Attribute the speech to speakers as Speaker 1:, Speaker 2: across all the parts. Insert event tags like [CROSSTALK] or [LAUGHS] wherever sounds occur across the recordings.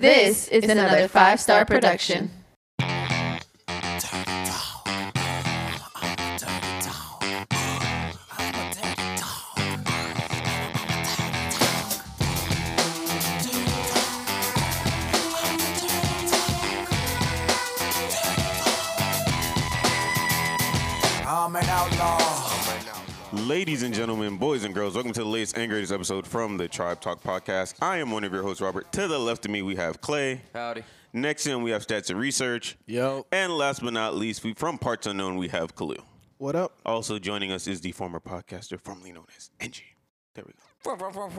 Speaker 1: This is another five star production.
Speaker 2: I'm an outlaw.
Speaker 3: Ladies and gentlemen, boys and girls, welcome to the latest and greatest episode from the Tribe Talk Podcast. I am one of your hosts, Robert. To the left of me, we have Clay.
Speaker 4: Howdy.
Speaker 3: Next to him, we have Stats and Research.
Speaker 5: Yo.
Speaker 3: And last but not least, we from Parts Unknown, we have Kalu.
Speaker 5: What up?
Speaker 3: Also joining us is the former podcaster, formerly known as Angie. There we go.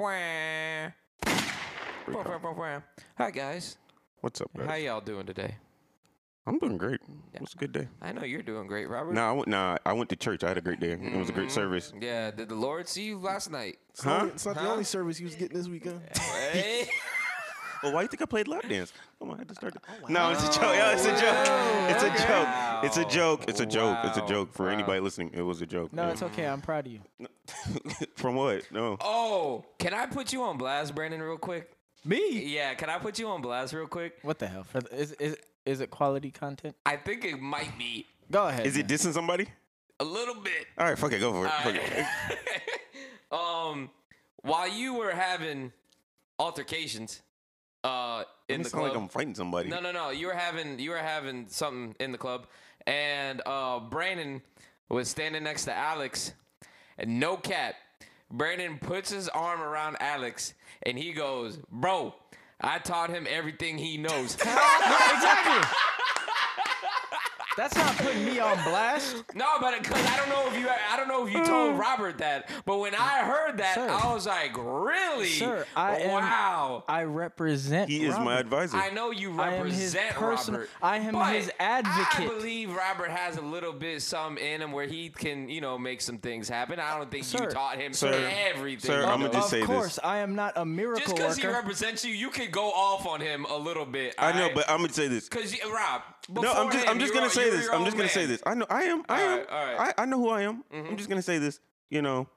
Speaker 4: Hi guys.
Speaker 3: What's up,
Speaker 4: How
Speaker 3: bro?
Speaker 4: y'all doing today?
Speaker 3: I'm doing great. It was a good day.
Speaker 4: I know you're doing great, Robert.
Speaker 3: Nah I, went, nah, I went to church. I had a great day. It was a great service.
Speaker 4: Yeah, did the Lord see you
Speaker 3: [LAUGHS]
Speaker 4: last night?
Speaker 5: It's not,
Speaker 3: Huh?
Speaker 5: it's not
Speaker 4: Huh?
Speaker 5: the only service you was getting this weekend.
Speaker 4: Hey.
Speaker 3: Well, why do you think I played lap dance? Come on, I had to start. the- No, it's a joke. Yeah, it's a joke. It's a joke. It's a joke. It's a joke. It's a
Speaker 4: Wow.
Speaker 3: joke for
Speaker 4: Wow.
Speaker 3: anybody listening. It was a joke.
Speaker 6: No,
Speaker 3: Yeah.
Speaker 6: it's okay. I'm proud of you.
Speaker 3: [LAUGHS] From what? No.
Speaker 4: Oh, can I put you on blast, Brandon, real quick?
Speaker 6: Me?
Speaker 4: Yeah, can I put you on blast real quick?
Speaker 6: What the hell? For the, is is is it quality content?
Speaker 4: I think it might be
Speaker 6: Go ahead.
Speaker 3: Is it
Speaker 6: man.
Speaker 3: dissing somebody?
Speaker 4: a little bit. [LAUGHS]
Speaker 3: All right, fuck it, go for it.
Speaker 4: All
Speaker 3: Fuck
Speaker 4: right.
Speaker 3: it.
Speaker 4: um, while you were having altercations, uh, in
Speaker 3: It
Speaker 4: the
Speaker 3: sound
Speaker 4: club,
Speaker 3: like I'm fighting somebody.
Speaker 4: No, no, no. You were having you were having something in the club, and uh, Brandon was standing next to Alex, and no cap. Brandon puts his arm around Alex, and he goes, "Bro, I taught him everything he knows."
Speaker 6: [LAUGHS] exactly. That's not putting me on blast.
Speaker 4: no, but because I don't know if you I don't know if you told Robert that, but when I heard that,
Speaker 6: Mm. Sir.
Speaker 4: I was like, "Really?
Speaker 6: Sir, I am-
Speaker 4: wow."
Speaker 6: I represent.
Speaker 3: He is my
Speaker 6: Robert.
Speaker 3: advisor.
Speaker 4: I know you
Speaker 6: I am his
Speaker 4: represent
Speaker 6: person-
Speaker 4: Robert.
Speaker 6: I am
Speaker 4: but
Speaker 6: his advocate.
Speaker 4: I believe Robert has a little bit some in him where he can, you know, make some things happen. I don't think you
Speaker 6: Sir.
Speaker 4: taught him
Speaker 3: Sir.
Speaker 4: everything.
Speaker 3: Sir,
Speaker 4: you
Speaker 3: I'ma
Speaker 4: know.
Speaker 3: just
Speaker 6: of
Speaker 3: say this.
Speaker 6: course, I am not a
Speaker 4: just
Speaker 6: miracle
Speaker 4: because he
Speaker 6: worker.
Speaker 4: represents you, you could go off on him a little bit.
Speaker 3: I know, but I'm gonna say this.
Speaker 4: because Rob,
Speaker 3: No, I'm just I'm
Speaker 4: beforehand,
Speaker 3: just
Speaker 4: you
Speaker 3: gonna
Speaker 4: were-
Speaker 3: say
Speaker 4: you were
Speaker 3: this.
Speaker 4: your
Speaker 3: I'm
Speaker 4: own
Speaker 3: just gonna say
Speaker 4: man.
Speaker 3: this. I know I am I am
Speaker 4: Alright, alright.
Speaker 3: I, I know who I am.
Speaker 4: Mm-hmm.
Speaker 3: I'm just gonna say this. You know,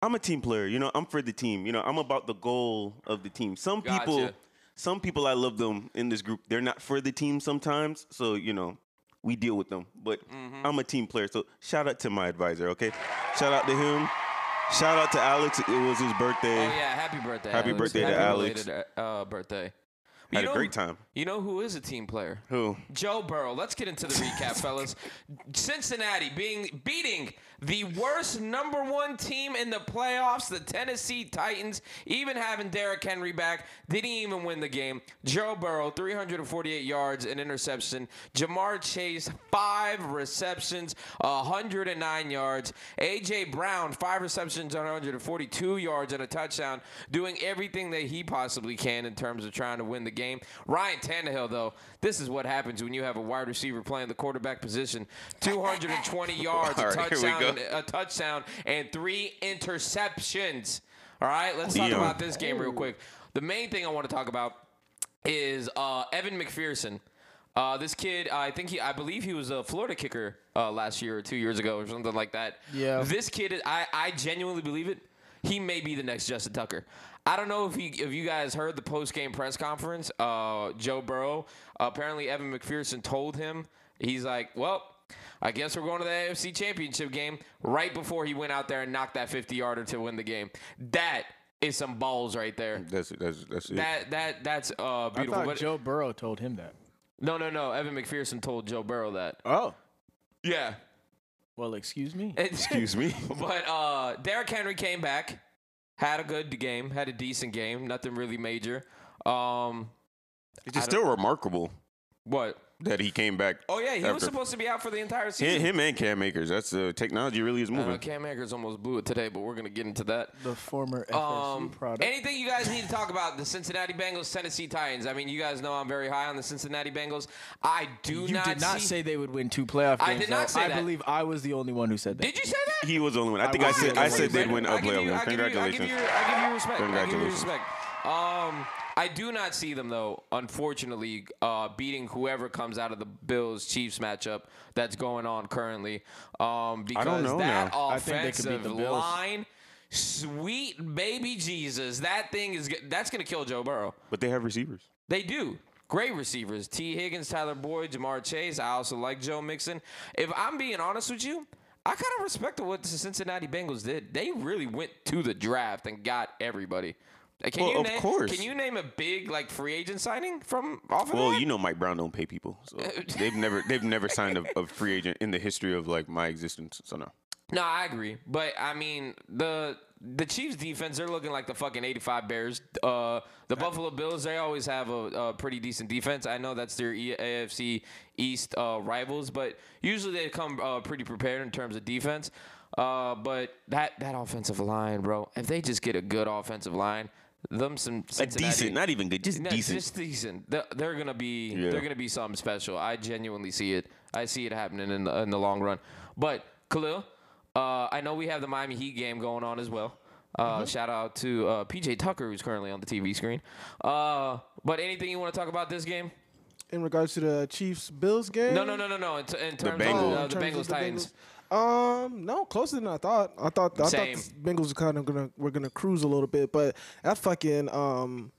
Speaker 3: I'm a team player, you know, I'm for the team. You know, I'm about the goal of the team. Some people
Speaker 4: Gotcha.
Speaker 3: some people I love them in this group. They're not for the team sometimes, so you know, we deal with them. But
Speaker 4: Mm-hmm.
Speaker 3: I'm a team player. So shout out to my advisor, okay? Shout out to him. Shout out to Alex. It was his birthday.
Speaker 4: Oh yeah, happy birthday!
Speaker 3: Happy
Speaker 4: Alex.
Speaker 3: birthday to
Speaker 4: happy
Speaker 3: Alex.
Speaker 4: belated, uh, birthday.
Speaker 3: Had
Speaker 4: You
Speaker 3: a
Speaker 4: know-
Speaker 3: great time.
Speaker 4: You know who is a team player?
Speaker 3: Who?
Speaker 4: Joe Burrow. Let's get into the recap, fellas. Cincinnati being beating the worst number one team in the playoffs, the Tennessee Titans. Even having Derrick Henry back, didn't even win the game. Joe Burrow, 348 yards, an interception. Jamar Chase, five receptions, 109 yards. AJ Brown, five receptions, 142 yards, and a touchdown. Doing everything that he possibly can in terms of trying to win the game. Ryan Tannehill, though, this is what happens when you have a wide receiver playing the quarterback
Speaker 3: [LAUGHS]
Speaker 4: position. 220 yards, a
Speaker 3: All right, here we
Speaker 4: touchdown,
Speaker 3: go.
Speaker 4: a touchdown, and three interceptions. All right, let's talk
Speaker 3: Dion.
Speaker 4: about this game real quick. The main thing I want to talk about is uh, Evan McPherson. Uh, this kid, I think he, I believe he was a Florida kicker uh, last year or two years ago or something like that.
Speaker 6: Yeah.
Speaker 4: This kid, is- I, I genuinely believe it. He may be the next Justin Tucker. I don't know if you if you guys heard the post game press conference. Uh, Joe Burrow apparently Evan McPherson told him he's like, well, I guess we're going to the AFC Championship game right before he went out there and knocked that 50 yarder to win the game. That is some balls right there.
Speaker 3: That's that's that's it.
Speaker 4: That that that's uh,
Speaker 6: I
Speaker 4: beautiful.
Speaker 6: thought
Speaker 4: But-
Speaker 6: Joe Burrow told him that.
Speaker 4: no, no, no. Evan McPherson told Joe Burrow that.
Speaker 6: Oh,
Speaker 4: [LAUGHS] Yeah.
Speaker 6: well, excuse me.
Speaker 3: Excuse me.
Speaker 4: But uh, Derrick Henry came back, had a good game, had a decent game, nothing really major. Um,
Speaker 3: [LAUGHS] It's just still remarkable
Speaker 4: what?
Speaker 3: that he came back.
Speaker 4: Oh yeah, he was
Speaker 3: after-
Speaker 4: supposed to be out for the entire season.
Speaker 3: him, him and Cam Akers. That's the technology really is moving.
Speaker 4: Uh, Cam Akers almost blew it today, but we're gonna get into that.
Speaker 6: The former FSU
Speaker 4: Um,
Speaker 6: product.
Speaker 4: anything you guys need to talk about the Cincinnati Bengals, Tennessee Titans? I mean, you guys know I'm very high on the Cincinnati Bengals. I do
Speaker 6: you
Speaker 4: not.
Speaker 6: did not
Speaker 4: see-
Speaker 6: say they would win two playoff games.
Speaker 4: I did not
Speaker 6: though.
Speaker 4: say
Speaker 6: I
Speaker 4: that.
Speaker 6: believe I was the only one who said that.
Speaker 4: Did you say that?
Speaker 3: He was the only one. I think I,
Speaker 6: I
Speaker 3: said
Speaker 6: was
Speaker 3: I
Speaker 6: the
Speaker 3: said
Speaker 6: only
Speaker 3: they'd
Speaker 6: one.
Speaker 3: win
Speaker 4: I
Speaker 3: a
Speaker 4: give you-
Speaker 3: playoff game.
Speaker 4: I give you- I
Speaker 3: Congratulations.
Speaker 4: give you, I give you respect. I give you
Speaker 3: Congratulations.
Speaker 4: respect. Um, I do not see them though. Unfortunately, uh, beating whoever comes out of the Bills Chiefs matchup that's going on currently. Um, because
Speaker 3: know
Speaker 4: that
Speaker 3: now.
Speaker 6: I think they could beat
Speaker 4: offensive
Speaker 6: the Bills.
Speaker 4: line, sweet baby Jesus, that thing is g- that's gonna kill Joe Burrow.
Speaker 3: But they have receivers.
Speaker 4: They do. Great receivers. T. Higgins, Tyler Boyd, Jamar Chase. I also like Joe Mixon. If I'm being honest with you, I kind of respected what the Cincinnati Bengals did. They really went to the draft and got everybody. Uh, Can
Speaker 3: Well,
Speaker 4: you
Speaker 3: of
Speaker 4: name,
Speaker 3: course.
Speaker 4: Can you name a big like free agent signing from off of
Speaker 3: Well,
Speaker 4: that?
Speaker 3: you know Mike Brown don't pay people,
Speaker 4: [LAUGHS]
Speaker 3: so they've never they've never signed a, a free agent in the history of like my existence. So no,
Speaker 4: No, I agree, but I mean the the Chiefs defense they're looking like the fucking 85 Bears. Uh, the Buffalo Bills they always have a, a pretty decent defense. I know that's their E- AFC East uh, rivals, but usually they come uh, pretty prepared in terms of defense. Uh, but that that offensive line, bro, if they just get a good offensive line, them some
Speaker 3: a
Speaker 4: Cincinnati,
Speaker 3: decent, not even good, just
Speaker 4: no,
Speaker 3: decent.
Speaker 4: just decent. They're, they're gonna be
Speaker 3: Yeah.
Speaker 4: they're gonna be something special. I genuinely see it. I see it happening in the in the long run. But Khalil, uh, I know we have the Miami Heat game going on as well. Uh,
Speaker 3: Mm-hmm.
Speaker 4: Shout out to uh, PJ Tucker who's currently on the TV screen. Uh, but anything you want to talk about this game?
Speaker 5: in regards to the Chiefs Bills game.
Speaker 4: No, no, no, no, no. In, t- in terms
Speaker 3: Bengals.
Speaker 4: of
Speaker 5: Oh,
Speaker 4: uh,
Speaker 5: in
Speaker 4: the
Speaker 5: terms
Speaker 4: Bengals
Speaker 5: of the
Speaker 4: Titans.
Speaker 5: Bengals. Um, no, closer than I thought. I thought I
Speaker 4: Same.
Speaker 5: thought the Bengals were kind of gonna were gonna cruise a little bit, but that fucking um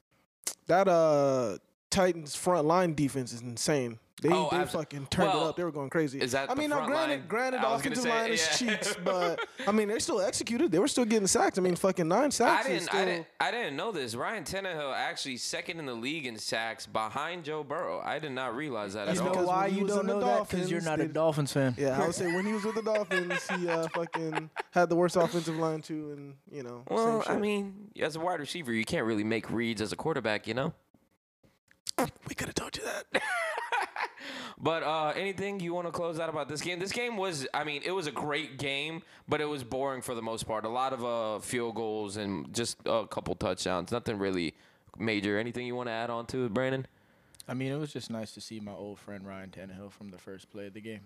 Speaker 5: that uh Titans front line defense is insane. They,
Speaker 4: Oh,
Speaker 5: they
Speaker 4: abso-
Speaker 5: fucking turned
Speaker 4: Well,
Speaker 5: it up. They were going crazy.
Speaker 4: is that
Speaker 5: I
Speaker 4: the
Speaker 5: mean, now
Speaker 4: front
Speaker 5: granted,
Speaker 4: line?
Speaker 5: granted,
Speaker 4: I
Speaker 5: the
Speaker 4: was gonna
Speaker 5: offensive
Speaker 4: say, yeah.
Speaker 5: line is
Speaker 4: [LAUGHS]
Speaker 5: cheeks, but I mean, they're still executed. They were still getting sacked. I mean, fucking nine
Speaker 4: I
Speaker 5: sacks. is
Speaker 4: didn't,
Speaker 5: still,
Speaker 4: I didn't, I didn't know this. Ryan Tannehill actually second in the league in sacks behind Joe Burrow. I did not realize that
Speaker 5: That's
Speaker 6: You
Speaker 4: at
Speaker 6: know
Speaker 5: because
Speaker 4: all.
Speaker 6: why
Speaker 5: when he
Speaker 6: you
Speaker 5: was
Speaker 6: don't
Speaker 5: in the
Speaker 6: know that? Because you're
Speaker 5: Dolphins,
Speaker 6: not a
Speaker 5: they-
Speaker 6: Dolphins fan.
Speaker 5: Yeah, I would say when he
Speaker 6: [LAUGHS]
Speaker 5: was with the Dolphins, he uh, fucking had the worst offensive line too, and you know. same
Speaker 4: Well, I
Speaker 5: shit.
Speaker 4: mean, as a wide receiver, you can't really make reads as a quarterback, you know?
Speaker 5: [LAUGHS] we could have told you that.
Speaker 4: [LAUGHS] But uh, anything you want to close out about this game? This game was, I mean, it was a great game, but it was boring for the most part. A lot of uh, field goals and just a couple touchdowns. Nothing really major. Anything you want to add on to it, Brandon? [LAUGHS]
Speaker 6: I mean, it was just nice to see my old friend Ryan Tannehill from the first play of the game.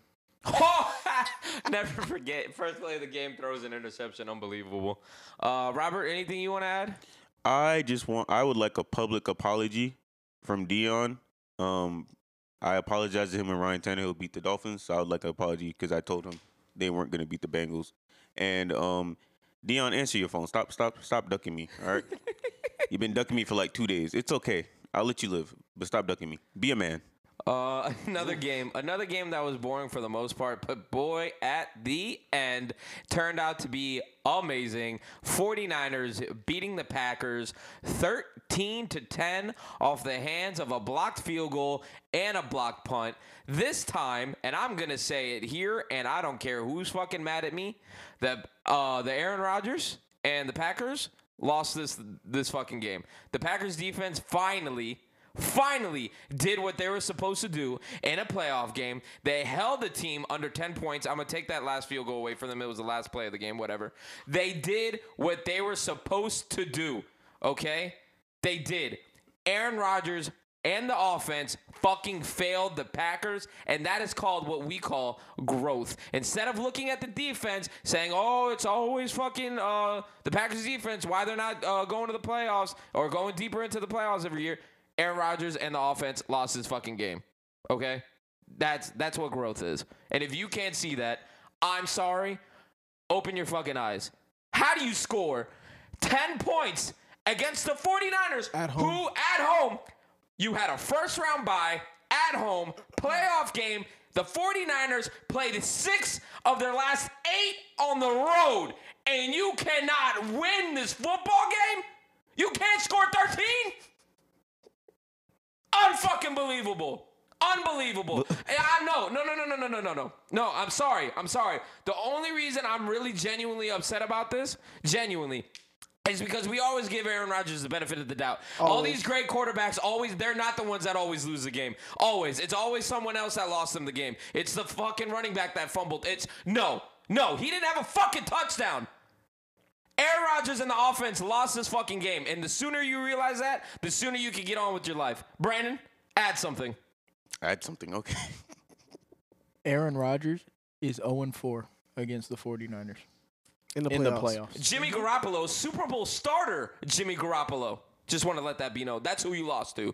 Speaker 4: Never forget. First play of the game throws an interception. Unbelievable. Uh, Robert, anything you want to add?
Speaker 3: I just want I would like a public apology from Dion. Um, I apologize to him and Ryan Tannehill beat the Dolphins. So I would like an apology because I told him they weren't going to beat the Bengals. And um, Dion, answer your phone. Stop, stop, stop ducking me. All right, you've been ducking me for like two days. It's okay. I'll let you live, but stop ducking me. Be a man.
Speaker 4: Uh, [LAUGHS] another game, another game that was boring for the most part, but boy, at the end turned out to be amazing. 49ers beating the Packers 13 to 10 off the hands of a blocked field goal and a blocked punt. This time, and I'm going to say it here and I don't care who's fucking mad at me, the uh the Aaron Rodgers and the Packers lost this this fucking game. The Packers defense finally finally did what they were supposed to do in a playoff game. They held the team under 10 points. I'm going to take that last field goal away from them. It was the last play of the game, whatever. They did what they were supposed to do, okay? They did. Aaron Rodgers and the offense fucking failed the Packers, and that is called what we call growth. Instead of looking at the defense, saying, "Oh, it's always fucking uh, the Packers defense. Why they're not uh, going to the playoffs or going deeper into the playoffs every year?" Aaron Rodgers and the offense lost his fucking game. Okay, that's that's what growth is. And if you can't see that, I'm sorry. Open your fucking eyes. How do you score 10 points against the 49ers
Speaker 5: At home.
Speaker 4: who at home you had a first round bye at home playoff game. The 49ers played 6 of their last 8 on the road and you cannot win this football game? You can't score 13? Unfucking believable. Unbelievable. And I know. No, no, no, no, no, no, no, no. No, I'm sorry. I'm sorry. The only reason I'm really genuinely upset about this, genuinely, is because we always give Aaron Rodgers the benefit of the doubt. All
Speaker 5: Always.
Speaker 4: these great quarterbacks always they're not the ones that always lose the game. Always. It's always someone else that lost them the game. It's the fucking running back that fumbled. It's no. No, he didn't have a fucking touchdown. Aaron Rodgers and the offense lost this fucking game. And the sooner you realize that, the sooner you can get on with your life. Brandon, add something.
Speaker 3: Add something, okay?
Speaker 6: Aaron Rodgers is 0 4 against the 49ers
Speaker 5: in the playoffs.
Speaker 6: in the playoffs.
Speaker 4: Jimmy
Speaker 3: Mm-hmm.
Speaker 4: Garoppolo, Super Bowl starter Jimmy Garoppolo. Just want to let that be known. That's who you lost to.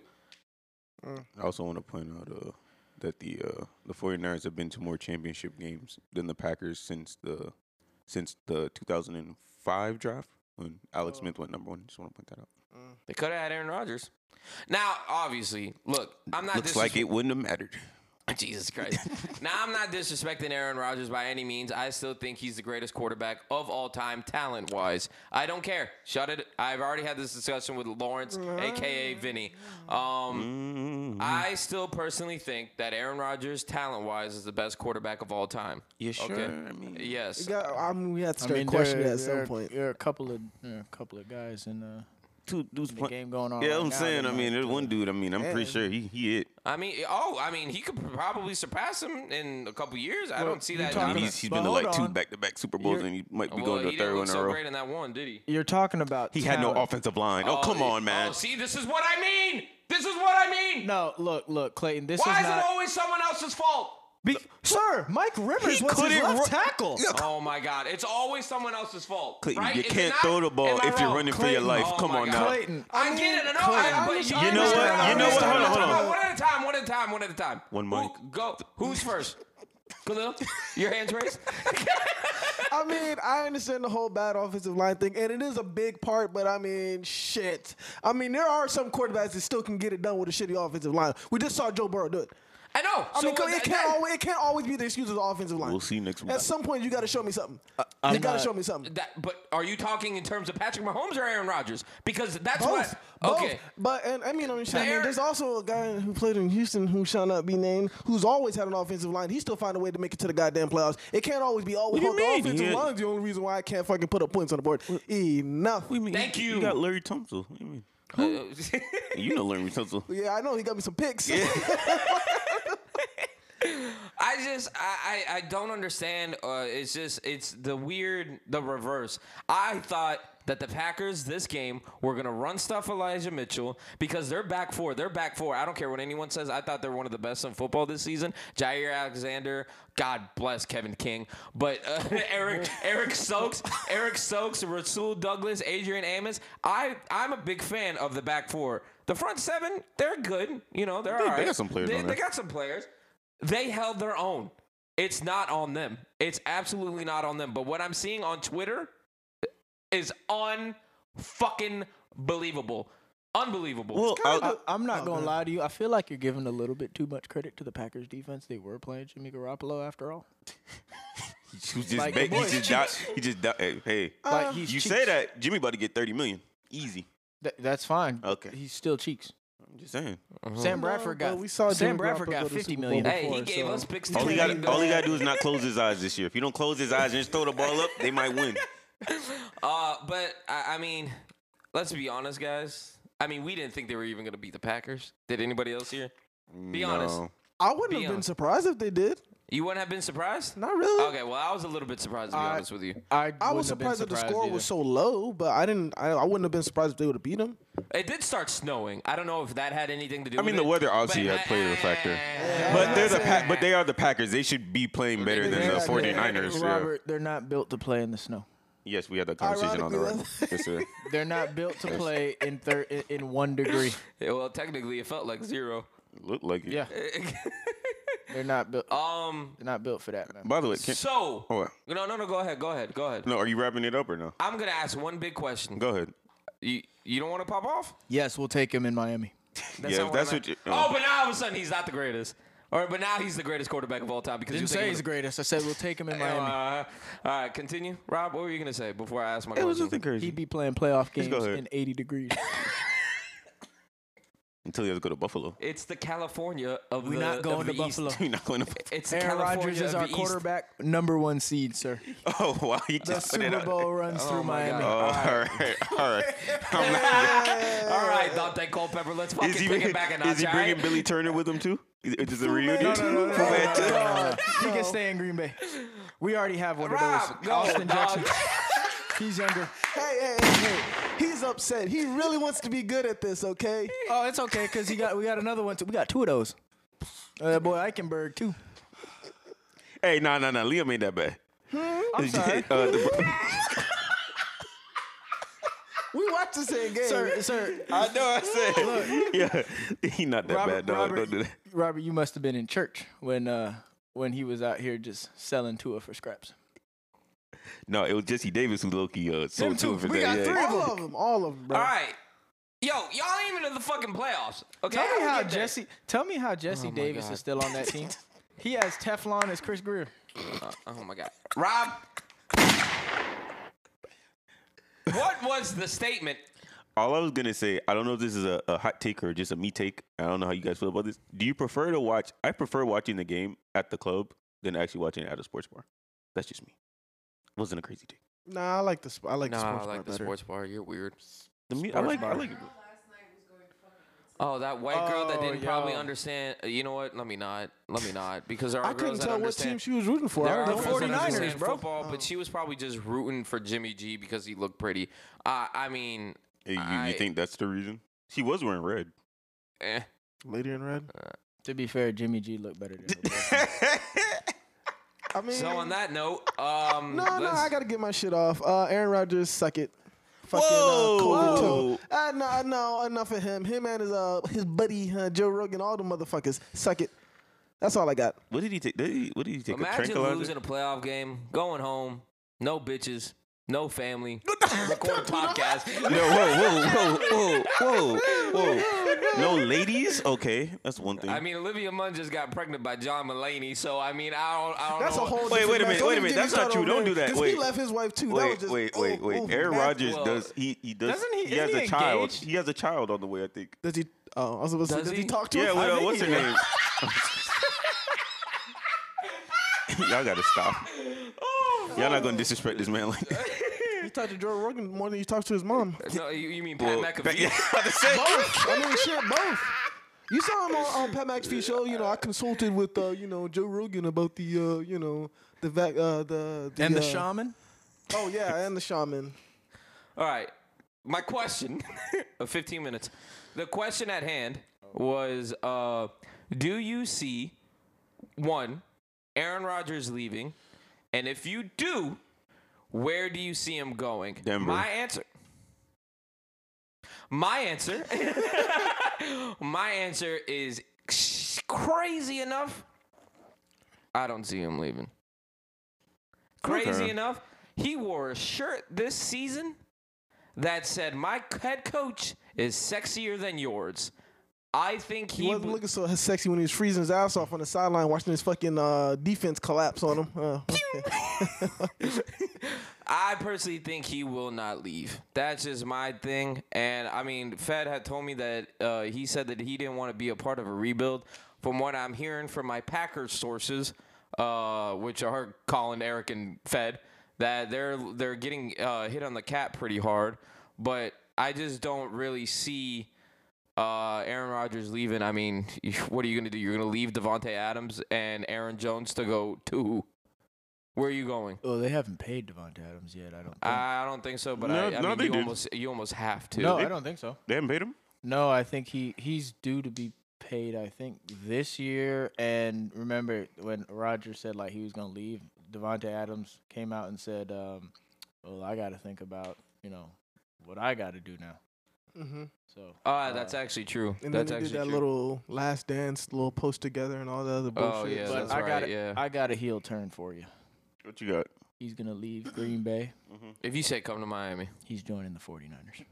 Speaker 3: I also want to point out uh, that the uh, the 49ers have been to more championship games than the Packers since the since the
Speaker 4: Oh.
Speaker 3: 2005 draft when Alex Smith went number one. Just want to point that out.
Speaker 4: They could have had Aaron Rodgers. Now, obviously, look, I'm not
Speaker 3: Looks like
Speaker 4: disres-
Speaker 3: it wouldn't have mattered.
Speaker 4: [LAUGHS] Jesus Christ. now, I'm not disrespecting Aaron Rodgers by any means. I still think he's the greatest quarterback of all time, talent wise. I don't care. Shut it. I've already had this discussion with Lawrence, aka Vinny.
Speaker 3: Mm-hmm.
Speaker 4: Um, I still personally think that Aaron Rodgers, talent wise, is the best quarterback of all time.
Speaker 3: You
Speaker 4: Okay.
Speaker 3: sure? I mean,
Speaker 5: We
Speaker 4: Yes.
Speaker 5: got- I mean, we had to
Speaker 6: I
Speaker 5: start
Speaker 6: mean,
Speaker 5: questioning
Speaker 6: there,
Speaker 5: that at
Speaker 6: there
Speaker 5: some
Speaker 6: are-
Speaker 5: point.
Speaker 6: There are a couple of there are a couple of guys uh, in the,
Speaker 3: two dudes
Speaker 6: in the
Speaker 3: play-
Speaker 6: game going on.
Speaker 3: Yeah,
Speaker 6: right
Speaker 3: I'm
Speaker 6: now
Speaker 3: saying.
Speaker 6: that
Speaker 3: I mean,
Speaker 6: might
Speaker 3: there's
Speaker 6: do
Speaker 3: one
Speaker 6: it.
Speaker 3: dude. I mean, I'm pretty
Speaker 5: Yeah.
Speaker 3: sure he he it.
Speaker 4: I mean, oh, I mean, he could probably surpass him in a couple years. I
Speaker 6: Well,
Speaker 4: don't see
Speaker 6: you
Speaker 3: I
Speaker 4: that.
Speaker 6: talking
Speaker 3: mean,
Speaker 6: about-
Speaker 3: he's, he's
Speaker 6: but
Speaker 3: been to like
Speaker 6: hold
Speaker 3: two
Speaker 6: on.
Speaker 3: back-to-back Super Bowls,
Speaker 6: You're-
Speaker 3: and he might be
Speaker 4: Oh, well,
Speaker 3: going to
Speaker 4: he
Speaker 3: a
Speaker 4: didn't
Speaker 3: third
Speaker 4: look
Speaker 3: one in
Speaker 4: so
Speaker 3: a row.
Speaker 4: great in that one, did he?
Speaker 6: You're talking about
Speaker 3: He had no
Speaker 6: talent.
Speaker 3: offensive line. Oh, come on, man.
Speaker 4: Oh, see, this is what I mean. This is what I mean.
Speaker 6: No, look, look, Clayton. This
Speaker 4: Why
Speaker 6: is
Speaker 4: is
Speaker 6: not.
Speaker 4: it always someone else's fault?
Speaker 6: Be- sir, Mike Rivers was his
Speaker 3: couldn't
Speaker 6: left
Speaker 3: ru-
Speaker 6: tackle.
Speaker 4: Oh my God! It's always someone else's fault.
Speaker 3: Clayton,
Speaker 4: right?
Speaker 3: you
Speaker 4: Is it
Speaker 3: can't
Speaker 4: not?
Speaker 3: throw the ball
Speaker 4: Am I
Speaker 3: if you're
Speaker 4: wrong?
Speaker 3: running for your
Speaker 6: Clayton.
Speaker 3: life.
Speaker 4: Oh
Speaker 3: come
Speaker 4: my
Speaker 3: on
Speaker 4: God.
Speaker 3: now.
Speaker 6: Clayton.
Speaker 4: I, get it. I know.
Speaker 5: Clayton,
Speaker 4: I, but
Speaker 5: I'm-
Speaker 4: you,
Speaker 5: You know
Speaker 4: understand.
Speaker 5: what?
Speaker 4: I
Speaker 5: You know what?
Speaker 4: understand.
Speaker 5: Hold on,
Speaker 4: One
Speaker 5: hold
Speaker 4: at a
Speaker 5: on.
Speaker 4: time, One at a time. One at a time. One at a time.
Speaker 3: One
Speaker 4: Who-
Speaker 3: mic.
Speaker 4: Go. Who's
Speaker 3: [LAUGHS]
Speaker 4: first? Khalil, your hands raised.
Speaker 5: I mean, I understand the whole bad offensive line thing, and it is a big part, but I mean, shit. I mean, there are some quarterbacks that still can get it done with a shitty offensive line. We just saw Joe Burrow do it.
Speaker 4: I know.
Speaker 5: I mean, 'cause
Speaker 4: what
Speaker 5: it
Speaker 4: the-
Speaker 5: can't, always, it can't always be the excuse of the offensive line.
Speaker 3: We'll see next week.
Speaker 5: At some point, you got to show me something. you got to
Speaker 6: not-
Speaker 5: show me something.
Speaker 4: that- But are you talking in terms of Patrick Mahomes or Aaron Rodgers? Because that's
Speaker 5: Both.
Speaker 4: what.
Speaker 5: Both.
Speaker 4: Okay.
Speaker 5: But and I mean, I mean, shit, I mean,
Speaker 4: There-
Speaker 5: there's also a guy who played in Houston who shall not be named, who's always had an offensive line. He still find a way to make it to the goddamn playoffs. It can't always be always
Speaker 3: What do you
Speaker 5: the
Speaker 3: mean?
Speaker 5: offensive
Speaker 3: He-
Speaker 5: line's the only reason why I can't fucking put up points on the board. Enough.
Speaker 3: What do you mean?
Speaker 4: Thank you.
Speaker 3: You got Larry Tunsil. What do you mean?
Speaker 4: uh, [LAUGHS]
Speaker 3: You know Larry Tunsil.
Speaker 5: Yeah, I know he got me some picks. [LAUGHS]
Speaker 4: I just I, I I don't understand. Uh, it's just it's the weird the reverse. I thought that the Packers this game were gonna run stuff Elijah Mitchell because they're back four. They're back four. I don't care what anyone says. I thought they're one of the best in football this season. Jair Alexander, God bless Kevin King, but uh, [LAUGHS] Eric Eric Stokes, Eric Stokes, Rasul Douglas, Adrian Amos. I I'm a big fan of the back four. The front seven, they're good. You know, they're
Speaker 3: They-
Speaker 4: all
Speaker 3: they
Speaker 4: right.
Speaker 3: got some players
Speaker 4: They,
Speaker 3: on
Speaker 4: they
Speaker 3: there.
Speaker 4: got some players they held their own. It's not on them. It's absolutely not on them. But what I'm seeing on Twitter is unfucking believable. Unbelievable.
Speaker 3: Well,
Speaker 6: I,
Speaker 3: I'll,
Speaker 6: I'm not
Speaker 5: Oh,
Speaker 6: gonna
Speaker 5: man.
Speaker 6: lie to you. I feel like you're giving a little bit too much credit to the Packers defense. They were playing Jimmy Garoppolo after all.
Speaker 3: you just,
Speaker 6: Like,
Speaker 3: ba-
Speaker 6: your
Speaker 3: you
Speaker 6: boy's
Speaker 3: just, doubt- you just, doubt- hey, hey.
Speaker 6: like he's
Speaker 3: Uh, you
Speaker 6: cheeks.
Speaker 3: say that Jimmy about to get 30 million, easy.
Speaker 6: Th- that's fine.
Speaker 3: Okay.
Speaker 6: he's still cheeks.
Speaker 3: I'm just saying.
Speaker 4: [LAUGHS]
Speaker 6: Sam
Speaker 5: No,
Speaker 6: Bradford got
Speaker 5: but we saw
Speaker 6: Sam
Speaker 5: Jimmy
Speaker 6: Bradford
Speaker 5: Garoppolo go
Speaker 6: got
Speaker 5: to
Speaker 6: 50
Speaker 5: Super
Speaker 6: million.
Speaker 5: Bowl
Speaker 4: hey, he
Speaker 5: before,
Speaker 4: gave
Speaker 5: so-
Speaker 4: us picks.
Speaker 3: All he
Speaker 4: today.
Speaker 3: got, all he got to do is not close his eyes this year. If you don't close his eyes and just throw the ball up, they might win.
Speaker 4: Uh, but I, I mean, let's be honest, guys. I mean, we didn't think they were even going to beat the Packers. Did anybody else here? Be honest.
Speaker 3: No.
Speaker 5: I wouldn't
Speaker 4: Be
Speaker 5: have been
Speaker 4: honest.
Speaker 5: surprised if they did.
Speaker 4: You wouldn't have been surprised.
Speaker 5: Not really.
Speaker 4: Okay, well, I was a little bit surprised to be
Speaker 6: I-
Speaker 4: honest with you.
Speaker 6: I,
Speaker 5: I
Speaker 6: wouldn't
Speaker 5: was
Speaker 6: have been
Speaker 5: surprised that the
Speaker 6: surprised
Speaker 5: score
Speaker 6: either.
Speaker 5: was so low, but I didn't. I, I wouldn't have been surprised if they would have beat him.
Speaker 4: It did start snowing. I don't know if that had anything to do.
Speaker 3: I
Speaker 4: with
Speaker 3: mean, the
Speaker 4: it,
Speaker 3: weather obviously
Speaker 4: but-
Speaker 3: had played a
Speaker 4: [LAUGHS]
Speaker 3: factor.
Speaker 4: Yeah.
Speaker 3: But they're the pa- but they are the Packers. They should be playing better than the
Speaker 6: They're-
Speaker 3: 49ers. Yeah.
Speaker 6: Robert, they're not built to play in the snow.
Speaker 3: Yes, we had that conversation on the
Speaker 5: Ironically,
Speaker 3: right. Yes, sir.
Speaker 6: They're not built to play in thir- in- in one [LAUGHS] degree.
Speaker 4: Yeah, well, technically, it felt like zero.
Speaker 3: Looked like it.
Speaker 6: Yeah, they're not built.
Speaker 4: Um.
Speaker 6: They're not built for that, man.
Speaker 3: By the way, can,
Speaker 4: So.
Speaker 3: oh, uh,
Speaker 4: No, no, no. Go ahead. Go ahead. Go ahead.
Speaker 3: no, are you wrapping it up or no?
Speaker 4: I'm gonna ask one big question.
Speaker 3: Go ahead.
Speaker 4: You you don't want to pop off?
Speaker 6: Yes, we'll take him in Miami.
Speaker 4: That's
Speaker 3: yeah,
Speaker 4: not
Speaker 3: if that's
Speaker 4: I'm
Speaker 3: what you.
Speaker 4: at- Oh, but now all of a sudden he's not the greatest. Or but now he's the greatest quarterback of all time because
Speaker 6: Didn't
Speaker 4: you
Speaker 6: say he's the greatest. I said we'll take [LAUGHS] him in Miami.
Speaker 4: Uh, all right, continue, Rob. What were you gonna say before I asked my
Speaker 3: it was
Speaker 4: question?
Speaker 3: just encouraging.
Speaker 6: He'd be playing playoff
Speaker 3: Just
Speaker 6: games
Speaker 3: go ahead.
Speaker 6: in 80 degrees.
Speaker 3: Until he has to go to Buffalo.
Speaker 4: it's the California of
Speaker 6: We're
Speaker 4: the
Speaker 6: not
Speaker 4: of
Speaker 6: going
Speaker 4: the
Speaker 6: to
Speaker 4: East.
Speaker 3: [LAUGHS]
Speaker 6: Buffalo.
Speaker 3: You're not going to.
Speaker 4: It's the
Speaker 6: Aaron
Speaker 4: California
Speaker 6: Rodgers is
Speaker 4: of
Speaker 6: our
Speaker 4: the
Speaker 6: quarterback, number one seed, [LAUGHS] sir.
Speaker 3: Oh wow, he
Speaker 6: The
Speaker 3: just put it
Speaker 6: Super
Speaker 3: out.
Speaker 6: Bowl runs through
Speaker 4: my
Speaker 6: Miami.
Speaker 3: Oh,
Speaker 4: God.
Speaker 3: all right, all right. I'm not-
Speaker 4: East. All right, Dante Culpepper, let's fucking
Speaker 3: is he,
Speaker 4: take it back a notch.
Speaker 3: is he
Speaker 4: all
Speaker 3: bringing
Speaker 4: right?
Speaker 3: Billy Turner with him too? Is, is it a reunion?
Speaker 5: No, no, no, no,
Speaker 3: Fu
Speaker 5: no,
Speaker 3: Manchu?
Speaker 5: no, no, no.
Speaker 6: He can stay in Green Bay. We already have one of
Speaker 4: Rob,
Speaker 6: those.
Speaker 4: go,
Speaker 6: Austin
Speaker 4: dog.
Speaker 6: Jackson. He's younger.
Speaker 5: Hey, hey, hey, hey. He's upset. He really wants to be good at this. Okay.
Speaker 6: Oh, it's okay because he got we got another one too. We got two of those. Uh, that boy Eichenberg too.
Speaker 3: Hey, no, no, no. Liam ain't that bad. [LAUGHS] I'm sorry. uh, the,
Speaker 5: We watched the same game.
Speaker 6: Sir, sir,
Speaker 3: I know. I said, yeah, he not that
Speaker 6: Robert,
Speaker 3: bad. No,
Speaker 6: Robert,
Speaker 3: don't do that.
Speaker 6: Robert, you must have been in church when uh when he was out here just selling Tua for scraps.
Speaker 3: No, it was Jesse Davis who low key uh, sold two
Speaker 6: two.
Speaker 3: of his
Speaker 6: We
Speaker 3: that-
Speaker 6: got
Speaker 3: yeah.
Speaker 6: three.
Speaker 5: all of them. All of them, bro.
Speaker 4: All right. Yo, y'all ain't even in the fucking playoffs. Okay,
Speaker 6: Tell
Speaker 4: I
Speaker 6: me
Speaker 4: don't
Speaker 6: how
Speaker 4: get that.
Speaker 6: Jesse. Tell me how Jesse Davis
Speaker 4: God.
Speaker 6: is still on
Speaker 4: [LAUGHS]
Speaker 6: that team. he has Teflon as Chris Greer.
Speaker 4: Oh my God, Rob. what was the statement?
Speaker 3: All I was gonna say, I don't know if this is a, a hot take or just a me take. I don't know how you guys feel about this. Do you prefer to watch? I prefer watching the game at the club than actually watching it at a sports bar. That's just me. Wasn't a crazy take.
Speaker 5: Nah, I like the sp- I like the sports bar better.
Speaker 4: bar. You're weird.
Speaker 3: The mu- I like. I like. it.
Speaker 4: Oh, that white girl that
Speaker 5: Oh,
Speaker 4: didn't probably
Speaker 5: yo.
Speaker 4: understand. uh, You know what? Let me not. Let me not. Because there are
Speaker 5: I couldn't
Speaker 4: girls that
Speaker 5: tell what
Speaker 4: understand.
Speaker 5: team she was rooting for.
Speaker 4: There
Speaker 5: I
Speaker 4: are
Speaker 5: don't know.
Speaker 4: girls that
Speaker 6: 49ers,
Speaker 4: understand
Speaker 6: bro.
Speaker 4: Football, but she was probably just rooting for Jimmy G because he looked pretty. Uh, I mean,
Speaker 3: Hey, you,
Speaker 4: I-
Speaker 3: you think that's the reason? She was wearing red.
Speaker 4: eh.
Speaker 5: Lady in red.
Speaker 6: To be fair, Jimmy G looked [LAUGHS] better than him.
Speaker 5: I mean,
Speaker 4: So on that note, um,
Speaker 5: no, no,
Speaker 4: let's-
Speaker 5: I gotta get my shit off. Uh, Aaron Rodgers, suck it. Fucking,
Speaker 3: Whoa!
Speaker 5: uh, Colby
Speaker 3: Whoa.
Speaker 5: too. Uh, no, no, enough of him. Him and his uh, his buddy uh, Joe Rogan, all the motherfuckers, suck it. That's all I got.
Speaker 3: What did he take? Did he, what did he take? a
Speaker 4: imagine
Speaker 3: tranquilizer?
Speaker 4: losing a playoff game, going home, no bitches, no
Speaker 5: [LAUGHS]
Speaker 4: family, record podcast.
Speaker 3: No, whoa, whoa, whoa, whoa, whoa. No ladies? Okay, that's one thing.
Speaker 4: I mean, Olivia Munn just got pregnant by John Mulaney, so I mean, I don't, I don't
Speaker 5: That's
Speaker 4: know.
Speaker 5: a whole.
Speaker 4: [LAUGHS]
Speaker 3: Wait,
Speaker 5: different
Speaker 3: wait a
Speaker 5: mess.
Speaker 3: minute,
Speaker 5: Don't
Speaker 3: wait a
Speaker 5: even
Speaker 3: minute.
Speaker 5: get me
Speaker 3: That's
Speaker 5: started
Speaker 3: not
Speaker 5: on
Speaker 3: true. Don't
Speaker 5: Nate,
Speaker 3: do that.
Speaker 5: 'cause
Speaker 3: Wait.
Speaker 5: he left his wife too. that was
Speaker 3: wait,
Speaker 5: just, oh,
Speaker 3: wait, wait,
Speaker 5: ooh,
Speaker 3: wait.
Speaker 5: ooh,
Speaker 3: Aaron
Speaker 5: that's-
Speaker 3: Rodgers
Speaker 4: well-
Speaker 3: does he? He does.
Speaker 6: Doesn't he-
Speaker 3: He has
Speaker 6: isn't
Speaker 3: a
Speaker 6: he
Speaker 3: child.
Speaker 6: engaged?
Speaker 3: He has a child on the way, I think.
Speaker 5: Does he? Oh, I was supposed to.
Speaker 4: Does
Speaker 5: Does, does he,
Speaker 4: he?
Speaker 5: talk to
Speaker 3: Yeah,
Speaker 5: us?
Speaker 3: what,
Speaker 5: I
Speaker 3: uh,
Speaker 5: think
Speaker 3: what's
Speaker 5: he
Speaker 3: her
Speaker 5: did.
Speaker 3: name? Y'all gotta stop. Y'all not gonna disrespect this man like that.
Speaker 5: He talked to Joe Rogan more than he talked to his mom.
Speaker 4: No, you, you mean Pat
Speaker 3: Well, [LAUGHS]
Speaker 4: McAfee?
Speaker 3: yeah, I was about to say.
Speaker 5: I mean, shit, both. You saw him on, on Pat McAfee's show. You know, I consulted with uh, you know Joe Rogan about the uh, you know the vac uh, the,
Speaker 6: and
Speaker 5: uh,
Speaker 6: the shaman.
Speaker 5: Oh yeah, and the shaman.
Speaker 4: All right. My question, [LAUGHS] Uh, 15 minutes. The question at hand was uh, do you see one, Aaron Rodgers leaving? And if you do, where do you see him going?
Speaker 3: Denver.
Speaker 4: My answer. My answer. [LAUGHS] my answer is crazy enough. I don't see him leaving. Crazy
Speaker 3: Okay.
Speaker 4: enough, he wore a shirt this season that said, "My head coach is sexier than yours." I think
Speaker 5: He,
Speaker 4: he.
Speaker 5: wasn't
Speaker 4: w-
Speaker 5: looking so sexy when he was freezing his ass off on the sideline, watching his fucking uh, defense collapse on him. Uh, [LAUGHS]
Speaker 4: [LAUGHS] I personally think he will not leave. That's just my thing. And I mean, Fed had told me that uh, he said that he didn't want to be a part of a rebuild. From what I'm hearing from my Packers sources, uh, which are Colin, Eric, and Fed, that they're they're getting uh, hit on the cap pretty hard. But I just don't really see uh, Aaron Rodgers leaving. I mean, [LAUGHS] what are you gonna do? You're gonna leave Devonte Adams and Aaron Jones to go to who? Where are you going?
Speaker 6: Oh, they haven't paid Devonta Adams yet. I don't. Think.
Speaker 4: I don't think so, but
Speaker 3: No,
Speaker 4: I, I
Speaker 3: no,
Speaker 4: mean,
Speaker 3: they
Speaker 4: you
Speaker 3: did.
Speaker 4: almost you almost have to.
Speaker 6: Uh, no, I don't think so.
Speaker 3: They haven't paid him.
Speaker 6: No, I think he he's due to be paid. I think this year. And remember when Roger said like he was gonna leave, Devonte Adams came out and said, um, "Well, I got to think about you know what I got to do now."
Speaker 5: hmm
Speaker 6: So uh,
Speaker 4: Ah, that's actually true.
Speaker 5: And
Speaker 4: that's
Speaker 5: then they
Speaker 4: actually
Speaker 5: did that
Speaker 4: true.
Speaker 5: little last dance, little post together, and all the other bullshit.
Speaker 4: Oh, yeah,
Speaker 6: but
Speaker 4: that's
Speaker 6: I
Speaker 4: right,
Speaker 6: got
Speaker 4: yeah.
Speaker 6: I got a heel turn for you.
Speaker 3: What you got?
Speaker 6: He's gonna leave Green Bay.
Speaker 4: if you say come to Miami,
Speaker 6: He's joining the 49ers.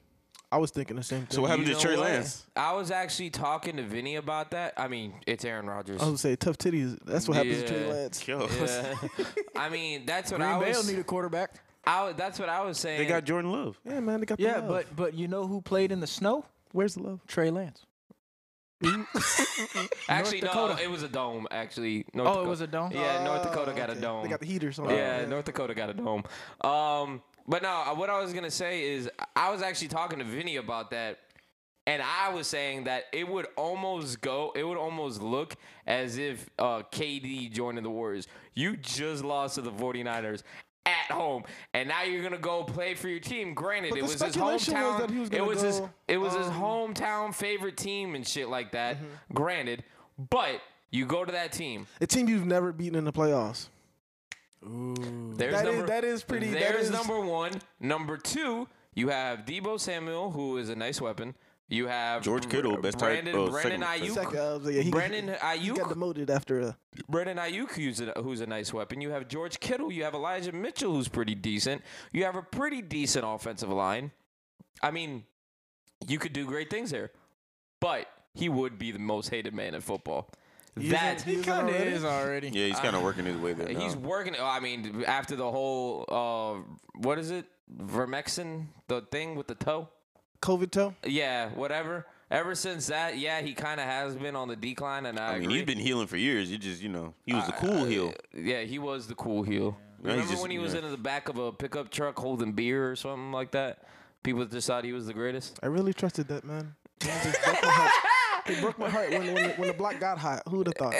Speaker 5: I was thinking the same thing.
Speaker 3: So what happened
Speaker 4: You
Speaker 3: to
Speaker 4: know
Speaker 3: Trey
Speaker 4: what?
Speaker 3: Lance?
Speaker 4: I was actually talking to Vinny about that. I mean, it's Aaron Rodgers.
Speaker 5: I
Speaker 6: Oh,
Speaker 5: was gonna say tough titties. That's what happens to Trey
Speaker 4: Yeah.
Speaker 5: Lance.
Speaker 3: Yo,
Speaker 6: [LAUGHS]
Speaker 4: Yeah. [LAUGHS] I mean, that's what I
Speaker 6: Green Bay will
Speaker 4: was.
Speaker 6: need a quarterback.
Speaker 4: I was- that's what I was saying.
Speaker 3: [LAUGHS] they got Jordan Love.
Speaker 5: Yeah, man, they got
Speaker 6: [LAUGHS]
Speaker 5: the
Speaker 6: Yeah,
Speaker 5: love.
Speaker 6: but but you know who played in the snow?
Speaker 5: where's the love?
Speaker 6: Trey Lance.
Speaker 4: actually
Speaker 6: North
Speaker 4: no,
Speaker 6: Dakota.
Speaker 4: it was a dome. Actually, North
Speaker 6: Oh, it
Speaker 4: Daco-
Speaker 6: was a dome?
Speaker 4: Yeah, North
Speaker 5: Oh,
Speaker 4: Dakota got a
Speaker 5: okay.
Speaker 4: dome.
Speaker 5: They got the heaters on.
Speaker 4: Yeah, North Dakota got it home. Um, but no, uh, what I was gonna say is I was actually talking to Vinny about that, and I was saying that it would almost go, it would almost look as if uh, KD joining the Warriors. You just lost to the 49ers. At home, and now you're gonna go play for your team. Granted,
Speaker 5: But
Speaker 4: it
Speaker 5: the
Speaker 4: was his
Speaker 5: speculation was
Speaker 4: hometown.
Speaker 5: that he was
Speaker 4: it
Speaker 5: gonna
Speaker 4: was his.
Speaker 5: go,
Speaker 4: It was his
Speaker 5: um, Mm-hmm.
Speaker 4: hometown favorite team and shit like that. Granted, but you go to that team.
Speaker 5: A team you've never beaten in the playoffs.
Speaker 4: There's
Speaker 5: That is-
Speaker 4: number,
Speaker 5: that is pretty- that
Speaker 4: There's
Speaker 5: is-
Speaker 4: number one. Number two, you have Debo Samuel, who is a nice weapon. You have
Speaker 3: George Kittle, best tight-
Speaker 4: Brandon,
Speaker 3: oh,
Speaker 4: Brandon
Speaker 3: second-
Speaker 4: Ayuk.
Speaker 5: Second, uh, yeah, he-
Speaker 4: Brandon
Speaker 5: He got
Speaker 4: Ayuk.
Speaker 5: demoted after. Uh,
Speaker 4: Brandon Ayuk, who's a, who's a nice weapon. You have George Kittle. You have Elijah Mitchell, who's pretty decent. You have a pretty decent offensive line. I mean, you could do great things there. But he would be the most hated man in football. That
Speaker 6: he kind of is already.
Speaker 3: Yeah, he's kind of working his way there.
Speaker 4: [LAUGHS] he's
Speaker 3: now.
Speaker 4: working. oh, I mean, after the whole uh, what is it, vermexin, the thing with the toe.
Speaker 5: COVID toe.
Speaker 4: Yeah, whatever. Ever since that, yeah, he kind of has been on the decline, and I,
Speaker 3: I mean,
Speaker 4: agree.
Speaker 3: he's been healing for years. You just, you know, he was the cool heel.
Speaker 4: Yeah, he was the cool heel.
Speaker 3: he's
Speaker 4: Remember
Speaker 3: just-
Speaker 4: when he was
Speaker 3: yeah.
Speaker 4: in the back of a pickup truck holding beer or something like that? People just thought he was the greatest.
Speaker 5: I really trusted that man. He just broke my heart. He broke my heart when, when, when the block got hot. Who'd have
Speaker 4: [LAUGHS]
Speaker 5: thought?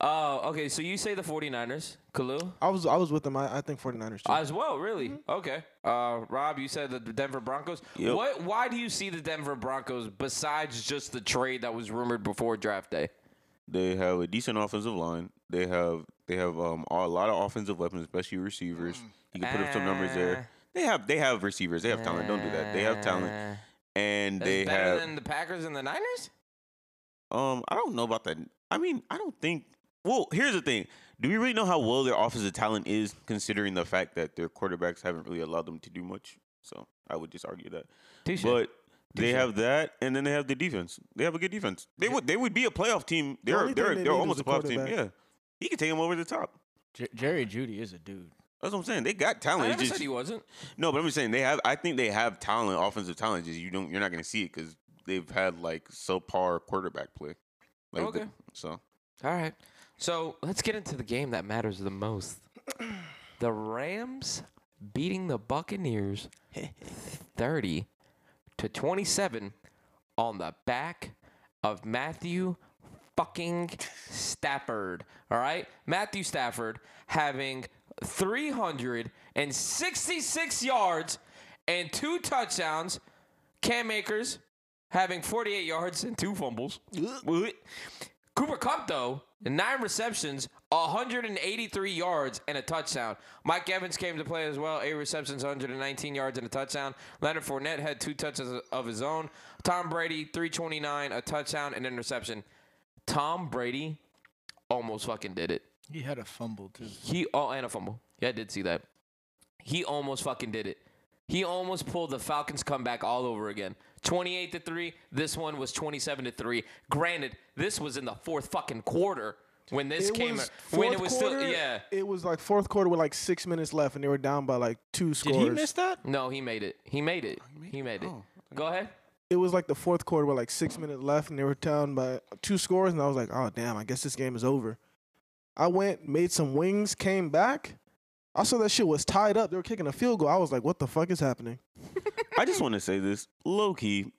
Speaker 4: Oh, okay. So you say the 49ers, Kalu?
Speaker 5: I was I was with him. I, I think 49ers too.
Speaker 4: As well, really? Okay. Uh, Rob, you said the Denver Broncos.
Speaker 3: Yep.
Speaker 4: What? Why do you see the Denver Broncos besides just the trade that was rumored before draft day?
Speaker 3: They have a decent offensive line. They have they have um a lot of offensive weapons, especially receivers.
Speaker 4: Mm.
Speaker 3: You can put up some numbers
Speaker 4: Ah.
Speaker 3: there. They have they have receivers. They have talent. Don't do that. They have talent,
Speaker 4: Uh,
Speaker 3: and
Speaker 4: That's
Speaker 3: they
Speaker 4: better
Speaker 3: have
Speaker 4: than the Packers and the Niners.
Speaker 3: Um, I don't know about that. I mean, I don't think. Well, here's the thing: Do we really know how well their offensive talent is, considering the fact that their quarterbacks haven't really allowed them to do much? So I would just argue that.
Speaker 4: Touche.
Speaker 3: But they
Speaker 4: Touche.
Speaker 3: have that, and then they have the defense. They have a good defense. They would they would be a playoff team. They're
Speaker 5: only thing
Speaker 3: they're
Speaker 5: they
Speaker 3: they're
Speaker 5: need
Speaker 3: almost
Speaker 5: is
Speaker 3: a
Speaker 5: a
Speaker 3: playoff team. Yeah,
Speaker 5: quarterback.
Speaker 3: he can take them over the top.
Speaker 6: Jer- Jerry Judy is a dude.
Speaker 3: That's what I'm saying. They got talent.
Speaker 4: I
Speaker 3: It's
Speaker 4: never
Speaker 3: just-
Speaker 4: said he wasn't.
Speaker 3: no, but I'm just saying they have. I think they have talent, offensive talent. Just you don't you're not going to see it because they've had like subpar quarterback play. Like the-
Speaker 4: Okay.
Speaker 3: so
Speaker 4: All right. So let's get into the game that matters the most. The Rams beating the Buccaneers 30 to 27 on the back of Matthew fucking Stafford. All right? Matthew Stafford having 366 yards and two touchdowns. Cam Akers having 48 yards and two fumbles. Cooper Cup, though, nine receptions, 183 yards, and a touchdown. Mike Evans came to play as well, eight receptions, 119 yards, and a touchdown. Leonard Fournette had two touches of his own. Tom Brady, 329, a touchdown, and interception. Tom Brady almost fucking did it.
Speaker 6: He had a fumble too.
Speaker 4: He oh and a fumble. Yeah, I did see that. He almost fucking did it. He almost pulled the Falcons comeback all over again. 28 to 3. This one was 27 to 3. Granted, this was in the fourth fucking quarter when this came when it was still yeah.
Speaker 5: It was like fourth quarter with like six minutes left, and they were down by like two
Speaker 6: Did
Speaker 5: scores.
Speaker 6: he miss that?
Speaker 4: No, he made it. He made it. He made Oh, it. Go ahead.
Speaker 5: It was like the fourth quarter with like six minutes left, and they were down by two scores. And I was like, oh damn, I guess this game is over. I went, made some wings, came back. I saw that shit was tied up. They were kicking a field goal. I was like, what the fuck is happening?
Speaker 3: I just want to say this low key,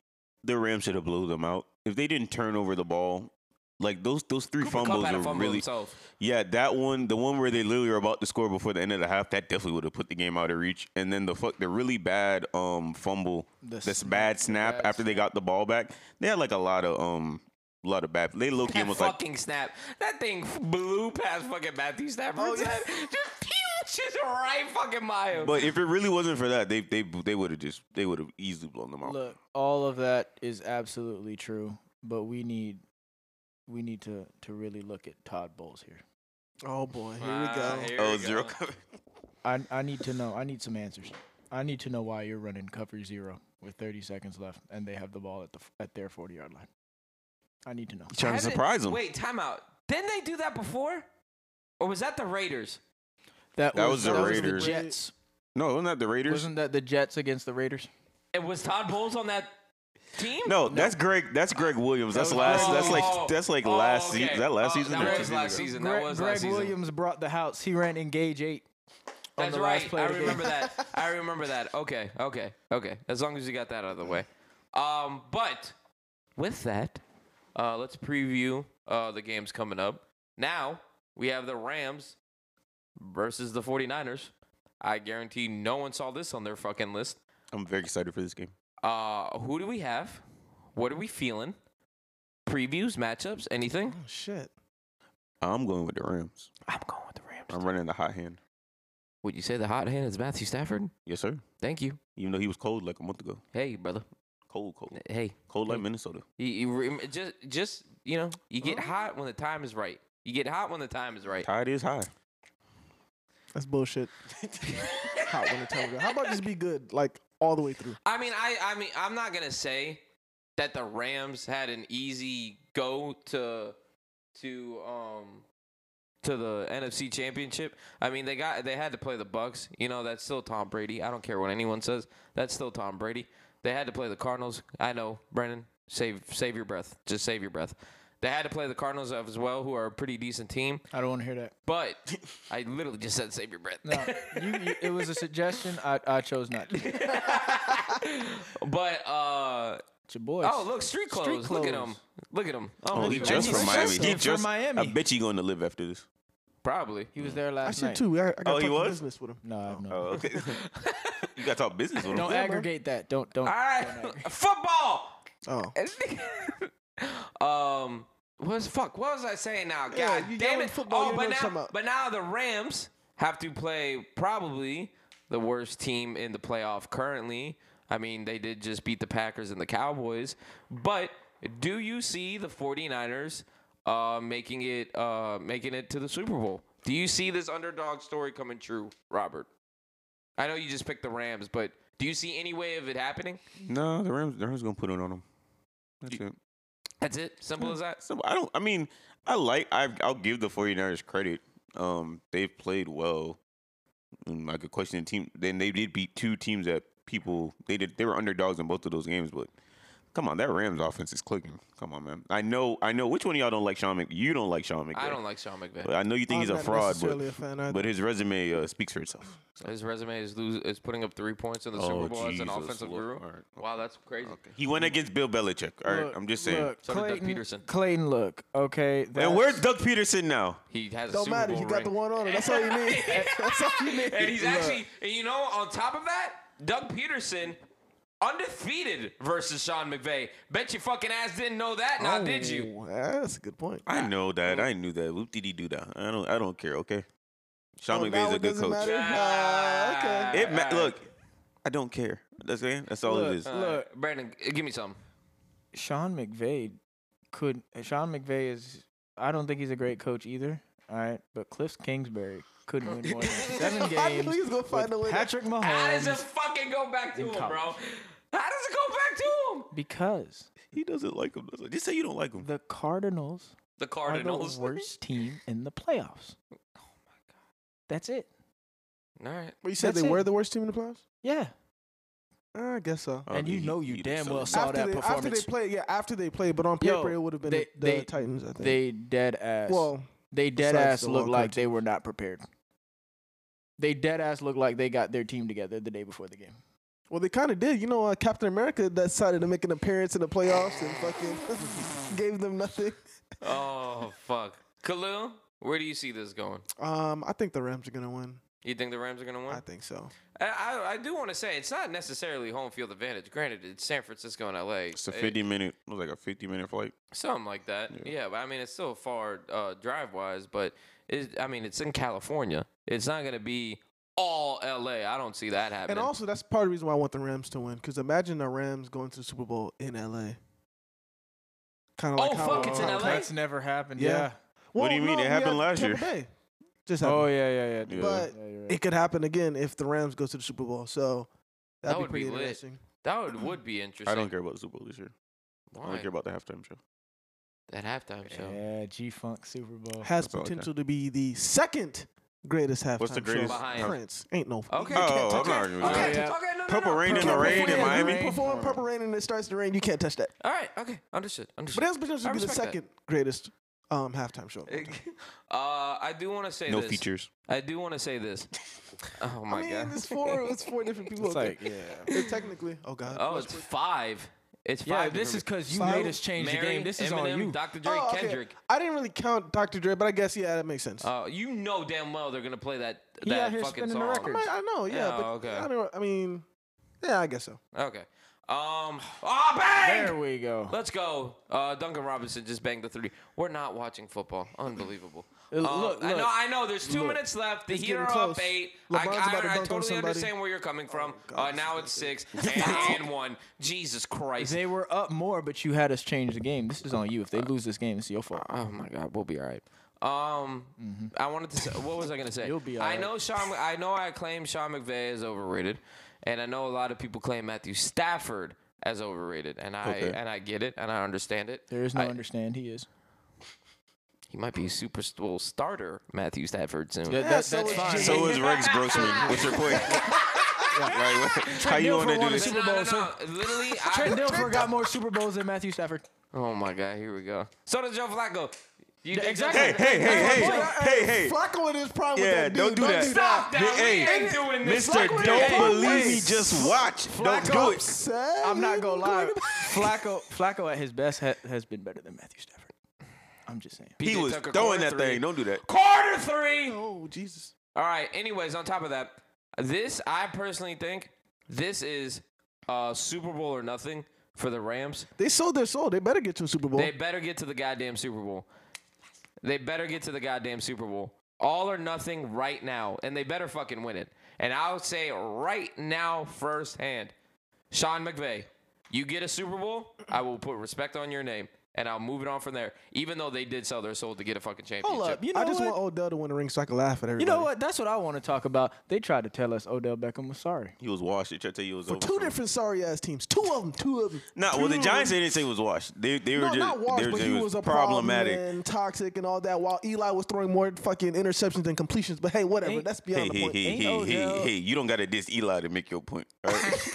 Speaker 3: the Rams should have blew them out. If they didn't turn over the ball, like those those three
Speaker 4: Cooper Kupp
Speaker 3: fumbles
Speaker 4: had a
Speaker 3: are
Speaker 4: fumble
Speaker 3: really
Speaker 4: himself.
Speaker 3: yeah. That one, the one where they literally were about to score before the end of the half, that definitely would have put the game out of reach. And then the fuck, the really bad um fumble,
Speaker 6: The
Speaker 3: this
Speaker 6: snap.
Speaker 3: bad snap
Speaker 6: Bad
Speaker 3: after they got the ball back, they had like a lot of um a lot of bad. They low key
Speaker 4: That
Speaker 3: almost like
Speaker 4: fucking snap. That thing blew past fucking Matthew
Speaker 3: Oh,
Speaker 4: Stafford's head. [LAUGHS] Just pew, just right fucking mile.
Speaker 3: but if it really wasn't for that, they they they would have just they would have easily blown them out.
Speaker 6: Look, all of that is absolutely true, but we need we need to to really look at Todd Bowles here.
Speaker 5: Oh boy, here
Speaker 4: Ah,
Speaker 5: we go.
Speaker 4: here
Speaker 3: oh,
Speaker 4: we
Speaker 3: zero [LAUGHS]
Speaker 4: go.
Speaker 3: cover.
Speaker 6: I I need to know. I need some answers. I need to know why you're running cover zero with 30 seconds left and they have the ball at the f- at their 40 yard line. I need to know.
Speaker 3: Trying to
Speaker 4: Haven't-
Speaker 3: surprise them.
Speaker 4: Wait, time out. Didn't they do that before? Or was that the Raiders?
Speaker 3: That was the Raiders.
Speaker 6: Jets.
Speaker 3: No, wasn't that the Raiders?
Speaker 6: Wasn't that the Jets against the Raiders?
Speaker 4: And was Todd Bowles on that team?
Speaker 3: No, that's Greg. That's Greg Williams. That's
Speaker 6: was
Speaker 3: last.
Speaker 6: Greg
Speaker 3: That's like
Speaker 4: Williams.
Speaker 3: that's like
Speaker 4: Oh,
Speaker 3: last
Speaker 4: okay.
Speaker 3: season. That last
Speaker 4: Oh,
Speaker 3: season. or
Speaker 4: that
Speaker 3: two
Speaker 4: was
Speaker 3: seasons
Speaker 4: last
Speaker 3: ago?
Speaker 4: season. that
Speaker 6: Greg,
Speaker 4: was
Speaker 6: Greg
Speaker 4: last season.
Speaker 6: Williams brought the house. He ran engage eight. on
Speaker 4: That's
Speaker 6: the
Speaker 4: right.
Speaker 6: last play
Speaker 4: I
Speaker 6: of the game.
Speaker 4: remember
Speaker 6: [LAUGHS]
Speaker 4: that. I remember that. Okay, okay, okay. As long as you got that out of the way. Um, but with that, uh, let's preview uh, the games coming up. Now we have the Rams versus the 49ers. I guarantee no one saw this on their fucking list.
Speaker 3: I'm very excited for this game.
Speaker 4: Uh, who do we have? What are we feeling? Previews, matchups, anything?
Speaker 5: Oh shit.
Speaker 3: I'm going with the Rams.
Speaker 4: I'm going with the Rams.
Speaker 3: I'm running the hot hand.
Speaker 4: Um, Would you say the hot hand is Matthew Stafford?
Speaker 3: Yes, sir.
Speaker 4: Thank you.
Speaker 3: Even though he was cold like a month ago.
Speaker 4: Hey, brother.
Speaker 3: Cold, cold,
Speaker 4: Hey,
Speaker 3: cold like Minnesota.
Speaker 4: you, you rem- just just you know you get hot when the time is right. You get hot when the time is right.
Speaker 3: Tide is high.
Speaker 4: [LAUGHS]
Speaker 5: That's bullshit. Hot when the time goes. How about just be good like all the way through.
Speaker 4: I mean, I I mean, I'm not gonna say that the Rams had an easy go to to um to the NFC Championship. I mean, they got they had to play the Bucks. You know, that's still Tom Brady. I don't care what anyone says. That's still Tom Brady. They had to play the Cardinals. I know, Brennan. Save save your breath. Just save your breath. They had to play the Cardinals as well, who are a pretty decent team.
Speaker 6: I don't want to hear that.
Speaker 3: [LAUGHS]
Speaker 4: But I literally just said save your breath.
Speaker 6: No, you, you, it was a suggestion. I, I chose not to. It's
Speaker 4: [LAUGHS] But uh
Speaker 6: your boys.
Speaker 4: oh, look, street clothes. Look at
Speaker 6: clothes.
Speaker 4: him. Look at him.
Speaker 3: Oh, he
Speaker 4: Unbelievable.
Speaker 3: just
Speaker 6: he's
Speaker 3: from Miami.
Speaker 6: assistant
Speaker 3: He
Speaker 6: for
Speaker 3: just
Speaker 6: Miami.
Speaker 3: I bet you going to live after this.
Speaker 4: Probably.
Speaker 6: he was there
Speaker 5: I
Speaker 6: last
Speaker 5: should
Speaker 6: night.
Speaker 5: too. I, I got
Speaker 3: Oh, he was?
Speaker 5: business with him.
Speaker 6: No, I have no.
Speaker 3: Oh, okay. [LAUGHS] you got to talk business with him.
Speaker 6: Don't aggregate that. Don't don't.
Speaker 4: All right, [LAUGHS] football.
Speaker 5: Oh,
Speaker 4: [LAUGHS] um, what's fuck? What was I saying now? God
Speaker 5: Yeah, you
Speaker 4: damn
Speaker 5: yelling
Speaker 4: it!
Speaker 5: football, you
Speaker 4: oh,
Speaker 5: know
Speaker 4: but
Speaker 5: what I'm talking
Speaker 4: now,
Speaker 5: about.
Speaker 4: but now the Rams have to play probably the worst team in the playoff currently. I mean, they did just beat the Packers and the Cowboys, but do you see the 49ers uh, making it uh, making it to the Super Bowl? Do you see this underdog story coming true, Robert? I know you just picked the Rams, but do you see any way of it happening?
Speaker 3: No, the Rams. The Rams gonna put it on him. That's it.
Speaker 4: That's it. Simple
Speaker 5: Hmm.
Speaker 4: as that.
Speaker 3: So I don't. I mean, I like. I I'll give the 49ers credit. Um, they've played well. And I could question the team. Then they did beat two teams that people they did. They were underdogs in both of those games. But come on, that Rams offense is clicking. Come on, man. I know. I know. Which one of y'all don't like Sean Mc? You don't like Sean McVay.
Speaker 4: I don't like Sean McVay.
Speaker 3: But I know you think
Speaker 5: I'm
Speaker 3: he's a
Speaker 5: not
Speaker 3: fraud, but
Speaker 5: necessarily a fan either.
Speaker 3: but his resume uh, speaks for itself.
Speaker 4: His resume is lose, is putting up three points in the Super
Speaker 3: Oh,
Speaker 4: Bowl as
Speaker 3: Jesus,
Speaker 4: an offensive
Speaker 3: Lord.
Speaker 4: guru.
Speaker 3: All right.
Speaker 4: Wow, that's crazy.
Speaker 3: He went against Bill Belichick. All right,
Speaker 6: Look,
Speaker 3: I'm just saying.
Speaker 6: Look,
Speaker 4: So did Doug
Speaker 6: Clayton,
Speaker 4: Peterson.
Speaker 6: Clayton, look. Okay.
Speaker 3: and
Speaker 6: that's-
Speaker 3: where's Doug Peterson now?
Speaker 4: He has a
Speaker 5: don't
Speaker 4: Super
Speaker 5: matter.
Speaker 4: Bowl
Speaker 5: You got
Speaker 4: ring. [LAUGHS]
Speaker 5: the one on it. That's all
Speaker 3: [LAUGHS]
Speaker 5: you need. That's all you need.
Speaker 4: and he's actually, and you know, on top of that, Doug Peterson undefeated versus Sean McVay. Bet you fucking ass didn't know that. Now did you?
Speaker 5: Oh, That's a good point.
Speaker 3: I know that. I knew that. Whoop did he do that? I don't. I don't care. Okay. Sean
Speaker 5: Oh, now
Speaker 3: McVay's a
Speaker 5: it
Speaker 3: good
Speaker 5: doesn't
Speaker 3: coach.
Speaker 5: matter? Ah, okay.
Speaker 3: It ma-
Speaker 4: Uh,
Speaker 3: look. I don't care. That's it. That's all it is.
Speaker 4: uh,
Speaker 6: Look.
Speaker 4: Brandon, g- give me some.
Speaker 6: Sean McVay could Sean McVay is I don't think he's a great coach either. All right, but Cliff Kingsbury couldn't win more than seven
Speaker 5: [LAUGHS] I knew
Speaker 6: games.
Speaker 5: he was gonna
Speaker 6: with
Speaker 5: find a way to-
Speaker 6: Patrick Mahomes.
Speaker 4: How does it fucking go back to him, bro? How
Speaker 6: Um, college.
Speaker 4: does it go back to him?
Speaker 6: because
Speaker 3: he doesn't like him. That's all. Just say you don't like him.
Speaker 6: the Cardinals,
Speaker 4: The
Speaker 6: are
Speaker 4: Cardinals.
Speaker 6: the worst team in the playoffs. Oh my god, that's it.
Speaker 4: [LAUGHS] All right.
Speaker 5: But you said
Speaker 6: That's
Speaker 5: they
Speaker 6: it.
Speaker 5: were the worst team in the playoffs.
Speaker 6: Yeah,
Speaker 5: Uh, I guess so.
Speaker 3: Oh,
Speaker 6: and you
Speaker 3: he-
Speaker 6: know you
Speaker 3: he
Speaker 6: damn
Speaker 3: deserves
Speaker 6: well
Speaker 3: it.
Speaker 6: saw
Speaker 5: after
Speaker 6: that
Speaker 5: they,
Speaker 6: performance.
Speaker 5: After they played, yeah, after they played, but on
Speaker 6: Yo,
Speaker 5: paper it would have been
Speaker 6: they-
Speaker 5: the,
Speaker 6: they-
Speaker 5: the Titans. I think.
Speaker 6: they dead ass.
Speaker 5: well,
Speaker 6: They dead
Speaker 5: Besides
Speaker 6: ass
Speaker 5: the
Speaker 6: look
Speaker 5: wild
Speaker 6: like
Speaker 5: card
Speaker 6: they were not prepared. They dead ass look like they got their team together the day before the game.
Speaker 5: well, they kind of did. You know, uh, Captain America decided to make an appearance in the playoffs and fucking [LAUGHS] gave them nothing.
Speaker 6: [LAUGHS]
Speaker 4: Oh fuck, Khalil, where do you see this going?
Speaker 5: Um, I think the Rams are gonna win.
Speaker 4: You think the Rams are gonna win?
Speaker 5: I think so.
Speaker 4: I, I, I do want to say it's not necessarily home field advantage. Granted, it's San Francisco and LA.
Speaker 3: It's a
Speaker 4: It-
Speaker 3: 50 minute. It was like a 50 minute flight.
Speaker 4: something like that. Yeah. but I mean it's still far uh, drive wise, but it, I mean it's in California. It's not gonna be all LA. I don't see that happening.
Speaker 5: And also, that's part of the reason why I want the Rams to win. Because imagine the Rams going to the Super Bowl in L.A. Kind of like
Speaker 4: Oh,
Speaker 5: how, uh,
Speaker 4: fuck, it's in
Speaker 5: how-
Speaker 4: LA?
Speaker 6: That's never happened.
Speaker 5: Yeah.
Speaker 6: Yeah.
Speaker 3: What do you mean? It
Speaker 5: we
Speaker 3: happened
Speaker 5: had
Speaker 3: last
Speaker 5: Tampa
Speaker 3: year.
Speaker 5: Bay. Just happened.
Speaker 6: Oh yeah, yeah, yeah.
Speaker 3: Yeah.
Speaker 5: But
Speaker 6: Yeah, you're right.
Speaker 5: it could happen again if the Rams go to the Super Bowl. So that'd
Speaker 4: That
Speaker 5: be
Speaker 4: would be
Speaker 5: pretty
Speaker 4: lit.
Speaker 5: interesting.
Speaker 4: that would, would be interesting.
Speaker 3: I don't care about the Super Bowl this year. I
Speaker 4: Why?
Speaker 3: don't care about the halftime show.
Speaker 4: that halftime show.
Speaker 6: yeah, G Funk Super Bowl.
Speaker 5: Has
Speaker 3: Oh, That's all I got.
Speaker 5: potential to be the second greatest halftime.
Speaker 3: the greatest-
Speaker 5: Show.
Speaker 4: Behind-
Speaker 5: Prince ain't no.
Speaker 4: Okay.
Speaker 5: you can't
Speaker 3: Oh, I'm
Speaker 5: touch that.
Speaker 3: not arguing with
Speaker 4: Okay.
Speaker 3: that.
Speaker 6: yeah.
Speaker 4: Okay. No. no,
Speaker 3: Purple
Speaker 4: no.
Speaker 3: Rain in the
Speaker 5: Can't
Speaker 3: rain in
Speaker 5: perform-
Speaker 3: Miami.
Speaker 5: Perform purple rain and it starts to rain. You can't touch that.
Speaker 4: All right. Okay. Understood. Understood. [LAUGHS]
Speaker 5: But it has
Speaker 4: I
Speaker 5: potential to be the
Speaker 4: respect that.
Speaker 5: second greatest um, halftime show. of all
Speaker 4: Uh,
Speaker 5: time.
Speaker 4: I do want to say
Speaker 3: No
Speaker 4: this.
Speaker 6: [LAUGHS]
Speaker 3: features.
Speaker 4: I do want to
Speaker 3: [LAUGHS]
Speaker 4: say this. Oh my
Speaker 5: I mean,
Speaker 4: god.
Speaker 5: it's four. It's four different people.
Speaker 6: It's
Speaker 5: okay.
Speaker 6: like yeah.
Speaker 5: It's technically. Oh God.
Speaker 4: Oh, it's five. It's
Speaker 6: Yeah,
Speaker 4: five.
Speaker 6: this is
Speaker 4: different-
Speaker 6: because you
Speaker 5: Five.
Speaker 6: made us change the
Speaker 4: Mary,
Speaker 6: game. This is
Speaker 4: Eminem,
Speaker 6: on you.
Speaker 4: Dr. Dre,
Speaker 5: Oh, okay.
Speaker 4: Kendrick.
Speaker 5: I didn't really count Dr. Dre, but I guess yeah, that makes sense.
Speaker 4: Uh, you know damn well they're gonna play that
Speaker 6: He out
Speaker 4: that
Speaker 6: here
Speaker 4: fucking
Speaker 6: spinning
Speaker 4: song.
Speaker 6: the
Speaker 5: I,
Speaker 6: record.
Speaker 5: might- I know. Yeah.
Speaker 4: yeah,
Speaker 5: but
Speaker 4: okay.
Speaker 5: I don't. I mean, yeah, I guess so.
Speaker 4: Okay. Um. Oh, bang!
Speaker 6: There we go.
Speaker 4: Let's go. Uh, Duncan Robinson just banged the three. We're not watching football. Unbelievable.
Speaker 6: Uh,
Speaker 4: Um,
Speaker 6: look,
Speaker 4: I know.
Speaker 6: look.
Speaker 4: I know. There's two
Speaker 6: Look.
Speaker 4: minutes left. The
Speaker 5: It's
Speaker 4: Heat are
Speaker 5: getting
Speaker 4: up
Speaker 5: close.
Speaker 4: eight. I,
Speaker 5: LeBron's about to
Speaker 4: I, I
Speaker 5: dunk on
Speaker 4: totally
Speaker 5: somebody.
Speaker 4: understand where you're coming from. uh, now it's six and, and one. Jesus Christ.
Speaker 6: They were up more, but you had us change the game. This is on you. If they lose this game, it's your fault.
Speaker 4: Oh my God, we'll be all right. Um, I wanted to say, what was I gonna say?
Speaker 6: Mm-hmm. [LAUGHS] You'll be
Speaker 4: I
Speaker 6: all right.
Speaker 4: know Sean. I know I claim Sean McVay is overrated, And I know a lot of people claim Matthew Stafford as overrated, and I
Speaker 3: Okay.
Speaker 4: and I get it, and I understand it.
Speaker 6: There is no
Speaker 4: I-
Speaker 6: understand. He is.
Speaker 4: He might be a super well, starter, Matthew Stafford soon.
Speaker 6: That- that-
Speaker 5: Yeah, so
Speaker 6: that's
Speaker 5: is
Speaker 6: fine.
Speaker 5: Jimmy.
Speaker 3: So is Rex Grossman. What's your
Speaker 6: [LAUGHS]
Speaker 3: point? Like, what- how you want to do
Speaker 6: won a
Speaker 3: this?
Speaker 6: Super
Speaker 4: no, no,
Speaker 6: Bowl,
Speaker 4: no,
Speaker 6: [LAUGHS]
Speaker 4: Literally,
Speaker 6: Trent
Speaker 4: I,
Speaker 6: Dilfer got more Super Bowls than Matthew Stafford.
Speaker 4: oh my God, here we go. So does Joe Flacco. You think Joe
Speaker 6: exactly.
Speaker 3: Hey, hey, hey,
Speaker 5: Hey,
Speaker 3: hey, hey, hey.
Speaker 5: Flacco in his prime with
Speaker 3: Yeah,
Speaker 5: that dude.
Speaker 3: don't do that.
Speaker 4: Stop that.
Speaker 3: Hey,
Speaker 4: we ain't doing this.
Speaker 3: Mister,
Speaker 4: Flacco
Speaker 3: don't
Speaker 4: ain't-
Speaker 3: believe me. Just watch. Don't do it.
Speaker 5: Upset.
Speaker 6: I'm not gonna lie. [LAUGHS] Flacco, Flacco at his best ha- has been better than Matthew Stafford. I'm just saying.
Speaker 3: He
Speaker 4: PJ
Speaker 3: was
Speaker 4: Tucker,
Speaker 3: throwing
Speaker 4: quarter
Speaker 3: that
Speaker 4: three.
Speaker 3: thing. Don't do that.
Speaker 4: Quarter three.
Speaker 3: Oh Jesus.
Speaker 4: All right. Anyways, on top of that, this I personally think this is uh, Super Bowl or nothing for the Rams.
Speaker 5: They sold their soul. They better get to a Super Bowl.
Speaker 4: They better get to the goddamn Super Bowl. They better get to the goddamn Super Bowl. All or nothing right now, and they better fucking win it. And I'll say right now, firsthand, Sean McVay, you get a Super Bowl, I will put respect on your name, and I'll move it on from there. Even though they did sell their soul to get a fucking championship.
Speaker 6: Hold up. You know
Speaker 5: I just
Speaker 6: what?
Speaker 5: want Odell to win a ring so I can laugh at everybody.
Speaker 6: you know what? That's what I want to talk about. They tried to tell us Odell Beckham was sorry.
Speaker 3: He was washed. They tried to tell you it was over.
Speaker 5: Two different sorry ass teams. Two of them. Two of them.
Speaker 3: Nah, well, the Giants they didn't say it was washed. They they were
Speaker 5: No,
Speaker 3: just
Speaker 5: not
Speaker 3: they
Speaker 5: Walsh,
Speaker 3: were
Speaker 5: but
Speaker 3: saying
Speaker 5: he
Speaker 3: it
Speaker 5: was a
Speaker 3: problematic.
Speaker 5: problem and toxic and all that. While Eli was throwing more fucking interceptions than completions. But hey, whatever.
Speaker 6: Ain't-
Speaker 5: That's
Speaker 3: Hey,
Speaker 5: beyond the
Speaker 3: hey,
Speaker 5: point.
Speaker 3: hey,
Speaker 6: Ain't
Speaker 3: hey, hey,
Speaker 6: Odell-
Speaker 3: hey! You don't gotta diss Eli to make your point. All
Speaker 5: [LAUGHS]
Speaker 3: right?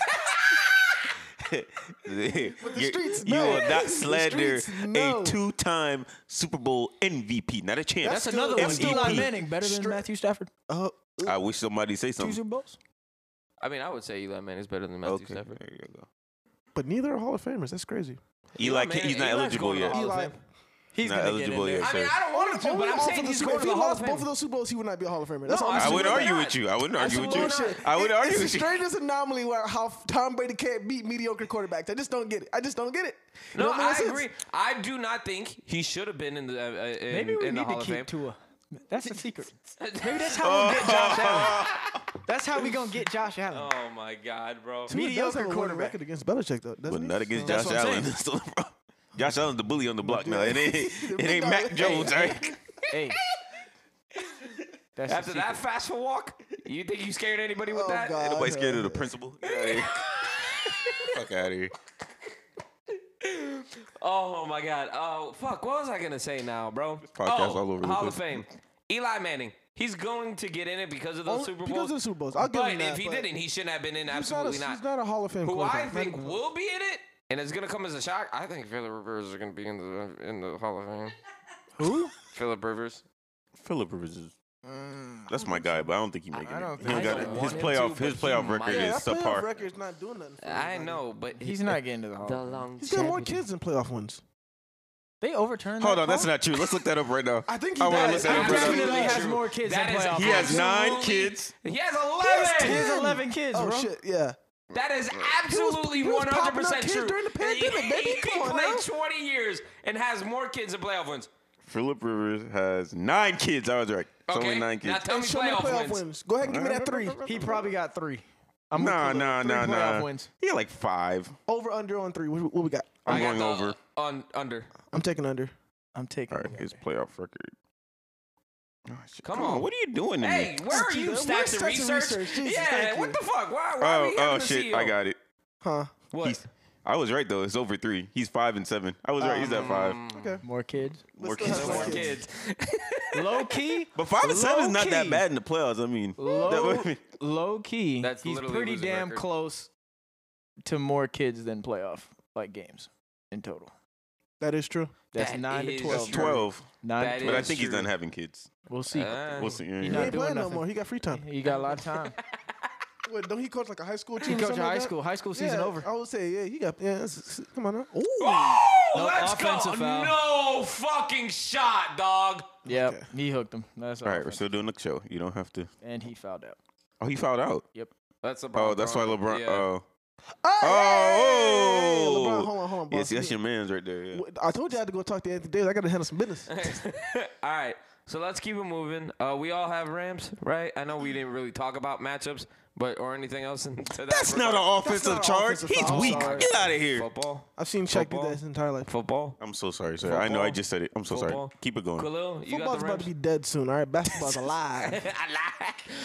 Speaker 3: you
Speaker 5: streets
Speaker 3: you
Speaker 5: know.
Speaker 3: will not
Speaker 5: [LAUGHS] The
Speaker 3: slander
Speaker 5: streets know.
Speaker 3: a two-time Super Bowl MVP, not a champ.
Speaker 6: That's
Speaker 5: That's
Speaker 6: another
Speaker 5: still-
Speaker 6: one.
Speaker 3: MVP.
Speaker 6: Eli Manning better than
Speaker 5: Stra-
Speaker 6: Matthew Stafford.
Speaker 5: Uh,
Speaker 3: I wish somebody say
Speaker 6: Two
Speaker 3: something.
Speaker 6: Super Bowls.
Speaker 4: I mean, I would say Eli Manning is better than Matthew
Speaker 3: Okay, there
Speaker 4: Stafford.
Speaker 3: you go.
Speaker 5: but neither are Hall of Famers. That's crazy.
Speaker 3: Eli, can't,
Speaker 4: Manning-
Speaker 3: he's not
Speaker 4: Eli's
Speaker 3: eligible
Speaker 4: going to the
Speaker 3: yet.
Speaker 4: Hall of
Speaker 5: Eli-
Speaker 4: Fame.
Speaker 6: He's
Speaker 3: Not
Speaker 6: gonna get in
Speaker 3: eligible
Speaker 6: there.
Speaker 3: yet.
Speaker 4: I mean,
Speaker 3: sir.
Speaker 4: I don't want him to, but
Speaker 5: Only
Speaker 4: I'm
Speaker 5: all
Speaker 4: saying
Speaker 5: for the
Speaker 4: he's
Speaker 5: Super-
Speaker 4: going
Speaker 5: if
Speaker 4: to the
Speaker 5: he
Speaker 4: Hall of
Speaker 5: lost
Speaker 4: Fame.
Speaker 5: both of those Super Bowls, he would not be a Hall of Famer. That's
Speaker 4: No,
Speaker 5: all
Speaker 4: I
Speaker 5: I'm
Speaker 3: I
Speaker 5: saying.
Speaker 3: would
Speaker 4: Absolutely
Speaker 3: argue
Speaker 4: not.
Speaker 3: with you. I wouldn't argue with you.
Speaker 4: Absolutely not.
Speaker 3: I would
Speaker 5: It-
Speaker 3: argue
Speaker 5: It's
Speaker 3: with
Speaker 5: the
Speaker 3: you.
Speaker 5: strangest anomaly where how Tom Brady can't beat mediocre quarterbacks. I just don't get it. I just don't get it. It
Speaker 4: No,
Speaker 5: don't make
Speaker 4: I
Speaker 5: sense.
Speaker 4: agree. I do not think he should have been in the uh, uh, in,
Speaker 6: Maybe we
Speaker 4: in the
Speaker 6: need
Speaker 4: Hall
Speaker 6: to
Speaker 4: of
Speaker 6: keep
Speaker 4: Fame. [LAUGHS]
Speaker 6: Tua. That's the secret.
Speaker 4: Maybe that's
Speaker 6: How we get Josh Allen? That's how we gonna get Josh Allen.
Speaker 4: [LAUGHS] Oh my God, bro.
Speaker 5: He does
Speaker 6: Mediocre
Speaker 5: have a winning
Speaker 6: quarterback.
Speaker 5: record against Belichick though. doesn't
Speaker 3: But
Speaker 5: he?
Speaker 3: not against
Speaker 5: So-
Speaker 3: Josh
Speaker 6: what I'm
Speaker 3: Allen. That's the problem. Josh Allen's the bully on the block now. It ain't, it ain't
Speaker 5: no-
Speaker 3: Mac Jones, all right?
Speaker 6: Hey. That's
Speaker 4: After
Speaker 6: the
Speaker 4: that
Speaker 6: secret.
Speaker 4: fast for walk, you think you scared anybody with
Speaker 5: Oh,
Speaker 4: that?
Speaker 5: God.
Speaker 3: Nobody scared of the principal. Get outta here. Fuck out of here.
Speaker 4: Oh my God. Oh fuck. What was I gonna say now, bro?
Speaker 3: podcast
Speaker 4: oh,
Speaker 3: all over the
Speaker 4: Hall
Speaker 3: place.
Speaker 4: of Fame. Eli Manning. He's going to get in it because of those
Speaker 5: Only
Speaker 4: Super Bowls.
Speaker 5: because of the Super Bowls. I'll give
Speaker 4: but
Speaker 5: him that,
Speaker 4: if he
Speaker 5: but
Speaker 4: didn't, he shouldn't have been in.
Speaker 5: He's not, a,
Speaker 4: Absolutely
Speaker 5: he's not a Hall of Fame
Speaker 4: Who I
Speaker 5: quarterback. Not
Speaker 4: think
Speaker 5: even close.
Speaker 4: will be in it, and it's gonna come as a shock. I think Philip Rivers are gonna be in the in the Hall of Fame.
Speaker 6: Who?
Speaker 4: Philip Rivers.
Speaker 3: Philip Rivers is. That's my guy, but I don't think he making
Speaker 6: I don't
Speaker 3: it. He
Speaker 6: think
Speaker 3: don't
Speaker 6: so.
Speaker 3: got
Speaker 6: I
Speaker 3: it. His
Speaker 4: want him
Speaker 3: playoff,
Speaker 4: to,
Speaker 3: his
Speaker 4: but he
Speaker 3: playoff record
Speaker 4: might.
Speaker 5: yeah,
Speaker 3: is
Speaker 5: that playoff
Speaker 3: subpar.
Speaker 5: record's not doing nothing. For
Speaker 4: I
Speaker 5: anybody.
Speaker 4: know, but
Speaker 6: He's not getting to the Hall.
Speaker 4: the long.
Speaker 5: He's got more kids than playoff wins.
Speaker 6: They overturned.
Speaker 3: Hold
Speaker 6: that
Speaker 3: on, that's
Speaker 6: call?
Speaker 3: not true. Let's look that up right now.
Speaker 5: I think he
Speaker 3: I wanna
Speaker 5: does.
Speaker 3: look
Speaker 6: He
Speaker 3: that up right
Speaker 6: definitely
Speaker 3: now.
Speaker 6: has more kids than
Speaker 4: That is
Speaker 6: playoff.
Speaker 3: He has nine
Speaker 4: absolutely-
Speaker 3: kids.
Speaker 4: He has
Speaker 6: He
Speaker 4: eleven.
Speaker 6: has 11 kids,
Speaker 5: Oh
Speaker 6: bro.
Speaker 5: shit, yeah.
Speaker 4: That is
Speaker 5: was-
Speaker 4: absolutely
Speaker 5: he was
Speaker 4: one
Speaker 5: popping up
Speaker 4: hundred percent
Speaker 5: kids
Speaker 4: true.
Speaker 5: during the
Speaker 4: And he-
Speaker 5: pandemic, baby.
Speaker 4: He
Speaker 5: Come on
Speaker 4: played
Speaker 5: now.
Speaker 4: twenty years and has more kids than playoff wins.
Speaker 3: Philip Rivers has nine kids. I was right. It's
Speaker 4: Okay,
Speaker 3: only nine
Speaker 4: now
Speaker 3: kids.
Speaker 4: tell me
Speaker 5: Show me the
Speaker 4: playoff,
Speaker 5: playoff
Speaker 4: wins.
Speaker 5: wins. Go ahead and give me that three.
Speaker 6: He probably got three. I'm gonna
Speaker 3: Nah,
Speaker 6: pull
Speaker 3: nah,
Speaker 6: up three
Speaker 3: nah,
Speaker 6: playoff
Speaker 3: nah.
Speaker 6: wins.
Speaker 3: He had like five.
Speaker 5: Over under on three. What, what we got?
Speaker 3: I'm
Speaker 4: I got
Speaker 3: going
Speaker 4: the,
Speaker 3: over.
Speaker 4: uh, on under.
Speaker 5: I'm taking under.
Speaker 6: I'm taking.
Speaker 3: All right, his playoff record. Oh, shit.
Speaker 4: Come on.
Speaker 3: What are you doing to
Speaker 4: Hey,
Speaker 3: me?
Speaker 4: where are
Speaker 5: Jesus,
Speaker 4: you
Speaker 5: where's
Speaker 4: stacks and
Speaker 5: stats and
Speaker 4: research?
Speaker 5: research? Jesus,
Speaker 4: yeah,
Speaker 5: thank
Speaker 4: what
Speaker 5: you.
Speaker 4: the fuck? Why? why are
Speaker 3: Oh,
Speaker 4: we having
Speaker 3: oh
Speaker 4: the E
Speaker 3: shit!
Speaker 4: CEO?
Speaker 3: I got it.
Speaker 5: Huh.
Speaker 4: What?
Speaker 3: He's- I was right though. It's over three. He's five and seven. I was right. He's
Speaker 4: Um,
Speaker 3: at five.
Speaker 5: Okay.
Speaker 3: [LAUGHS]
Speaker 6: More kids.
Speaker 5: Um, Let's
Speaker 3: More
Speaker 5: still
Speaker 3: kids.
Speaker 5: have
Speaker 3: No
Speaker 4: More
Speaker 5: some
Speaker 4: kids.
Speaker 6: Low key.
Speaker 3: But five and seven is not that
Speaker 6: low-key-
Speaker 3: bad in the playoffs. I mean,
Speaker 6: Low,
Speaker 3: that would-
Speaker 6: [LAUGHS] low key.
Speaker 4: That's
Speaker 6: he's
Speaker 4: literally
Speaker 6: pretty
Speaker 4: losing
Speaker 6: damn
Speaker 4: record.
Speaker 6: close to more kids than playoff like games in total.
Speaker 5: That is true.
Speaker 6: That's
Speaker 4: That
Speaker 6: nine to
Speaker 4: is
Speaker 6: twelve.
Speaker 4: true.
Speaker 6: bro.
Speaker 3: twelve.
Speaker 6: Nine.
Speaker 4: That
Speaker 6: to
Speaker 3: But I
Speaker 4: is
Speaker 3: think he's
Speaker 4: true.
Speaker 3: done having kids.
Speaker 6: We'll see.
Speaker 4: Uh,
Speaker 3: We'll see.
Speaker 6: He's
Speaker 5: He
Speaker 6: not
Speaker 5: ain't
Speaker 6: doing
Speaker 5: playing no
Speaker 6: nothing.
Speaker 5: more. He got free time.
Speaker 6: he got a lot
Speaker 4: [LAUGHS]
Speaker 6: of time.
Speaker 5: Wait, don't he coach like a high school
Speaker 6: he
Speaker 5: team? or
Speaker 6: coached
Speaker 5: something
Speaker 6: high
Speaker 5: like that?
Speaker 6: school. High school season
Speaker 5: yeah,
Speaker 6: over.
Speaker 3: Oh,
Speaker 5: I would say, yeah, he got. Yeah, that's- that's- come on now. Ooh.
Speaker 4: Oh,
Speaker 6: No
Speaker 4: let's go.
Speaker 6: offensive foul.
Speaker 4: No fucking shot, dog.
Speaker 6: Yep. He hooked him. That's
Speaker 3: All right, we're
Speaker 6: offense.
Speaker 3: still doing the show. You don't have to.
Speaker 6: And he fouled out.
Speaker 3: Oh, he fouled out.
Speaker 4: That's a
Speaker 3: Oh, that's why LeBron. Oh,
Speaker 5: Oh,
Speaker 3: oh,
Speaker 5: hey! LeBron, hold on, hold on,
Speaker 3: Yeah,
Speaker 5: boss.
Speaker 3: see, that's your man's right there. Yeah.
Speaker 5: I told you I had to go talk to Anthony Davis. I got to handle some business.
Speaker 4: All right. So let's keep it moving. Uh, we all have Rams, right? I know we didn't really talk about matchups, but or anything else into that.
Speaker 3: That's not
Speaker 4: regard.
Speaker 3: an offensive
Speaker 5: not an
Speaker 3: charge.
Speaker 5: offensive
Speaker 3: He's
Speaker 5: foul.
Speaker 3: weak.
Speaker 5: Sorry.
Speaker 3: Get out of here.
Speaker 4: Football.
Speaker 5: I've seen Shaq do
Speaker 4: Football.
Speaker 5: that his entire life.
Speaker 4: Football.
Speaker 3: I'm so sorry, sir. I know I
Speaker 4: Football.
Speaker 3: just said it. I'm so
Speaker 4: Football.
Speaker 3: sorry. Keep it going.
Speaker 4: Khalil, you got
Speaker 5: Football's about
Speaker 4: the [LAUGHS]
Speaker 5: to
Speaker 4: Rams.
Speaker 5: be dead soon. All
Speaker 4: [LAUGHS]
Speaker 5: right, basketball's alive.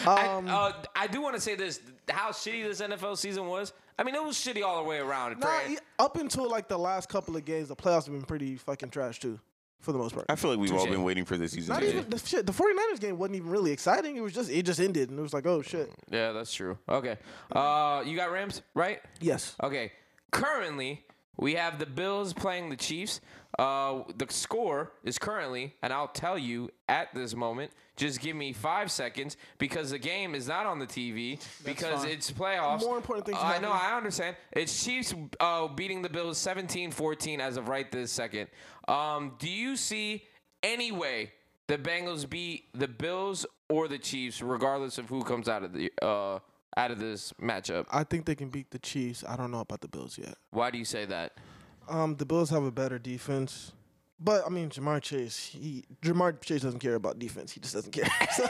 Speaker 4: I,
Speaker 5: Um,
Speaker 4: uh, I do want to say this: how shitty this NFL season was. I mean, it was shitty all the way around.
Speaker 5: nah,
Speaker 4: Fran.
Speaker 5: y- up until like the last couple of games, the playoffs have been pretty fucking trash too, for the most part.
Speaker 3: I feel like we've all
Speaker 4: Touche.
Speaker 3: been waiting for this season.
Speaker 5: Not
Speaker 3: to
Speaker 5: even
Speaker 3: end.
Speaker 5: the shit. The 49ers game wasn't even really exciting. It was just it just ended, and it was like, oh shit.
Speaker 4: yeah, that's true. Okay, uh, you got Rams, right?
Speaker 5: Yes.
Speaker 4: Okay. Currently, we have the Bills playing the Chiefs. Uh, the score is currently, and I'll tell you at this moment. Just give me five seconds because the game is not on the TV because
Speaker 5: fine.
Speaker 4: it's playoffs.
Speaker 5: More important things
Speaker 4: Uh, I know.
Speaker 5: happening.
Speaker 4: I understand. It's Chiefs uh, beating the Bills 17-14 as of right this second. Um, do you see any way the Bengals beat the Bills or the Chiefs, regardless of who comes out of the uh, out of this matchup?
Speaker 5: I think they can beat the Chiefs. I don't know about the Bills yet.
Speaker 4: Why do you say that?
Speaker 5: Um, the Bills have a better defense, but I mean Jamar Chase. He Jamar Chase doesn't care about defense. He just doesn't care. [LAUGHS] So,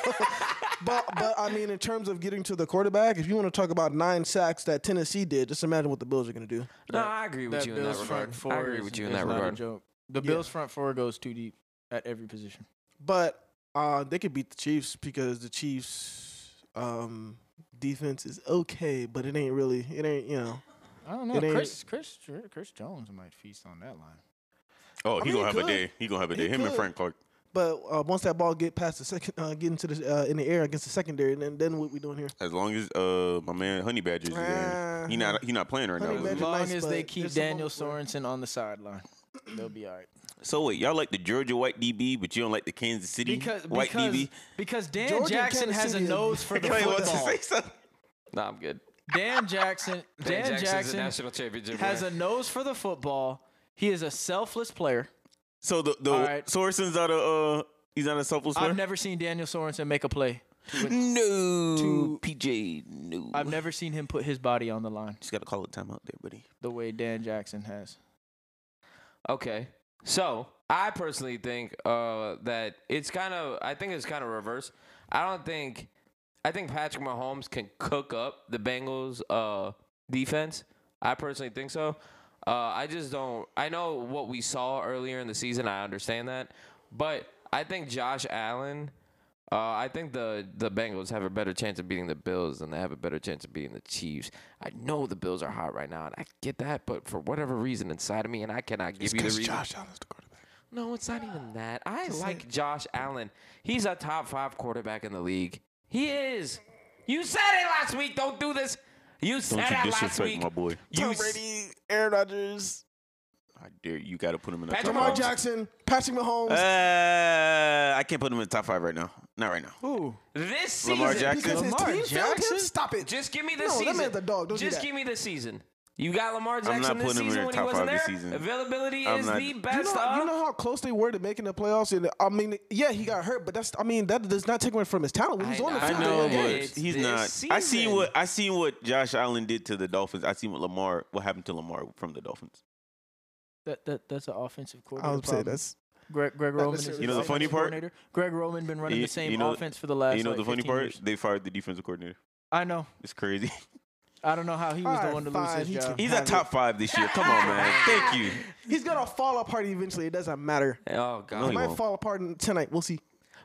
Speaker 5: but but I mean, in terms of getting to the quarterback, if you want to talk about nine sacks that Tennessee did, just imagine what the Bills are gonna do.
Speaker 4: No, I agree with
Speaker 6: That
Speaker 4: you in that
Speaker 6: Bills
Speaker 4: regard.
Speaker 6: front four
Speaker 4: I agree
Speaker 6: is-
Speaker 4: with you in
Speaker 6: is
Speaker 4: that
Speaker 6: not a
Speaker 4: regard.
Speaker 6: joke. The Bills front four goes too deep at every position.
Speaker 5: But uh, they could beat the Chiefs because the Chiefs um defense is okay, but it ain't really it ain't you know.
Speaker 6: I don't know.
Speaker 5: It ain't-
Speaker 6: Chris, Chris, Chris Jones might feast on that line.
Speaker 3: Oh,
Speaker 5: I
Speaker 3: he
Speaker 5: mean,
Speaker 3: gonna
Speaker 5: he
Speaker 3: have a
Speaker 5: could.
Speaker 3: day. He gonna have a day.
Speaker 5: He
Speaker 3: Him and
Speaker 5: could.
Speaker 3: Frank Clark.
Speaker 5: But uh, once that ball get past the second, uh, get into the uh, in the air against the secondary, then then what we doing here?
Speaker 3: As long as uh my man Honey Badger's is there. He not he not playing right
Speaker 5: Honey
Speaker 3: now.
Speaker 5: Badger-
Speaker 6: As
Speaker 5: Imagine
Speaker 6: long
Speaker 5: nice,
Speaker 6: as they
Speaker 5: but
Speaker 6: keep
Speaker 5: there's some
Speaker 6: Daniel
Speaker 5: hope
Speaker 6: Sorensen on the sideline, they'll be all right.
Speaker 3: So wait, y'all like the Georgia White DB, but you don't like the Kansas City White DB?
Speaker 6: because Dan
Speaker 5: Georgia and
Speaker 6: Jackson
Speaker 5: Kansas
Speaker 6: has a
Speaker 5: City is-
Speaker 6: nose for [LAUGHS] the
Speaker 3: Clay wants to [LAUGHS]
Speaker 6: football.
Speaker 3: say something.
Speaker 4: Nah, I'm good.
Speaker 6: Dan Jackson, [LAUGHS] Dan
Speaker 4: Jackson's a
Speaker 6: Jackson
Speaker 4: national championship
Speaker 6: has a
Speaker 4: winner.
Speaker 6: nose for the football. He is a selfless player.
Speaker 3: So the the
Speaker 6: All right.
Speaker 3: Sorensen's out of uh he's out of selfless
Speaker 6: I've
Speaker 3: player.
Speaker 6: never seen Daniel Sorensen make a play.
Speaker 3: no,
Speaker 6: to-
Speaker 3: PJ. No,
Speaker 6: I've never seen him put his body on the line
Speaker 3: Just gotta call it timeout there, buddy.
Speaker 6: the way Dan Jackson has.
Speaker 4: Okay. So I personally think uh, that it's kind of. I think it's kind of reverse. I don't think. I think Patrick Mahomes can cook up the Bengals uh, defense. I personally think so. Uh, I just don't. I know what we saw earlier in the season. I understand that, but I think Josh Allen. Uh, I think the the Bengals have a better chance of beating the Bills than they have a better chance of beating the Chiefs. I know the Bills are hot right now, and I get that, but for whatever reason inside of me, and I cannot give you the reason.
Speaker 5: Allen's the quarterback.
Speaker 4: No, it's not even that. I like Josh Allen. He's a top five quarterback in the league. He is. You said it last week. Don't do this. You
Speaker 3: Don't
Speaker 4: said
Speaker 3: you
Speaker 4: it last
Speaker 3: disrespect
Speaker 4: week.
Speaker 3: my boy.
Speaker 4: You
Speaker 5: Tom
Speaker 4: s-
Speaker 5: Brady, Aaron Rodgers,
Speaker 3: I dare you. You gotta put him in the
Speaker 4: Patrick
Speaker 5: Lamar
Speaker 3: top
Speaker 4: Mahomes.
Speaker 3: five.
Speaker 5: Jackson, Patrick Mahomes.
Speaker 3: Uh, I can't put him in the top five right now. Not right now.
Speaker 6: Ooh,
Speaker 4: This season.
Speaker 3: Lamar Jackson.
Speaker 5: because
Speaker 6: Lamar
Speaker 5: his team failed him.
Speaker 6: Jackson?
Speaker 5: Stop it.
Speaker 4: Just give me the
Speaker 5: No, that
Speaker 4: season.
Speaker 5: man's a dog. Don't do
Speaker 4: Just
Speaker 5: that.
Speaker 4: give me the season. You got Lamar Jackson
Speaker 3: not
Speaker 4: this
Speaker 3: putting him in
Speaker 4: season
Speaker 3: the
Speaker 4: when he
Speaker 3: top five
Speaker 4: wasn't there.
Speaker 3: this season.
Speaker 4: Availability
Speaker 3: I'm
Speaker 4: is
Speaker 3: not-
Speaker 4: the
Speaker 3: You
Speaker 5: you know,
Speaker 4: best
Speaker 5: you
Speaker 4: of.
Speaker 5: know how close they were to making the playoffs, and I mean, yeah, he got hurt, but that's I mean that does not take away from his talent. When he's
Speaker 4: I
Speaker 5: on the
Speaker 4: know,
Speaker 3: I
Speaker 5: field,
Speaker 3: know,
Speaker 4: Yeah,
Speaker 3: but
Speaker 4: it's
Speaker 3: he's
Speaker 4: this
Speaker 3: not. I see
Speaker 4: season.
Speaker 3: what I see what Josh Allen did to the Dolphins. I see what Lamar what happened to Lamar from the Dolphins.
Speaker 6: that, that that's an offensive coordinator.
Speaker 5: I would say
Speaker 6: problem.
Speaker 5: that's
Speaker 6: Greg, Greg Roman is
Speaker 5: necessarily
Speaker 6: his
Speaker 3: You know the
Speaker 6: offensive
Speaker 3: funny part?
Speaker 6: coordinator. Greg Roman been running
Speaker 3: You-
Speaker 6: the same
Speaker 3: you know-
Speaker 6: offense for the last.
Speaker 3: And you know
Speaker 6: like,
Speaker 3: the funny
Speaker 6: 15
Speaker 3: part?
Speaker 6: years.
Speaker 3: They fired the defensive coordinator.
Speaker 6: I know.
Speaker 3: It's crazy. [LAUGHS]
Speaker 6: I don't know how he was the
Speaker 5: Alright,
Speaker 6: one to
Speaker 5: fine,
Speaker 6: lose
Speaker 5: he
Speaker 6: his job.
Speaker 5: can-
Speaker 3: He's at top five this year. Come on,
Speaker 4: [LAUGHS]
Speaker 3: man. Thank you.
Speaker 5: he's gonna fall apart eventually. It doesn't matter.
Speaker 4: Oh god.
Speaker 3: No,
Speaker 5: He
Speaker 3: he
Speaker 5: might
Speaker 3: won't.
Speaker 5: fall apart in- tonight. We'll see.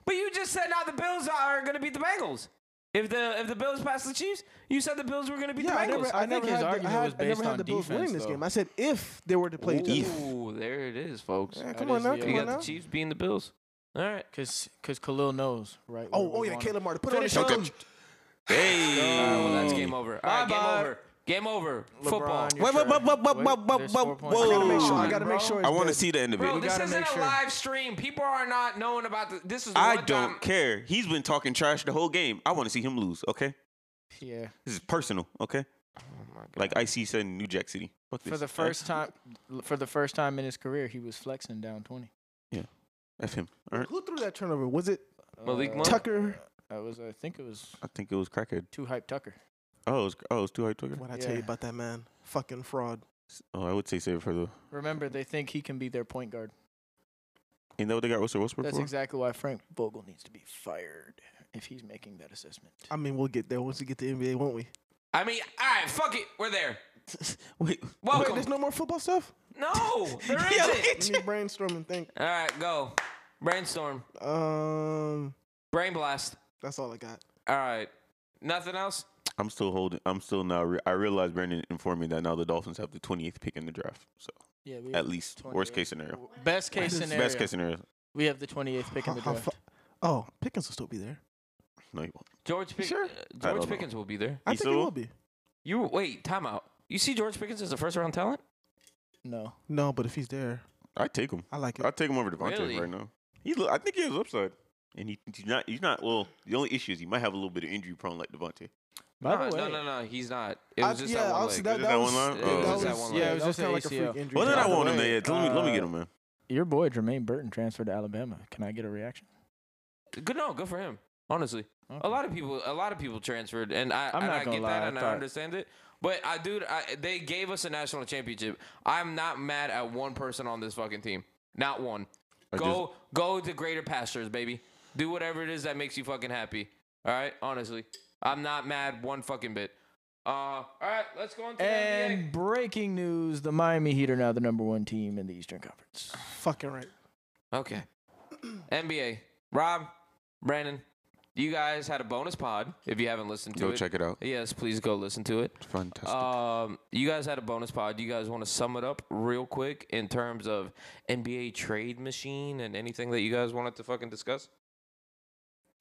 Speaker 4: But you just said now the Bills are going to beat the Bengals. If the if the Bills pass the Chiefs, you said the Bills were going to beat
Speaker 5: Yeah, I
Speaker 4: the
Speaker 5: never,
Speaker 4: Bengals.
Speaker 5: I
Speaker 6: I think
Speaker 5: never
Speaker 6: his
Speaker 5: had the, I
Speaker 6: argument
Speaker 5: had,
Speaker 6: was
Speaker 5: I
Speaker 6: based
Speaker 5: never
Speaker 6: on
Speaker 5: had the Bills winning
Speaker 6: defense,
Speaker 5: this
Speaker 6: though.
Speaker 5: game. I said if they were to play each other.
Speaker 4: Ooh, there it is, folks.
Speaker 5: Yeah,
Speaker 4: You
Speaker 5: come
Speaker 6: That
Speaker 5: on
Speaker 6: is
Speaker 5: now,
Speaker 6: the-
Speaker 5: come
Speaker 6: You
Speaker 5: on
Speaker 4: got
Speaker 5: now.
Speaker 4: the Chiefs beating the Bills. All right.
Speaker 6: Cause, cause Khalil knows, right?
Speaker 5: Oh,
Speaker 6: where
Speaker 5: oh
Speaker 6: we
Speaker 5: yeah,
Speaker 6: want
Speaker 5: Caleb
Speaker 6: him.
Speaker 5: Martin. Put
Speaker 6: Finish
Speaker 5: him on the
Speaker 6: him.
Speaker 5: bench.
Speaker 4: All right,
Speaker 3: Hey.
Speaker 4: well, that's game over. All right, game
Speaker 6: Bye-bye.
Speaker 4: over. Game over.
Speaker 6: LeBron,
Speaker 4: Football.
Speaker 6: you're
Speaker 3: Wait, wait, wait, wait,
Speaker 6: trash. Wait,
Speaker 3: wait, wait,
Speaker 6: there's
Speaker 3: wait,
Speaker 6: four points.
Speaker 3: wait.
Speaker 5: I gotta make sure.
Speaker 4: Come
Speaker 5: I
Speaker 4: on,
Speaker 5: gotta
Speaker 4: bro.
Speaker 5: make sure.
Speaker 3: I want to
Speaker 5: to
Speaker 3: see the end of it.
Speaker 4: Bro, this
Speaker 6: gotta
Speaker 4: isn't
Speaker 6: make
Speaker 4: a
Speaker 6: sure.
Speaker 4: live stream. People are not knowing about the, this. Is
Speaker 3: I
Speaker 4: one
Speaker 3: don't
Speaker 4: time-
Speaker 3: care. He's been talking trash the whole game. I want to see him lose. Okay,
Speaker 6: Yeah.
Speaker 3: this is personal. Okay, like IC said in New Jack City. Fuck
Speaker 6: For
Speaker 3: this.
Speaker 6: the first time, for the first time in his career, he was flexing down twenty.
Speaker 3: F him. All right.
Speaker 5: Who threw that turnover? Was it
Speaker 4: Malik
Speaker 6: Uh,
Speaker 4: Monk?
Speaker 5: Tucker?
Speaker 6: I was, I think it was
Speaker 3: I think it was crackhead.
Speaker 6: too hype Tucker.
Speaker 3: Oh, it was, oh, it was too high Twitter.
Speaker 5: What I tell you
Speaker 6: Yeah.
Speaker 5: about that man? Fucking fraud.
Speaker 3: Oh, I would say save it for the.
Speaker 6: Remember, they think he can be their point guard.
Speaker 3: You know what they got Russell Westbrook
Speaker 6: That's
Speaker 3: for?
Speaker 6: exactly why Frank Vogel needs to be fired if he's making that assessment.
Speaker 5: I mean, we'll get there once we get to NBA, won't we? [LAUGHS]
Speaker 4: I mean, all right, fuck it, we're there.
Speaker 5: Wait,
Speaker 4: Welcome.
Speaker 5: there's no more football stuff?
Speaker 6: Oh,
Speaker 4: No, there
Speaker 5: [LAUGHS] Yeah,
Speaker 4: isn't.
Speaker 5: let me brainstorm and think.
Speaker 4: All right, go. Brainstorm.
Speaker 5: Um,
Speaker 4: Brain blast.
Speaker 5: that's all I got.
Speaker 4: All right. Nothing else?
Speaker 3: I'm still holding. I'm still now. Re- I realize Brandon informed me that now the Dolphins have the 28th pick in the draft. So
Speaker 6: Yeah, we
Speaker 3: at least worst case scenario.
Speaker 6: Best case scenario.
Speaker 3: Best case scenario.
Speaker 6: We have the 28th pick in the
Speaker 5: How- how
Speaker 6: draft.
Speaker 5: fu- oh, Pickens will still be there.
Speaker 3: No, you won't.
Speaker 4: George, Pick-
Speaker 5: Sure.
Speaker 4: uh,
Speaker 3: I don't
Speaker 4: George
Speaker 3: know.
Speaker 4: Pickens will be there.
Speaker 5: I
Speaker 3: He
Speaker 5: think
Speaker 3: still
Speaker 5: he
Speaker 3: will?
Speaker 5: will be.
Speaker 4: You wait, timeout. You see George Pickens as a first round talent?
Speaker 6: No.
Speaker 5: No, but if he's there,
Speaker 3: I take him.
Speaker 5: I like it.
Speaker 3: I take him over Devontae
Speaker 4: Really?
Speaker 3: right now. He look. I think he has upside. And he, he's not. He's not. Well, the only issue is he might have a little bit of injury prone like Devontae.
Speaker 6: By
Speaker 4: no,
Speaker 6: the way,
Speaker 4: no, no, no, he's not. It
Speaker 5: I-
Speaker 4: was just
Speaker 5: yeah,
Speaker 4: that
Speaker 5: I
Speaker 4: one
Speaker 5: was-
Speaker 4: leg.
Speaker 5: that,
Speaker 3: Is it that one
Speaker 5: was-
Speaker 3: line? Oh.
Speaker 5: yeah, that
Speaker 3: Just
Speaker 4: that
Speaker 5: was-
Speaker 4: one
Speaker 5: yeah,
Speaker 4: line.
Speaker 5: it was
Speaker 6: That
Speaker 5: just
Speaker 6: was
Speaker 5: kinda like a
Speaker 6: an ACL.
Speaker 5: freak injury.
Speaker 3: Well, then
Speaker 5: By
Speaker 3: I
Speaker 5: the
Speaker 3: want him.
Speaker 5: way,
Speaker 3: Yeah, let me let me get
Speaker 6: uh,
Speaker 3: him, man.
Speaker 6: your boy Jermaine Burton transferred to Alabama. Can I get a reaction?
Speaker 4: Good no, good for him. Honestly. A lot of people a lot of people transferred and I
Speaker 6: I'm
Speaker 4: and
Speaker 6: not
Speaker 4: I
Speaker 6: gonna
Speaker 4: get
Speaker 6: lie,
Speaker 4: that
Speaker 6: I
Speaker 4: and I
Speaker 6: thought-
Speaker 4: understand it. But I dude, I, they gave us a national championship. I'm not mad at one person on this fucking team. Not one.
Speaker 3: I
Speaker 4: go go to greater pastures, baby. Do whatever it is that makes you fucking happy. All right, honestly, I'm not mad one fucking bit. Uh, all right, let's go on to the NBA.
Speaker 6: And breaking news: the Miami Heat are now the number one team in the Eastern Conference.
Speaker 5: Fucking right.
Speaker 4: Okay, NBA. Rob, Brandon, you guys had a bonus pod. If you haven't listened to
Speaker 3: Go
Speaker 4: it,
Speaker 3: check it out.
Speaker 4: Yes, please go listen to it.
Speaker 3: It's fantastic.
Speaker 4: Um, you guys had a bonus pod. Do you guys want to sum it up real quick in terms of NBA trade machine and anything that you guys wanted to fucking discuss?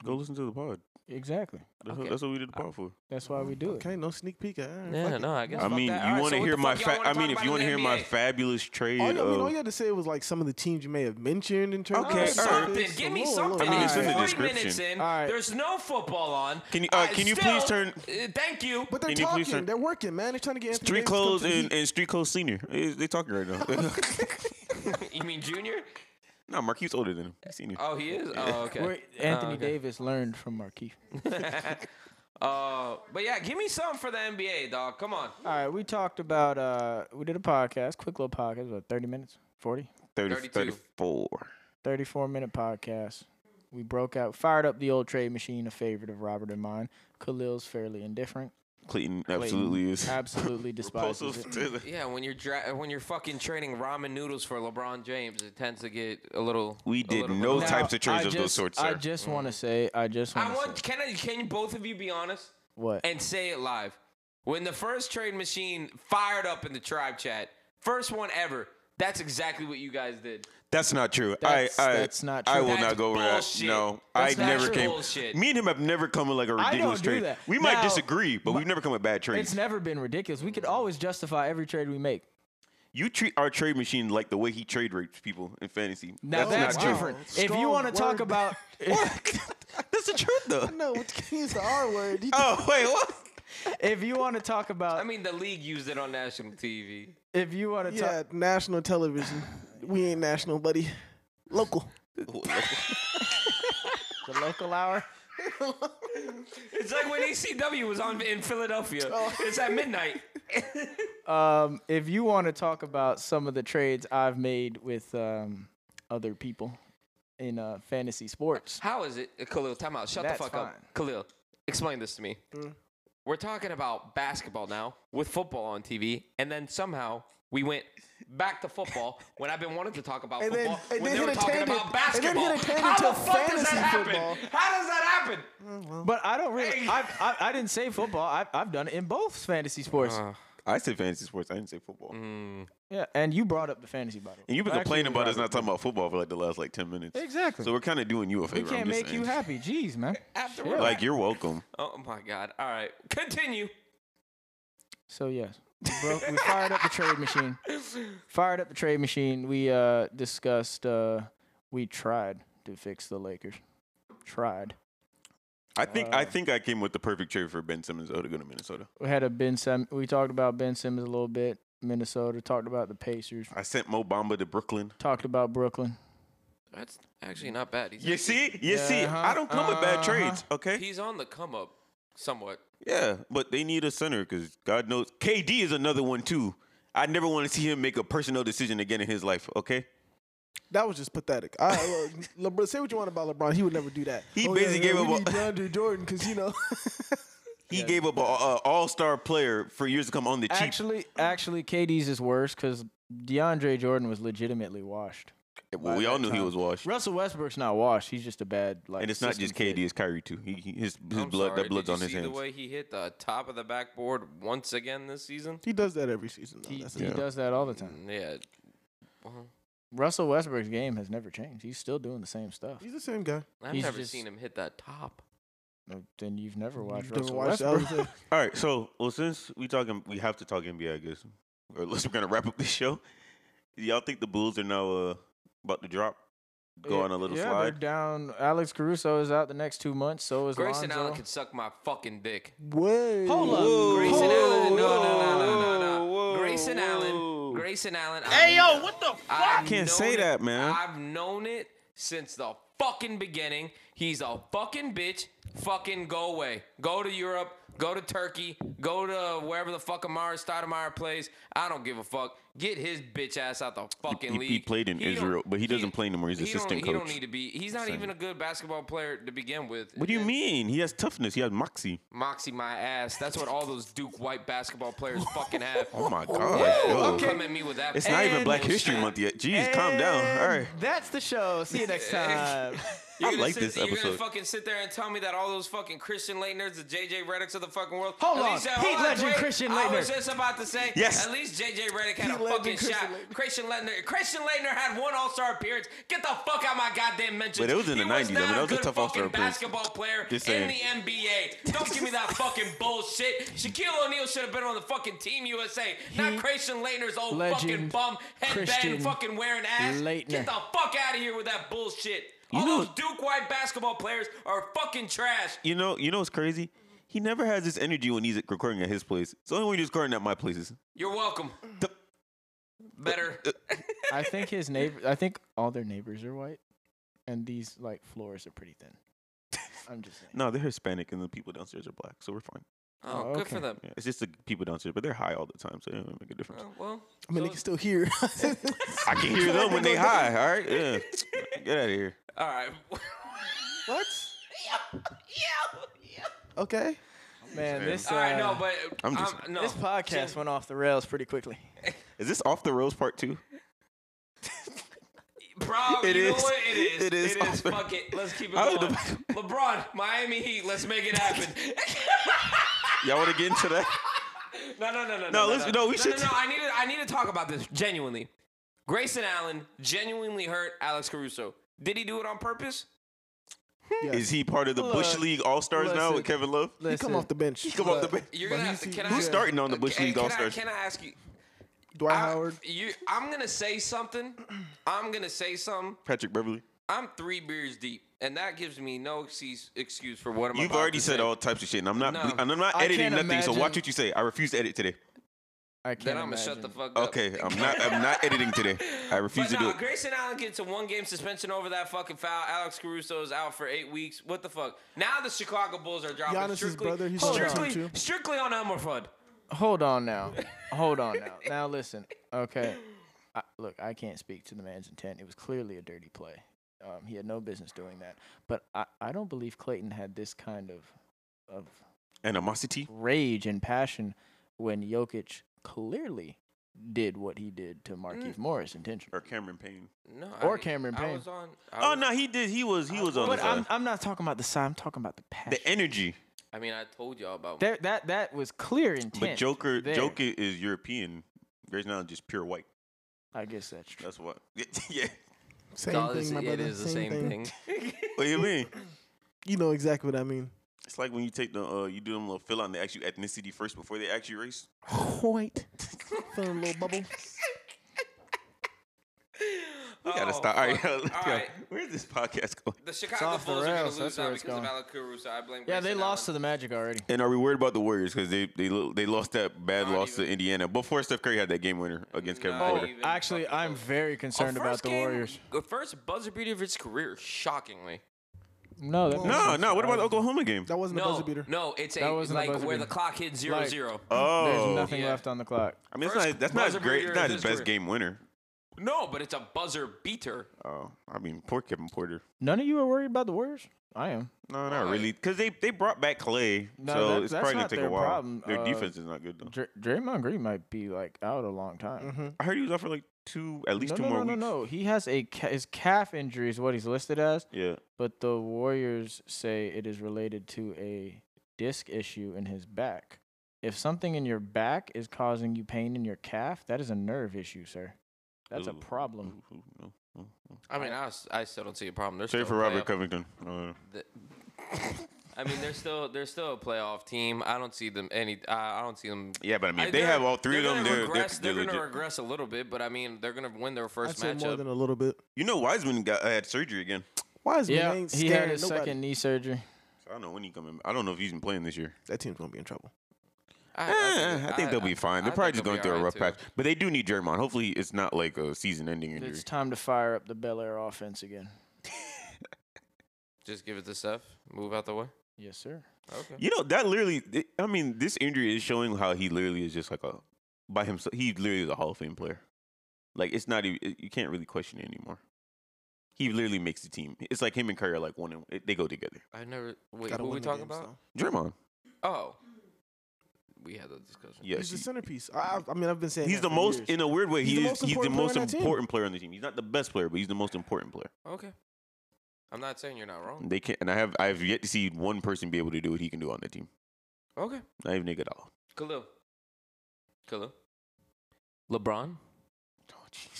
Speaker 3: go listen to the pod.
Speaker 6: Exactly.
Speaker 3: That's,
Speaker 4: Okay. Uh,
Speaker 3: what, that's what we did the pod for.
Speaker 6: That's why we do it.
Speaker 5: Okay, no sneak peek. All
Speaker 6: Mm,
Speaker 5: right,
Speaker 4: Yeah,
Speaker 5: fuck it.
Speaker 4: no, I guess.
Speaker 3: I
Speaker 4: fuck
Speaker 3: mean,
Speaker 4: that. All
Speaker 3: you
Speaker 4: right, so
Speaker 3: want to
Speaker 4: what
Speaker 3: hear
Speaker 4: the
Speaker 3: my?
Speaker 4: fuck y'all
Speaker 3: Fa-
Speaker 4: wanna
Speaker 3: I
Speaker 4: talk
Speaker 3: mean, if
Speaker 4: about
Speaker 3: you
Speaker 4: in
Speaker 3: want
Speaker 4: the
Speaker 3: to hear my
Speaker 4: NBA?
Speaker 3: fabulous
Speaker 4: Oh,
Speaker 3: trade,
Speaker 5: All you, I mean,
Speaker 3: uh,
Speaker 5: all you had to say was like some of the teams you may have mentioned in terms.
Speaker 3: Okay,
Speaker 4: Oh,
Speaker 5: of
Speaker 4: something.
Speaker 5: topics.
Speaker 4: Give me
Speaker 5: Lord,
Speaker 4: something.
Speaker 3: I mean, it's in the
Speaker 4: Forty
Speaker 3: description.
Speaker 4: minutes in,
Speaker 6: All right.
Speaker 4: there's no football on.
Speaker 3: Can you- uh,
Speaker 4: I
Speaker 3: can you
Speaker 4: still-
Speaker 3: please turn-
Speaker 4: uh, thank you. [LAUGHS]
Speaker 5: But they're
Speaker 3: Can you
Speaker 5: talking.
Speaker 3: please turn-
Speaker 5: They're working, man. They're trying to get Anthony
Speaker 3: street
Speaker 5: Davis to come
Speaker 3: clothes
Speaker 5: to the
Speaker 3: and,
Speaker 5: Heat.
Speaker 3: and street clothes senior. Eh, They talking right now. [LAUGHS]
Speaker 4: you mean Junior?
Speaker 3: no, Marquise older than him. He's senior.
Speaker 4: Oh, he is. Oh, okay.
Speaker 6: Where Anthony
Speaker 4: okay.
Speaker 6: Davis learned from Markeith.
Speaker 4: Uh, but yeah, give me some for the NBA, dog. Come on.
Speaker 6: All right, we talked about. Uh, we did a podcast, quick little podcast, about thirty minutes, 40,
Speaker 3: 30,
Speaker 4: 32.
Speaker 3: 34.
Speaker 6: 34 minute podcast. We broke out, fired up the old trade machine, a favorite of Robert and mine. Khalil's fairly indifferent,
Speaker 3: Clayton absolutely is. [LAUGHS]
Speaker 6: absolutely despises
Speaker 3: Repulsive
Speaker 6: it.
Speaker 3: to the-
Speaker 4: Yeah, when you're dra- when you're fucking trading ramen noodles for LeBron James, it tends to get a little.
Speaker 3: We
Speaker 4: a
Speaker 3: did
Speaker 4: little
Speaker 3: no
Speaker 4: bit-
Speaker 3: type- types of trades
Speaker 6: I
Speaker 3: of those
Speaker 6: just-
Speaker 3: sorts,
Speaker 6: I
Speaker 3: sir.
Speaker 6: just want to say, I just want
Speaker 4: I
Speaker 6: to
Speaker 4: want.
Speaker 6: say
Speaker 4: Can I? Can both of you be honest?
Speaker 6: what
Speaker 4: and say it live. When the first trade machine fired up in the tribe chat, first one ever, that's exactly what you guys did.
Speaker 3: That's not true.
Speaker 6: That's-
Speaker 3: I, I,
Speaker 6: that's not
Speaker 3: I
Speaker 6: true.
Speaker 3: will
Speaker 4: That's
Speaker 3: not go over that.
Speaker 4: bullshit.
Speaker 3: No,
Speaker 4: That's
Speaker 3: I
Speaker 4: not
Speaker 3: never
Speaker 4: true.
Speaker 3: came.
Speaker 4: Bullshit.
Speaker 3: Me and him have never come with like a
Speaker 6: don't
Speaker 3: ridiculous
Speaker 6: do
Speaker 3: trade.
Speaker 6: that.
Speaker 3: We might
Speaker 6: Now,
Speaker 3: disagree, but we've never come with bad trades.
Speaker 6: It's never been ridiculous. We could always justify every trade we make.
Speaker 3: you treat our trade machine like the way he trade rates people in fantasy.
Speaker 6: Now that's,
Speaker 3: not
Speaker 6: different.
Speaker 5: Wow.
Speaker 6: If you
Speaker 5: Strong
Speaker 6: want to talk
Speaker 4: [LAUGHS]
Speaker 5: word.
Speaker 6: about,
Speaker 3: true. that's the truth, [LAUGHS] though.
Speaker 5: [LAUGHS] No, what can you use the R word? You-
Speaker 3: [LAUGHS] Oh wait, what?
Speaker 6: if you want to talk about,
Speaker 4: I mean, the league used it on national TV.
Speaker 6: if you want to
Speaker 5: yeah,
Speaker 6: talk,
Speaker 5: national television. We ain't national, buddy. Local.
Speaker 6: the local hour.
Speaker 4: It's like when ECW was on in Philadelphia. It's at midnight.
Speaker 6: Um, if you want to talk about some of the trades I've made with um, other people in uh, fantasy sports,
Speaker 4: How is it, Khalil? Time out. Shut
Speaker 6: That's
Speaker 4: the fuck
Speaker 6: fine.
Speaker 4: up, Khalil. Explain this to me.
Speaker 5: Mm.
Speaker 4: We're talking about basketball now with football on TV, and then somehow we went back to football when I've been wanting to talk about
Speaker 5: And then-
Speaker 4: football
Speaker 5: and
Speaker 4: when
Speaker 5: then
Speaker 4: they were
Speaker 5: hit a
Speaker 4: talking
Speaker 5: tangent-
Speaker 4: about
Speaker 5: and then
Speaker 4: basketball.
Speaker 5: hit a tangent
Speaker 4: How the
Speaker 5: to
Speaker 4: fuck does that
Speaker 5: fantasy
Speaker 4: happen?
Speaker 5: football.
Speaker 4: How does that happen?
Speaker 6: but I don't really.
Speaker 4: Hey.
Speaker 6: I've, I I didn't say football. I've I've done it in both fantasy sports.
Speaker 4: Uh,
Speaker 3: I said fantasy sports. I didn't say football.
Speaker 6: Mm.
Speaker 4: mm.
Speaker 6: yeah, and you brought up the fantasy bottle.
Speaker 3: And you've been complaining about us not talking about football for like the last like ten minutes.
Speaker 6: Exactly.
Speaker 3: So we're kind of doing you a favor.
Speaker 6: We can't
Speaker 3: I'm just
Speaker 6: make you
Speaker 3: saying.
Speaker 6: happy. Jeez, man.
Speaker 4: After
Speaker 6: Shit.
Speaker 4: we're
Speaker 3: Like you're welcome.
Speaker 4: Oh my god. All right. Continue.
Speaker 6: So yes, we,
Speaker 3: [LAUGHS]
Speaker 6: broke, we fired up the trade machine. Fired up the trade machine. We uh, discussed. Uh, we tried to fix the Lakers. Tried.
Speaker 3: I think
Speaker 4: Uh.
Speaker 3: I think I came with the perfect trade for Ben Simmons though, to go to Minnesota.
Speaker 6: We had a Ben Sim- We talked about Ben Simmons a little bit. Minnesota talked about the Pacers.
Speaker 3: I sent Mo Bamba to Brooklyn.
Speaker 6: Talked about Brooklyn.
Speaker 4: That's actually not bad. He's
Speaker 3: You see, you see,
Speaker 6: Uh-huh,
Speaker 3: I don't come with bad
Speaker 6: uh-huh.
Speaker 3: trades, okay?
Speaker 4: he's on the come up somewhat.
Speaker 3: Yeah, but they need a center because God knows KD is another one too. I never want to see him make a personal decision again in his life, okay?
Speaker 5: That was just pathetic. I, well, [LAUGHS] LeBron, say what you want about LeBron, he would never do that. Oh,
Speaker 3: He basically gave
Speaker 5: we
Speaker 3: up
Speaker 5: need
Speaker 3: a-
Speaker 5: DeAndre Jordan because you know. [LAUGHS]
Speaker 3: He gave up an all star player for years to come on the cheap.
Speaker 6: Actually, actually, KD's is worse because DeAndre Jordan was legitimately washed.
Speaker 3: well, we all knew he was washed.
Speaker 6: Russell Westbrook's not washed. He's just a bad like.
Speaker 3: And it's not
Speaker 6: system
Speaker 3: just
Speaker 6: kid.
Speaker 3: KD, it's Kyrie too. He, he- his his
Speaker 4: I'm
Speaker 3: blood
Speaker 4: sorry,
Speaker 3: that blood's
Speaker 4: did you
Speaker 3: on his
Speaker 4: see
Speaker 3: hands.
Speaker 4: The way he hit the top of the backboard once again this season.
Speaker 5: He does that every season. though.
Speaker 6: He,
Speaker 5: That's
Speaker 6: he
Speaker 5: it.
Speaker 6: does that all the time.
Speaker 4: Yeah,
Speaker 6: Russell Westbrook's game has never changed. He's still doing the same stuff.
Speaker 5: He's the same guy.
Speaker 4: I've
Speaker 6: He's
Speaker 4: never
Speaker 6: just-
Speaker 4: seen him hit that top.
Speaker 6: No, Then you've never watched
Speaker 5: Doesn't
Speaker 6: Russell
Speaker 5: watch the
Speaker 6: Westbrook.
Speaker 5: other
Speaker 6: [LAUGHS]
Speaker 5: thing.
Speaker 3: All right, so well, since we talking, we have to talk NBA, I guess, or unless we're gonna wrap up the show. Y'all think the Bulls are now uh, about to drop, [LAUGHS] go
Speaker 6: Yeah,
Speaker 3: on a little
Speaker 6: yeah, They're
Speaker 3: slide?
Speaker 6: down. Alex Caruso is out the next two months. So is
Speaker 4: Grayson
Speaker 6: Lonzo.
Speaker 4: Allen could suck my fucking dick.
Speaker 5: Way.
Speaker 6: Hold up.
Speaker 3: Whoa,
Speaker 4: Grayson
Speaker 3: whoa,
Speaker 4: Allen, no, no, no, no, no, no.
Speaker 3: whoa,
Speaker 4: Grayson
Speaker 3: whoa.
Speaker 4: Allen, Grayson Allen.
Speaker 3: Hey
Speaker 4: I've-
Speaker 3: yo, what the fuck?
Speaker 4: I've
Speaker 3: can't
Speaker 4: known
Speaker 3: say
Speaker 4: it-
Speaker 3: that, man.
Speaker 4: I've known it since the fucking beginning. He's a fucking bitch. Fucking go away. Go to Europe. Go to Turkey. Go to wherever the fuck Amari Stoudemire plays. I don't give a fuck. Get his bitch ass out the fucking
Speaker 3: he
Speaker 4: league.
Speaker 3: played in
Speaker 4: don't-
Speaker 3: Israel, but he doesn't play anymore. He's
Speaker 4: he don't-
Speaker 3: assistant
Speaker 4: He
Speaker 3: coach.
Speaker 4: don't need to be. He's not
Speaker 3: Same.
Speaker 4: even a good basketball player to begin with.
Speaker 3: What do you mean? He has toughness. He has moxie.
Speaker 4: Moxie my ass. That's what all those Duke white
Speaker 3: [LAUGHS]
Speaker 4: basketball players fucking have.
Speaker 3: Oh my god,
Speaker 4: Yeah,
Speaker 3: yo.
Speaker 4: don't come at me with that.
Speaker 3: It's not even
Speaker 4: bullshit.
Speaker 3: Black History Month yet. Jeez, calm down. All right.
Speaker 6: That's the show. See you
Speaker 4: [LAUGHS]
Speaker 6: next time.
Speaker 4: You're
Speaker 3: I
Speaker 4: gonna
Speaker 3: like
Speaker 4: sit-
Speaker 3: this
Speaker 4: You're gonna
Speaker 3: episode.
Speaker 4: fucking sit there and tell me that all those fucking Christian Leitners, the JJ Reddicks of the fucking world.
Speaker 6: Hold
Speaker 4: at
Speaker 6: on.
Speaker 4: least-
Speaker 6: Heath
Speaker 4: hold on,
Speaker 6: Ledger,
Speaker 4: wait.
Speaker 6: Christian
Speaker 4: I was
Speaker 6: Leitner.
Speaker 4: just about to say.
Speaker 3: Yes.
Speaker 4: At least JJ Redick had
Speaker 5: Heath
Speaker 4: a
Speaker 5: Ledger,
Speaker 4: fucking
Speaker 5: Christian
Speaker 4: shot.
Speaker 5: Leitner.
Speaker 4: Christian Leitner. Christian Leitner had one All Star appearance. Get the fuck out my goddamn mention.
Speaker 3: But it was in the 90s. I mean, that was a tough All-Star appearance.
Speaker 4: Basketball player
Speaker 3: Just saying.
Speaker 4: in the NBA. Don't give me
Speaker 6: [LAUGHS]
Speaker 4: that fucking bullshit. Shaquille O'Neal should have been on the fucking Team USA, not
Speaker 6: Heath
Speaker 4: Christian Leitner's old fucking
Speaker 6: Legend,
Speaker 4: bum
Speaker 6: Christian
Speaker 4: headband, fucking wearing ass. Get
Speaker 6: Leitner.
Speaker 4: the fuck out of here with that bullshit.
Speaker 3: You
Speaker 4: All
Speaker 3: know-
Speaker 4: those Duke white basketball players are fucking trash.
Speaker 3: You know, you know what's crazy? He never has this energy when he's recording at his place. It's only when he's recording at my places.
Speaker 4: You're welcome.
Speaker 3: The- Uh,
Speaker 4: Better.
Speaker 6: I think his neighbor. I think all their neighbors are white, and these like floors are pretty thin. I'm just saying.
Speaker 3: No, they're Hispanic and the people downstairs are black, so we're fine.
Speaker 4: [LAUGHS] Oh,
Speaker 6: Oh,
Speaker 4: good
Speaker 6: okay.
Speaker 4: for them.
Speaker 3: Yeah, it's just the people downstairs, but they're high all the time, so it doesn't make a difference.
Speaker 4: Oh, well,
Speaker 5: I mean, they
Speaker 4: so-
Speaker 5: can still [LAUGHS] hear.
Speaker 3: I can hear them when they high. All right, yeah, get out of here.
Speaker 4: [LAUGHS] all right. [LAUGHS]
Speaker 5: what? Okay.
Speaker 6: Man, this.
Speaker 4: all right,
Speaker 6: uh,
Speaker 4: no, but
Speaker 3: I'm
Speaker 4: I'm
Speaker 3: just-
Speaker 4: no.
Speaker 6: This podcast went off the rails pretty quickly.
Speaker 3: Is this off the rose part two?
Speaker 4: Bro,
Speaker 3: It
Speaker 4: you know
Speaker 3: is.
Speaker 4: what? It is.
Speaker 3: It is.
Speaker 4: It is. Fuck it. Let's keep it
Speaker 3: I
Speaker 4: going.
Speaker 3: would-
Speaker 4: LeBron, Miami Heat. Let's make it happen.
Speaker 3: [LAUGHS] Y'all want to get into
Speaker 4: [LAUGHS]
Speaker 3: that?
Speaker 4: No, no, no, no.
Speaker 3: No, let's- no, we
Speaker 4: no,
Speaker 3: should-
Speaker 4: No, no, I need to. I need to talk about this genuinely. Grayson Allen genuinely hurt Alex Caruso. Did he do it on purpose?
Speaker 5: Yes.
Speaker 3: Is he part of the Bush
Speaker 6: Look,
Speaker 3: League All Stars now with
Speaker 6: listen.
Speaker 3: Kevin Love?
Speaker 5: He
Speaker 6: Listen,
Speaker 5: come off the bench.
Speaker 3: He come off the bench.
Speaker 4: You're
Speaker 5: But
Speaker 4: gonna have
Speaker 5: he's-
Speaker 4: to. Can
Speaker 3: Who's
Speaker 4: I,
Speaker 3: starting on the Bush
Speaker 4: Hey,
Speaker 3: League
Speaker 4: can I-
Speaker 3: All Stars?
Speaker 4: Can I ask you?
Speaker 5: Dwight
Speaker 4: I-
Speaker 5: Howard.
Speaker 4: You, I'm gonna say something. I'm gonna say something.
Speaker 3: Patrick Beverly.
Speaker 4: I'm three beers deep, and that gives me no excuse, excuse for what I'm.
Speaker 3: You've
Speaker 4: about
Speaker 3: already
Speaker 4: to
Speaker 3: said
Speaker 4: say.
Speaker 3: all types of shit, and I'm not.
Speaker 4: No.
Speaker 3: ble- And I'm not
Speaker 6: I
Speaker 3: editing
Speaker 6: can't
Speaker 3: nothing. So watch
Speaker 6: imagine-
Speaker 3: what you say. I refuse to edit today.
Speaker 6: I can't
Speaker 4: Then I'm gonna shut
Speaker 6: imagine.
Speaker 4: the fuck up.
Speaker 3: Okay, I'm not. I'm not editing today. I refuse
Speaker 4: But
Speaker 3: to
Speaker 4: nah,
Speaker 3: do it.
Speaker 4: Grayson Allen gets a one game suspension over that fucking foul. Alex Caruso is out for eight weeks. What the fuck? Now the Chicago Bulls are dropping
Speaker 5: Giannis's
Speaker 4: strictly,
Speaker 5: brother, he's
Speaker 6: on that
Speaker 4: strictly,
Speaker 5: team, too.
Speaker 4: strictly on Elmer Fudd.
Speaker 6: Hold on now. Hold on now. [LAUGHS] Now listen. Okay. I, look, I can't speak to the man's intent. It was clearly a dirty play. Um, he had no business doing that. But I, I don't believe Clayton had this kind of of
Speaker 3: Animosity.
Speaker 6: rage and passion when Jokic clearly did what he did to Marquise
Speaker 4: Mm.
Speaker 6: Morris intentionally.
Speaker 3: Or Cameron Payne.
Speaker 4: No,
Speaker 6: Or
Speaker 4: I,
Speaker 6: Cameron
Speaker 4: I
Speaker 6: Payne.
Speaker 4: was on. I
Speaker 3: Oh
Speaker 4: was-
Speaker 3: no, he did. He was. He was on the
Speaker 6: But I'm,
Speaker 3: side.
Speaker 6: I'm not talking about the side. I'm talking about the passion.
Speaker 3: The energy.
Speaker 4: I mean, I told y'all about.
Speaker 6: there, that that was clear intent.
Speaker 3: But Joker,
Speaker 6: there.
Speaker 3: Joker is European. Grayson Allen just pure white.
Speaker 6: I guess that's true.
Speaker 3: That's why. [LAUGHS] yeah.
Speaker 5: Same
Speaker 4: No,
Speaker 5: thing,
Speaker 4: it's-
Speaker 5: my
Speaker 4: it
Speaker 5: brother.
Speaker 4: is the same thing.
Speaker 3: What do you mean?
Speaker 5: You know exactly what I mean.
Speaker 3: It's like when you take the uh, you do them little fill out and they ask you ethnicity first before they ask you race.
Speaker 5: Point. Feeling a little bubble.
Speaker 3: We gotta
Speaker 4: Oh,
Speaker 3: stop. All right,
Speaker 4: fuck.
Speaker 3: yo, [LAUGHS] let's
Speaker 4: All
Speaker 3: go.
Speaker 4: right.
Speaker 3: Where's this podcast going?
Speaker 4: The Chicago
Speaker 6: off the
Speaker 4: Bulls are going
Speaker 6: rails.
Speaker 4: to lose
Speaker 6: That's
Speaker 4: now
Speaker 6: where
Speaker 4: because
Speaker 6: it's
Speaker 4: of
Speaker 6: going.
Speaker 4: Alex Caruso. I blame.
Speaker 6: Yeah, they
Speaker 4: Grayson
Speaker 6: lost to
Speaker 4: Allen.
Speaker 6: the Magic already.
Speaker 3: And are we worried about the Warriors because they they lo- they lost that bad
Speaker 4: Not
Speaker 3: loss to
Speaker 4: even.
Speaker 3: Indiana before Steph Curry had that game winner against Kevin
Speaker 4: Not
Speaker 3: Porter?
Speaker 4: even
Speaker 6: Actually,
Speaker 4: fucking
Speaker 6: I'm
Speaker 4: close.
Speaker 6: very
Speaker 4: Oh. Our
Speaker 6: concerned
Speaker 4: first
Speaker 6: about the
Speaker 4: game-
Speaker 6: Warriors.
Speaker 4: The first buzzer beater of his career, shockingly.
Speaker 6: No, that
Speaker 3: No, no. What about the Oklahoma game?
Speaker 5: That wasn't a
Speaker 4: No,
Speaker 5: buzzer beater.
Speaker 4: no, it's a
Speaker 6: That wasn't a
Speaker 4: like
Speaker 6: buzzer
Speaker 4: where
Speaker 6: beater.
Speaker 4: the clock hit zero
Speaker 6: Like-
Speaker 4: zero.
Speaker 5: uh,
Speaker 6: There's
Speaker 3: Oh,
Speaker 6: nothing
Speaker 4: Yeah.
Speaker 6: left on the clock.
Speaker 3: I mean, it's
Speaker 4: First
Speaker 3: not that's not
Speaker 4: buzzer
Speaker 3: great. It's
Speaker 4: beater of
Speaker 3: not his
Speaker 4: his
Speaker 3: best
Speaker 4: career.
Speaker 3: game winner.
Speaker 4: No, but it's a buzzer beater.
Speaker 3: Oh, I mean, poor Kevin Porter.
Speaker 6: None of you are worried about the Warriors. I am.
Speaker 3: No,
Speaker 4: Why?
Speaker 3: not really, because they, they brought back Clay,
Speaker 6: No,
Speaker 3: so
Speaker 6: that-
Speaker 3: it's
Speaker 6: that's
Speaker 3: probably gonna
Speaker 6: not
Speaker 3: take a
Speaker 6: their
Speaker 3: while.
Speaker 6: problem.
Speaker 3: Their
Speaker 6: Uh,
Speaker 3: defense is not good though.
Speaker 6: Dr- Draymond Green might be like out a long time.
Speaker 5: Mm-hmm.
Speaker 3: I heard he was out for like two, at Mm-hmm. least
Speaker 6: no,
Speaker 3: two
Speaker 6: no,
Speaker 3: more
Speaker 6: no,
Speaker 3: weeks.
Speaker 6: no, no. He has a ca- his calf injury is what he's listed as,
Speaker 3: Yeah,
Speaker 6: but the Warriors say it is related to a disc issue in his back. If something in your back is causing you pain in your calf, that is a nerve issue, sir. That's a
Speaker 3: Ooh,
Speaker 6: problem.
Speaker 3: ooh, ooh, ooh, ooh, ooh.
Speaker 4: I mean, I, s- I still don't see a problem. They're
Speaker 3: Trade
Speaker 4: still
Speaker 3: for
Speaker 4: a
Speaker 3: Robert
Speaker 4: playoff-
Speaker 3: Covington. Uh,
Speaker 4: the- I mean, they're still they're still a playoff team. I don't see them any. Uh, I don't see them.
Speaker 3: yeah, but I mean, if
Speaker 4: I-
Speaker 3: they
Speaker 4: they're-
Speaker 3: have all three of
Speaker 4: they're
Speaker 3: them.
Speaker 4: Gonna
Speaker 3: They're, they're,
Speaker 4: regress,
Speaker 3: they're
Speaker 4: going to
Speaker 3: legit.
Speaker 4: regress a little bit, but I mean, they're going to win their
Speaker 5: I'd
Speaker 4: first
Speaker 5: say more
Speaker 4: matchup.
Speaker 5: than a little bit.
Speaker 3: You know, Wiseman got had surgery again.
Speaker 5: Wiseman
Speaker 6: Yeah,
Speaker 5: ain't
Speaker 6: he
Speaker 5: scared
Speaker 6: had his
Speaker 5: of nobody.
Speaker 6: second knee surgery.
Speaker 3: So I don't know when he coming. I don't know if he's been playing this year.
Speaker 5: That team's gonna be in trouble.
Speaker 3: Eh, I, think, they'll be fine. They're
Speaker 4: I
Speaker 3: probably just
Speaker 4: think they'll
Speaker 3: going
Speaker 4: be
Speaker 3: through a
Speaker 4: alright,
Speaker 3: rough
Speaker 4: too.
Speaker 3: patch, but they do need Draymond. Hopefully, it's not like a season-ending injury.
Speaker 6: It's time to fire up the Bel Air offense again.
Speaker 4: Just give it to Steph. Move out the way.
Speaker 6: Yes, sir.
Speaker 4: Okay.
Speaker 3: You know that literally. th- I mean, this injury is showing how he literally is just like a by himself. He literally is a Hall of Fame player. Like it's not even you can't really question it anymore. He literally makes the team. It's like him and Curry are like one and it- they go together.
Speaker 4: I never. Wait,
Speaker 5: Gotta
Speaker 4: what were
Speaker 5: win
Speaker 4: we
Speaker 5: the
Speaker 4: talking
Speaker 5: games,
Speaker 4: about?
Speaker 5: though.
Speaker 3: Draymond,
Speaker 4: Oh, we had that discussion.
Speaker 3: yes,
Speaker 5: He's the
Speaker 3: he-
Speaker 5: centerpiece. I, I mean, I've been saying
Speaker 3: he's
Speaker 5: that
Speaker 3: the
Speaker 5: for
Speaker 3: most
Speaker 5: years.
Speaker 3: in a weird way. He
Speaker 5: He's the
Speaker 3: is he's
Speaker 5: most
Speaker 3: the
Speaker 5: important player
Speaker 3: most
Speaker 5: on that team.
Speaker 3: important player on the team. He's not the best player, but he's the most important player.
Speaker 4: Okay. I'm not saying you're not wrong.
Speaker 3: They can't, and I have I have yet to see one person be able to do what he can do on the team.
Speaker 4: Okay.
Speaker 3: Not even Iguodala.
Speaker 4: Khalil. Khalil. LeBron.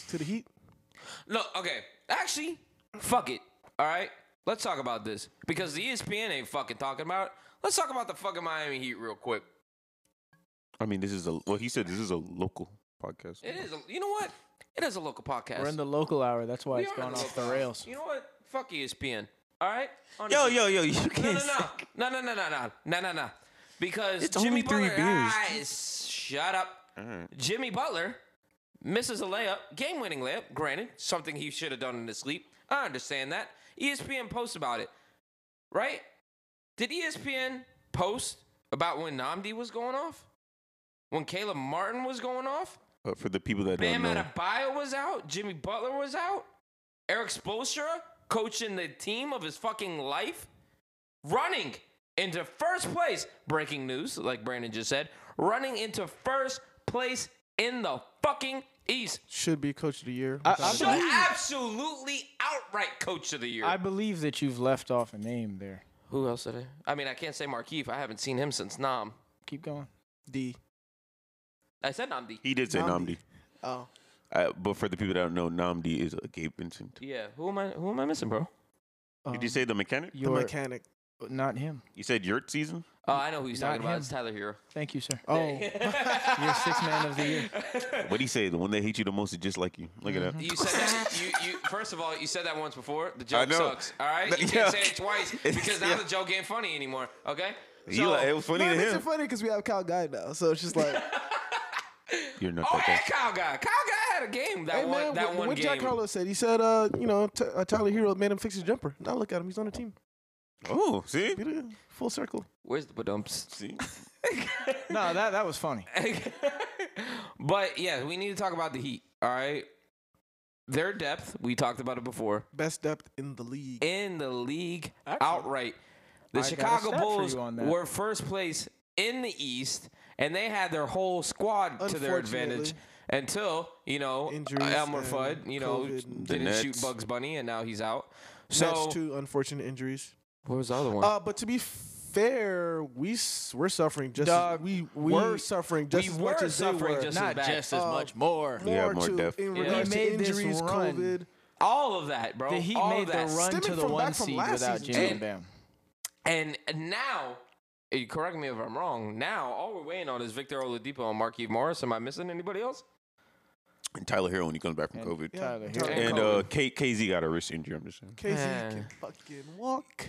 Speaker 5: to the Heat.
Speaker 4: No, okay. Actually, fuck it. All right. Let's talk about this because the E ESPN ain't fucking talking about it. Let's talk about the fucking Miami Heat real quick.
Speaker 3: I mean, this is a well. He said this is a local podcast.
Speaker 4: It is. A, you know what? It is a local podcast.
Speaker 6: We're in the local hour. That's why
Speaker 4: We
Speaker 6: it's
Speaker 4: are in
Speaker 6: gone
Speaker 4: the
Speaker 6: off the
Speaker 4: local hour.
Speaker 6: rails.
Speaker 4: You know what? Fuck E ESPN. All right.
Speaker 3: Yo,
Speaker 4: Honestly.
Speaker 3: Oh, yo, yo! You can't.
Speaker 4: No,
Speaker 3: [LAUGHS]
Speaker 4: no, no, no, no, no, no, no, no, no, no. Because
Speaker 3: It's only
Speaker 4: Jimmy
Speaker 3: three Mm.
Speaker 4: Butler,
Speaker 3: beers.
Speaker 4: Guys, shut up.
Speaker 3: Alright.
Speaker 4: Jimmy Butler misses a layup, game-winning layup. Granted, something he should have done in his sleep. I understand that. E ESPN posts about it, right? Did E ESPN post about when Namdi was going off? When Caleb Martin was going off?
Speaker 3: Uh, for the people that
Speaker 4: Bam
Speaker 3: don't know,
Speaker 4: Adebayo was out. Jimmy Butler was out. Eric Spoelstra coaching the team of his fucking life, running into first place. Breaking news, like Brandon just said, running into first place in the fucking East.
Speaker 5: Should be coach of the year.
Speaker 6: I-
Speaker 5: without a
Speaker 6: I
Speaker 4: Should
Speaker 5: doubt.
Speaker 6: believe-
Speaker 4: absolutely outright coach of the year.
Speaker 6: I believe that you've left off a name there.
Speaker 4: Who else did I? I mean, I can't say Markeith. I haven't seen him since Nam.
Speaker 6: Keep going.
Speaker 5: D.
Speaker 4: I said Namdi.
Speaker 3: he did say
Speaker 5: Namdi.
Speaker 3: Namdi.
Speaker 5: Oh,
Speaker 3: Uh, but for the people that don't know, Namdi is a Gabe Vincent.
Speaker 4: Yeah. Who am I? Who am I missing, bro?
Speaker 5: Um,
Speaker 3: Did you say the mechanic?
Speaker 5: the
Speaker 6: your,
Speaker 5: mechanic.
Speaker 6: not him?
Speaker 3: You said yurt season.
Speaker 4: Oh, I know who he's
Speaker 6: Not
Speaker 4: talking about.
Speaker 6: him.
Speaker 4: It's Tyler Hero.
Speaker 6: Thank you, sir.
Speaker 5: Oh, [LAUGHS]
Speaker 6: You're sixth man of the year.
Speaker 3: What he say? The one that hates you the most is just like you. Look at that.
Speaker 4: You said that. You, you first of all, you said that once before. The joke
Speaker 3: know.
Speaker 4: sucks. All right,
Speaker 3: [LAUGHS] But-
Speaker 4: you
Speaker 3: yeah.
Speaker 4: can't say it twice
Speaker 3: [LAUGHS]
Speaker 4: because now
Speaker 3: Yeah.
Speaker 4: the joke ain't funny anymore. Okay.
Speaker 3: He
Speaker 4: So-
Speaker 3: like- it was funny
Speaker 5: no, it
Speaker 3: to
Speaker 5: makes
Speaker 3: him.
Speaker 5: it funny because we have Cal Guy now, so it's just like,
Speaker 3: You're not
Speaker 4: oh,
Speaker 3: that
Speaker 4: and
Speaker 3: guy.
Speaker 4: Kyle guy. Kyle guy had a game that
Speaker 5: hey
Speaker 4: one.
Speaker 5: man,
Speaker 4: that
Speaker 5: what,
Speaker 4: one
Speaker 5: what
Speaker 4: game.
Speaker 5: Jack Carlos said. He said, uh, you know, t- uh, Tyler Hero made him fix his jumper. Now look at him; he's on the team.
Speaker 3: Oh, see,
Speaker 5: He did it. Full circle.
Speaker 4: Where's the
Speaker 6: [LAUGHS]
Speaker 4: badumps? [LAUGHS]
Speaker 3: see.
Speaker 6: No, that that was funny.
Speaker 4: but yeah, we need to talk about the Heat. All right. Their depth. We talked about it before.
Speaker 5: Best depth in the league.
Speaker 4: in the league
Speaker 6: Actually,
Speaker 4: outright. The
Speaker 6: I got a
Speaker 4: Chicago
Speaker 6: stat for
Speaker 4: Bulls
Speaker 6: you on that.
Speaker 4: were first place in the East, and they had their whole squad to their advantage
Speaker 5: Unfortunately.
Speaker 4: until you know
Speaker 5: Injuries
Speaker 4: uh, Elmer
Speaker 5: and
Speaker 4: Fudd, you know,
Speaker 5: COVID and-
Speaker 4: didn't
Speaker 3: The
Speaker 4: shoot
Speaker 3: Nets.
Speaker 4: Bugs Bunny, and now he's out.
Speaker 5: That's
Speaker 4: So
Speaker 5: two unfortunate injuries.
Speaker 4: what was the other one?
Speaker 5: Uh, but to be fair, we s- we're suffering just
Speaker 6: Dog,
Speaker 5: as, we,
Speaker 6: we-
Speaker 5: were suffering just
Speaker 4: we
Speaker 5: as
Speaker 4: were
Speaker 5: much as
Speaker 4: suffering
Speaker 5: they were.
Speaker 4: just as Not bad. just as
Speaker 5: much,
Speaker 6: more.
Speaker 3: Yeah,
Speaker 5: more,
Speaker 3: more
Speaker 5: to
Speaker 3: depth.
Speaker 5: in
Speaker 4: Yeah.
Speaker 5: regards
Speaker 4: We
Speaker 5: to
Speaker 6: made this
Speaker 5: injuries,
Speaker 6: run.
Speaker 5: COVID.
Speaker 4: all of that, bro.
Speaker 6: The Heat
Speaker 4: all
Speaker 6: made
Speaker 4: of
Speaker 6: the
Speaker 4: that.
Speaker 6: run to
Speaker 5: Stemming
Speaker 6: the
Speaker 5: from
Speaker 6: one
Speaker 5: back from
Speaker 6: seed
Speaker 5: last
Speaker 6: without
Speaker 5: season,
Speaker 6: Jimmy
Speaker 4: too.
Speaker 6: and Bam.
Speaker 4: And now, eh, correct me if I'm wrong. Now all we're waiting on is Victor Oladipo and Marquise Morris. Am I missing anybody else?
Speaker 3: And Tyler Hero when he comes back from
Speaker 6: And
Speaker 3: COVID.
Speaker 5: Yeah.
Speaker 6: Tyler
Speaker 5: Tyler
Speaker 6: Hero.
Speaker 3: And uh, K- KZ got a wrist injury. I'm just saying.
Speaker 5: Casey
Speaker 4: Man.
Speaker 5: can fucking walk.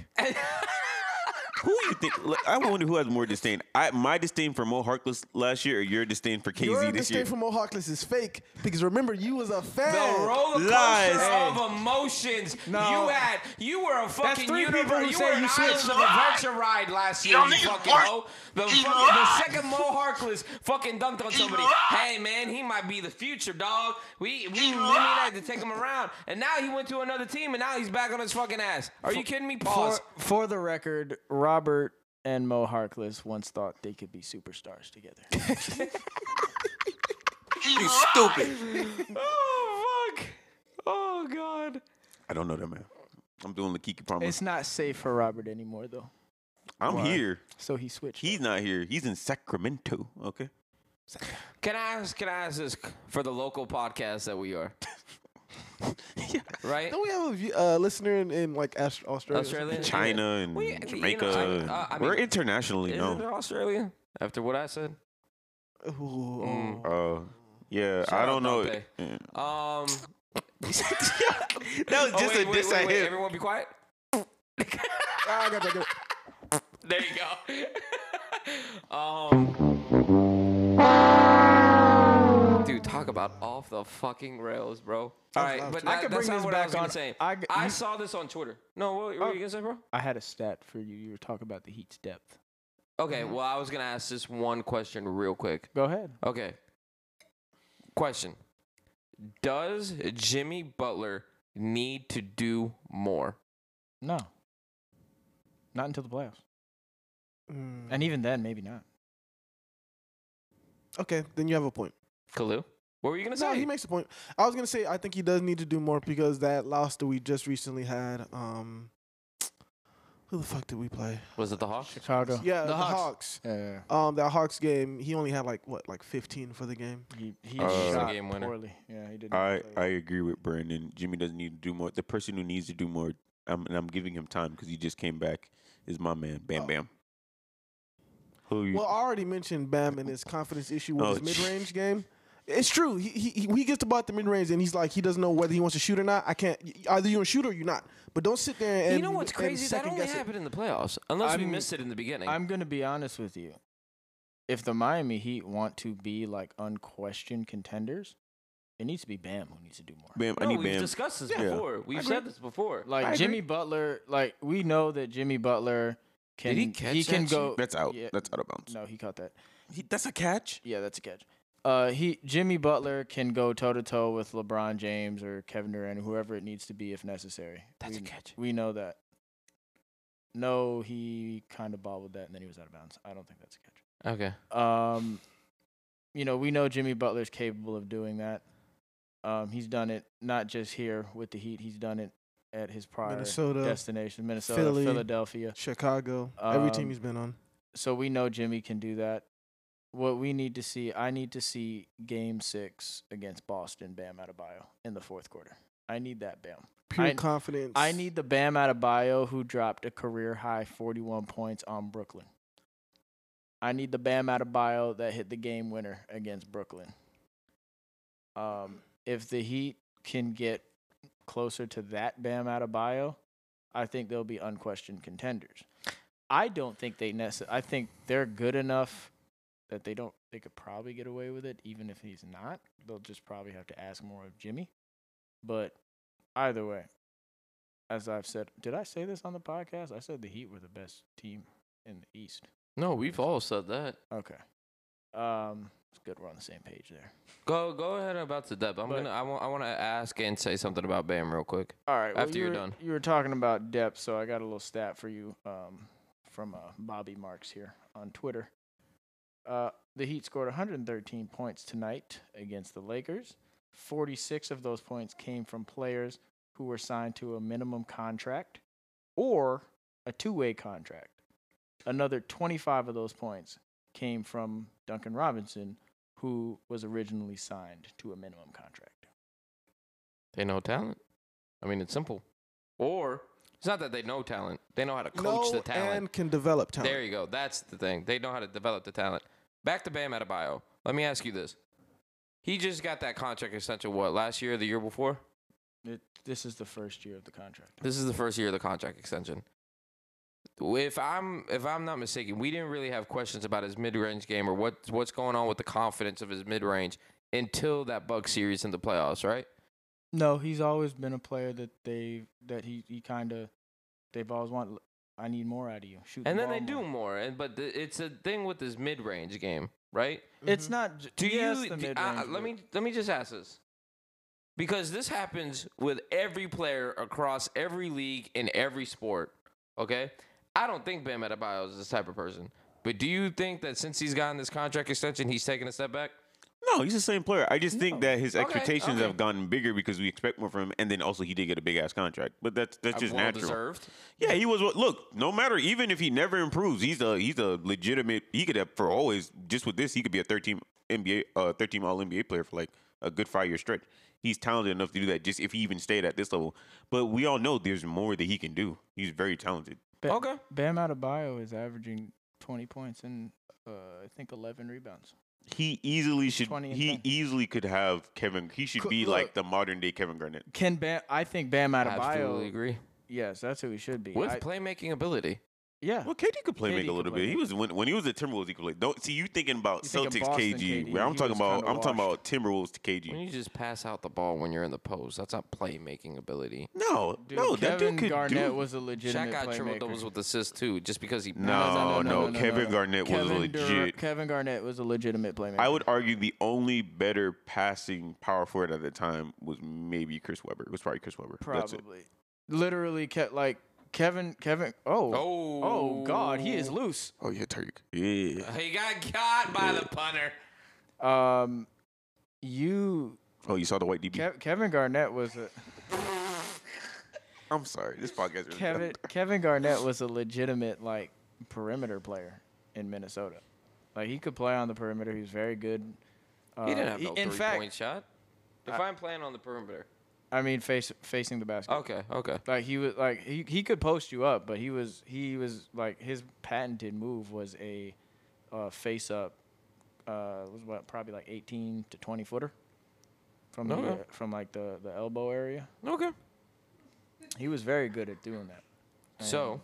Speaker 3: Who you think? like, I wonder who has more disdain. I my disdain for Mo Harkless last year, or your disdain for KZ
Speaker 5: Your
Speaker 3: this
Speaker 5: disdain
Speaker 3: year?
Speaker 5: for Mohawkless is fake because remember you was a fan.
Speaker 4: The roller coaster
Speaker 3: Lies.
Speaker 4: of emotions
Speaker 6: No.
Speaker 4: you had. You were a fucking
Speaker 6: three
Speaker 4: universe.
Speaker 6: people who
Speaker 4: you
Speaker 6: say
Speaker 4: were an
Speaker 6: you
Speaker 4: island
Speaker 6: switched.
Speaker 4: of adventure ride last year.
Speaker 7: Yo,
Speaker 4: You
Speaker 7: nigga,
Speaker 4: fucking
Speaker 7: what?
Speaker 4: hoe. The,
Speaker 7: He
Speaker 4: fucking, the
Speaker 7: lied.
Speaker 4: second Mo Harkless fucking dunked on somebody.
Speaker 7: lied.
Speaker 4: Hey man, he might be the future dog. We we, we
Speaker 7: He
Speaker 4: need
Speaker 7: lied.
Speaker 4: to take him around. And now he went to another team, and now he's back on his fucking ass. Are you kidding me?
Speaker 6: For,
Speaker 4: Pause.
Speaker 6: for the record, Robert and Mo Harkless once thought they could be
Speaker 4: [LAUGHS]
Speaker 6: superstars together.
Speaker 7: You
Speaker 3: Stupid.
Speaker 4: Oh fuck. Oh god.
Speaker 3: I don't know that man. I'm doing the Kiki promise.
Speaker 6: it's not safe for Robert anymore, though.
Speaker 3: I'm
Speaker 6: Why?
Speaker 3: here.
Speaker 6: So he switched.
Speaker 3: He's not here. He's in Sacramento. Okay.
Speaker 4: Can I ask? Can I ask this for the local podcast that we
Speaker 6: [LAUGHS]
Speaker 4: are? Right.
Speaker 5: Don't we have a view- uh, listener in, in like Ast- Australia? or something?
Speaker 4: Australia,
Speaker 3: China and
Speaker 4: We- you know,
Speaker 3: Jamaica.
Speaker 4: I- uh, I
Speaker 3: We're
Speaker 4: mean,
Speaker 3: internationally
Speaker 4: Is
Speaker 3: known.
Speaker 4: it Australia? After what I said.
Speaker 5: Ooh, oh.
Speaker 4: Mm.
Speaker 3: Uh, yeah,
Speaker 4: Shout
Speaker 3: I
Speaker 4: out
Speaker 3: don't know.
Speaker 4: Dante.
Speaker 3: Yeah.
Speaker 4: Um.
Speaker 3: That was
Speaker 4: oh,
Speaker 3: just
Speaker 4: wait,
Speaker 3: a
Speaker 4: wait,
Speaker 3: diss
Speaker 4: wait,
Speaker 3: at
Speaker 4: wait,
Speaker 3: him.
Speaker 4: Everyone, be quiet. [LAUGHS]
Speaker 5: Ah, I got that. I got
Speaker 4: There you go. [LAUGHS] um. Dude, talk about off the fucking rails, bro. All right,
Speaker 5: loud.
Speaker 4: but
Speaker 6: I
Speaker 4: that, [LAUGHS]
Speaker 6: could
Speaker 4: that's
Speaker 6: bring
Speaker 4: not
Speaker 6: this
Speaker 4: what I
Speaker 6: back
Speaker 4: was gonna
Speaker 6: on.
Speaker 4: say.
Speaker 6: I Oh. g-
Speaker 4: I
Speaker 6: you-
Speaker 4: saw this on Twitter. No, what, what were you gonna say, bro?
Speaker 6: I had a stat for you. You were talking about the Heat's depth.
Speaker 4: Okay,
Speaker 6: Mm-hmm.
Speaker 4: well, I was gonna ask this one question real quick.
Speaker 6: Go ahead.
Speaker 4: Okay. Question. Does Jimmy Butler need to do more?
Speaker 6: No. Not until the playoffs.
Speaker 5: it. Mm.
Speaker 6: And even then, maybe not.
Speaker 5: Okay, then you have a point.
Speaker 4: Kalu? What were you going to
Speaker 5: No,
Speaker 4: say?
Speaker 5: he makes a point. I was gonna say I think he does need to do more because that loss that we just recently had. Um, who the fuck did we play?
Speaker 4: was it the Hawks?
Speaker 6: Chicago.
Speaker 5: Yeah,
Speaker 4: The
Speaker 5: the,
Speaker 4: Hawks.
Speaker 5: Hawks.
Speaker 6: Yeah.
Speaker 5: Um, that Hawks game, he only had like what, like 15 for the game.
Speaker 6: He, he
Speaker 3: Uh,
Speaker 6: shot
Speaker 4: Game winner.
Speaker 6: poorly. Yeah, he didn't.
Speaker 3: I, I agree with Brandon. Jimmy doesn't need to do more. The person who needs to do more, I'm, and I'm giving him time because he just came back, is my man, Bam
Speaker 5: Oh.
Speaker 3: Bam. Who you?
Speaker 5: Well, I already mentioned Bam and his confidence issue with
Speaker 3: Oh,
Speaker 5: his
Speaker 3: gee.
Speaker 5: mid-range game. It's true. He he he- he gets the ball at the mid-range and he's like he doesn't know whether he wants to shoot or not. I can't. Either you're a shooter or you're not. But don't sit there and
Speaker 4: you know what's
Speaker 5: and
Speaker 4: crazy? That
Speaker 5: second
Speaker 4: only
Speaker 5: guess it.
Speaker 4: happened in the playoffs, unless we
Speaker 6: I'm-
Speaker 4: missed it in the beginning.
Speaker 6: I'm going to be honest with you. If the Miami Heat want to be like unquestioned contenders, it needs to be Bam who needs to do more.
Speaker 3: Bam, I
Speaker 4: no,
Speaker 3: need
Speaker 4: we've
Speaker 3: Bam.
Speaker 4: discussed this
Speaker 3: Yeah.
Speaker 4: before. We've said this before.
Speaker 6: Like Jimmy Butler, like we know that Jimmy Butler can
Speaker 4: Did he catch that
Speaker 6: can
Speaker 4: shit?
Speaker 6: go
Speaker 3: that's out.
Speaker 6: yeah.
Speaker 3: That's out of bounds.
Speaker 6: No, he caught that.
Speaker 3: He, that's a catch.
Speaker 6: Yeah, that's a catch. Uh, he Jimmy Butler can go toe to toe with LeBron James or Kevin Durant, whoever it needs to be if necessary.
Speaker 4: That's a
Speaker 6: We-
Speaker 4: catch.
Speaker 6: We know that. No, he kind of bobbled that and then he was out of bounds. I don't think that's a catch.
Speaker 4: okay.
Speaker 6: Um, you know, we know Jimmy Butler's capable of doing that. Um, he's done it not just here with the Heat. He's done it at his prior
Speaker 5: Minnesota,
Speaker 6: destination, Minnesota,
Speaker 5: Philly.
Speaker 6: Philadelphia.
Speaker 5: Chicago. every team
Speaker 6: Um,
Speaker 5: he's been on.
Speaker 6: So we know Jimmy can do that. What we need to see, I need to see Game Six against Boston, Bam Adebayo in the fourth quarter. I need that Bam.
Speaker 5: Pure
Speaker 6: I-
Speaker 5: confidence.
Speaker 6: I need the Bam Adebayo who dropped a career high 41 points on Brooklyn. I need the Bam Adebayo that hit the game winner against Brooklyn. Um, if the Heat can get closer to that Bam Adebayo, I think they'll be unquestioned contenders. I don't think they necessarily. I think they're good enough that they don't. They could probably get away with it, even if he's not. They'll just probably have to ask more of Jimmy. But either way, as I've said, did I say this on the podcast? I said the Heat were the best team in the East.
Speaker 4: No, we've all said that.
Speaker 6: Okay. Um, it's good we're on the same page there.
Speaker 4: Go go ahead about the depth. I'm
Speaker 6: But-
Speaker 4: gonna I want I want to ask and say something about Bam real quick.
Speaker 6: All right. well,
Speaker 4: After
Speaker 6: you
Speaker 4: you're
Speaker 6: were,
Speaker 4: done.
Speaker 6: you were talking about depth, so I got a little stat for you um, from uh, Bobby Marks here on Twitter. Uh, the Heat scored 113 points tonight against the Lakers. 46 of those points came from players who were signed to a minimum contract or a two-way contract. Another 25 of those points came from Duncan Robinson, who was originally signed to a minimum contract.
Speaker 4: They know talent. I mean, it's simple. Or it's not that they know talent. They know how to coach
Speaker 5: know
Speaker 4: the talent.
Speaker 5: and can develop talent.
Speaker 4: There you go. That's the thing. They know how to develop the talent. Back to Bam Adebayo. Let me ask you this. He just got that contract extension, what, last year or the year before?
Speaker 6: It, this is the first year of the contract.
Speaker 4: This is the first year of the contract extension. if I'm if I'm not mistaken, we didn't really have questions about his mid range game or what what's going on with the confidence of his mid range until that Buck series in the playoffs, right?
Speaker 6: No, he's always been a player that they that he he kind of they've always want. I need more out of you. Shoot. the
Speaker 4: And then
Speaker 6: ball
Speaker 4: they do
Speaker 6: more."
Speaker 4: more, and but the, it's a thing with this mid range game, right?
Speaker 6: It's not. j-
Speaker 4: Mm-hmm. Do
Speaker 6: yes,
Speaker 4: you
Speaker 6: the
Speaker 4: do- uh,
Speaker 6: mid-range,
Speaker 4: let
Speaker 6: but-
Speaker 4: me let me just ask this. Because this happens with every player across every league in every sport, okay? I don't think Bam Adebayo is this type of person. But do you think that since he's gotten this contract extension, he's taking a step back?
Speaker 3: No, he's the same player. I just think that his
Speaker 4: Okay,
Speaker 3: expectations
Speaker 4: okay.
Speaker 3: have gotten bigger because we expect more from him, and then also he did get a big ass contract. But that's that's just
Speaker 4: well
Speaker 3: natural.
Speaker 4: deserved.
Speaker 3: Yeah, he was. Look, no matter even if he never improves, he's a he's a legitimate. He could have for always just with this, he could be a thirteen NBA, uh, thirteen All NBA player for like a good five year stretch. He's talented enough to do that. Just if he even stayed at this level, but we all know there's more that he can do. He's very talented.
Speaker 6: Ba-
Speaker 4: Okay.
Speaker 6: Bam Adebayo is averaging 20 points and uh, I think 11 rebounds.
Speaker 3: He easily should.
Speaker 6: 20 and
Speaker 3: He
Speaker 6: 10.
Speaker 3: easily could have Kevin. He should
Speaker 6: Could-
Speaker 3: be like
Speaker 6: look.
Speaker 3: the modern day Kevin Garnett.
Speaker 6: Can Bam? I think Bam
Speaker 4: I absolutely
Speaker 6: Adebayo.
Speaker 4: agree.
Speaker 6: Yes, that's who he should be.
Speaker 4: With
Speaker 6: I-
Speaker 4: playmaking ability.
Speaker 6: yeah.
Speaker 3: Well, KD could play
Speaker 6: KD
Speaker 3: make a
Speaker 6: could
Speaker 3: little
Speaker 6: play
Speaker 3: bit. He
Speaker 6: make.
Speaker 3: was when, when he was at Timberwolves. He could play. Don't see you thinking about
Speaker 6: You
Speaker 3: Celtics
Speaker 6: thinking Boston
Speaker 3: KD.
Speaker 6: KD,
Speaker 3: where I'm
Speaker 6: he
Speaker 3: talking
Speaker 6: was
Speaker 3: about
Speaker 6: kinda
Speaker 3: I'm talking
Speaker 6: washed.
Speaker 3: about Timberwolves to KD.
Speaker 4: When you just pass out the ball when you're in the post, that's not playmaking ability.
Speaker 3: No,
Speaker 6: Dude,
Speaker 3: no, that
Speaker 6: Kevin
Speaker 3: dude could
Speaker 6: Garnett
Speaker 3: do.
Speaker 6: was a legitimate
Speaker 4: Shaq got triple
Speaker 6: playmaker.
Speaker 4: doubles with assists too, just because he
Speaker 3: No, no, no,
Speaker 6: no,
Speaker 3: Kevin
Speaker 6: no.
Speaker 3: Garnett was
Speaker 6: Kevin Dur-
Speaker 3: legit.
Speaker 6: Kevin Garnett was a legitimate playmaker.
Speaker 3: I would argue the only better passing power forward at the time was maybe Chris Webber. It was probably Chris Webber. That's it.
Speaker 6: probably literally kept like Kevin. Kevin. Oh. Oh God, he is loose.
Speaker 3: Oh yeah, Turk. Yeah.
Speaker 4: He got caught by the punter.
Speaker 6: Um, you
Speaker 3: Oh, you saw the white DB.
Speaker 6: Kev- Kevin Garnett was a
Speaker 3: I'm sorry. This podcast. is-
Speaker 4: [LAUGHS]
Speaker 6: Kevin Kevin Garnett was a legitimate like perimeter player in Minnesota. Like he could play on the perimeter. He was very good. Uh,
Speaker 4: He didn't have no
Speaker 6: in
Speaker 4: three
Speaker 6: fact,
Speaker 4: point shot. If I, am playing on the perimeter.
Speaker 6: I mean face, facing the basket.
Speaker 4: Okay, okay.
Speaker 6: Like he was like he, he could post you up, but he was he was like his patented move was a uh, face up. Uh, was what probably like 18 to 20 footer from the, uh,
Speaker 4: Okay.
Speaker 6: from like the, the elbow area.
Speaker 4: Okay.
Speaker 6: He was very good at doing that.
Speaker 4: So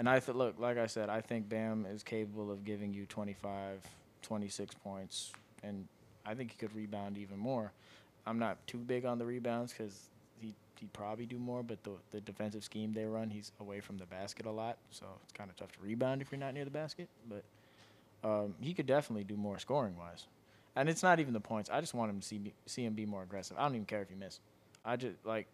Speaker 6: And I th- look, like I said, I think Bam is capable of giving you 25, 26 points, and I think he could rebound even more. I'm not too big on the rebounds because he he probably do more, but the the defensive scheme they run, he's away from the basket a lot, so it's kind of tough to rebound if you're not near the basket. But um, he could definitely do more scoring wise, and it's not even the points. I just want him to see me- see him be more aggressive. I don't even care if you miss. I just like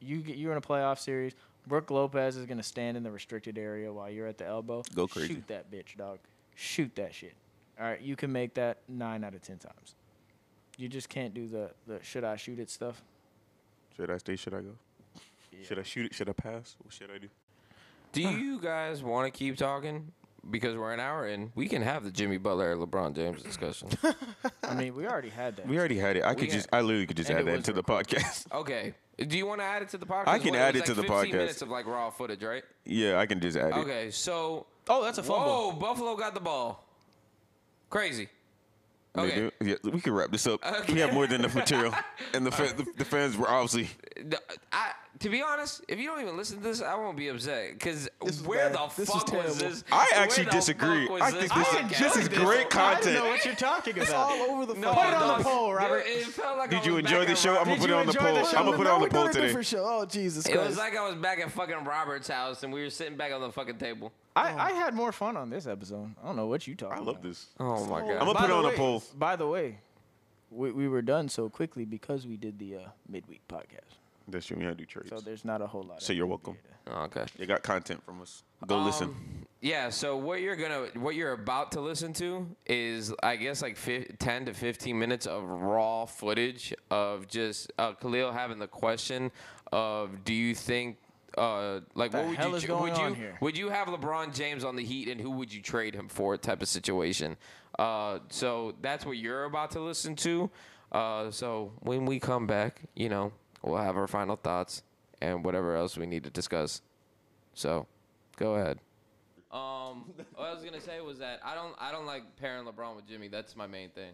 Speaker 6: you get you're in a playoff series. Brooke Lopez is gonna stand in the restricted area while you're at the elbow.
Speaker 3: Go crazy.
Speaker 6: Shoot that bitch, dog. Shoot that shit. All right, you can make that nine out of ten times. You just can't do the the should I shoot it stuff.
Speaker 3: [LAUGHS] Should I stay? Should I go? Should I shoot it? Should I pass? What should I do? [LAUGHS]
Speaker 4: do you guys want to keep talking? Because we're an hour in, we can have the Jimmy Butler LeBron James
Speaker 3: [LAUGHS]
Speaker 4: discussion.
Speaker 6: I mean, we already had that.
Speaker 3: We already had it. I could
Speaker 4: We
Speaker 3: just.
Speaker 4: had-
Speaker 3: I literally could just
Speaker 6: and
Speaker 3: add
Speaker 6: it
Speaker 3: that
Speaker 6: was
Speaker 3: to the podcast. [LAUGHS]
Speaker 4: okay. Do you want to add it to the podcast?
Speaker 3: I can
Speaker 4: What,
Speaker 3: add
Speaker 4: was
Speaker 3: it to the
Speaker 4: 15
Speaker 3: podcast.
Speaker 4: minutes of like raw footage, right?
Speaker 3: yeah, I can just add it.
Speaker 4: Okay, so
Speaker 6: Oh, that's a fumble.
Speaker 4: Whoa, Buffalo got the ball. Crazy. Okay.
Speaker 3: Maybe- Yeah, we can wrap this up. We have more than enough
Speaker 6: [LAUGHS]
Speaker 3: material, and the, fa- the the fans were obviously.
Speaker 4: The- I, to be honest, if you don't even listen to this, I won't be upset. Because
Speaker 5: was
Speaker 4: where
Speaker 5: bad.
Speaker 4: the
Speaker 5: This was
Speaker 4: fuck was,
Speaker 5: terrible.
Speaker 4: this?
Speaker 3: I
Speaker 4: where
Speaker 3: actually
Speaker 4: the
Speaker 3: disagree.
Speaker 4: fuck was
Speaker 3: I think this is-
Speaker 4: podcast?
Speaker 3: this is great
Speaker 6: I don't know
Speaker 3: content.
Speaker 6: what you're
Speaker 3: [LAUGHS]
Speaker 6: talking
Speaker 5: It's
Speaker 6: about.
Speaker 5: all over the
Speaker 4: No,
Speaker 5: fucking.
Speaker 6: Put it on the
Speaker 4: dog.
Speaker 6: poll, Robert.
Speaker 4: Dude, it felt like I
Speaker 3: Did you
Speaker 4: was
Speaker 3: enjoy
Speaker 4: back
Speaker 3: the
Speaker 4: at
Speaker 3: show? I'm
Speaker 4: Rob-
Speaker 3: gonna
Speaker 6: Did
Speaker 3: put it
Speaker 6: you
Speaker 3: on the
Speaker 6: enjoy
Speaker 3: poll.
Speaker 6: the show?
Speaker 3: I'm gonna put it
Speaker 5: Now
Speaker 3: on the
Speaker 5: we're doing
Speaker 3: poll
Speaker 5: a
Speaker 3: today.
Speaker 5: different show. Oh Jesus
Speaker 4: It was
Speaker 5: Christ.
Speaker 4: like I was back at fucking Robert's house and we were sitting back on the fucking table.
Speaker 6: I, I had more fun on this episode. I don't know what you talking.
Speaker 3: I love this.
Speaker 4: Oh my god.
Speaker 3: I'm gonna
Speaker 6: By
Speaker 3: put
Speaker 6: the
Speaker 3: on
Speaker 6: way-
Speaker 3: a poll.
Speaker 6: By the way, we, we were done so quickly because we did the uh, midweek podcast.
Speaker 3: That's true. We gotta do trades.
Speaker 6: So there's not a whole lot.
Speaker 3: So
Speaker 6: of
Speaker 3: you're
Speaker 6: NBA
Speaker 3: welcome.
Speaker 6: to-
Speaker 4: Oh, okay.
Speaker 3: They got content from us. Go listen.
Speaker 4: Yeah, so what you're gonna, what you're about to listen to is, I guess, like fif- ten to fifteen minutes of raw footage of just uh, Khalil having the question of, do you think, uh, like,
Speaker 6: The
Speaker 4: what would
Speaker 6: hell
Speaker 4: you,
Speaker 6: is
Speaker 4: ch-
Speaker 6: going
Speaker 4: would you,
Speaker 6: on here?
Speaker 4: would you have LeBron James on the Heat and who would you trade him for? Type of situation. Uh, so that's what you're about to listen to. Uh, so when we come back, you know, we'll have our final thoughts and whatever else we need to discuss. So, go ahead. Um, what I was gonna say was that I don't I don't like pairing LeBron with Jimmy. That's my main thing.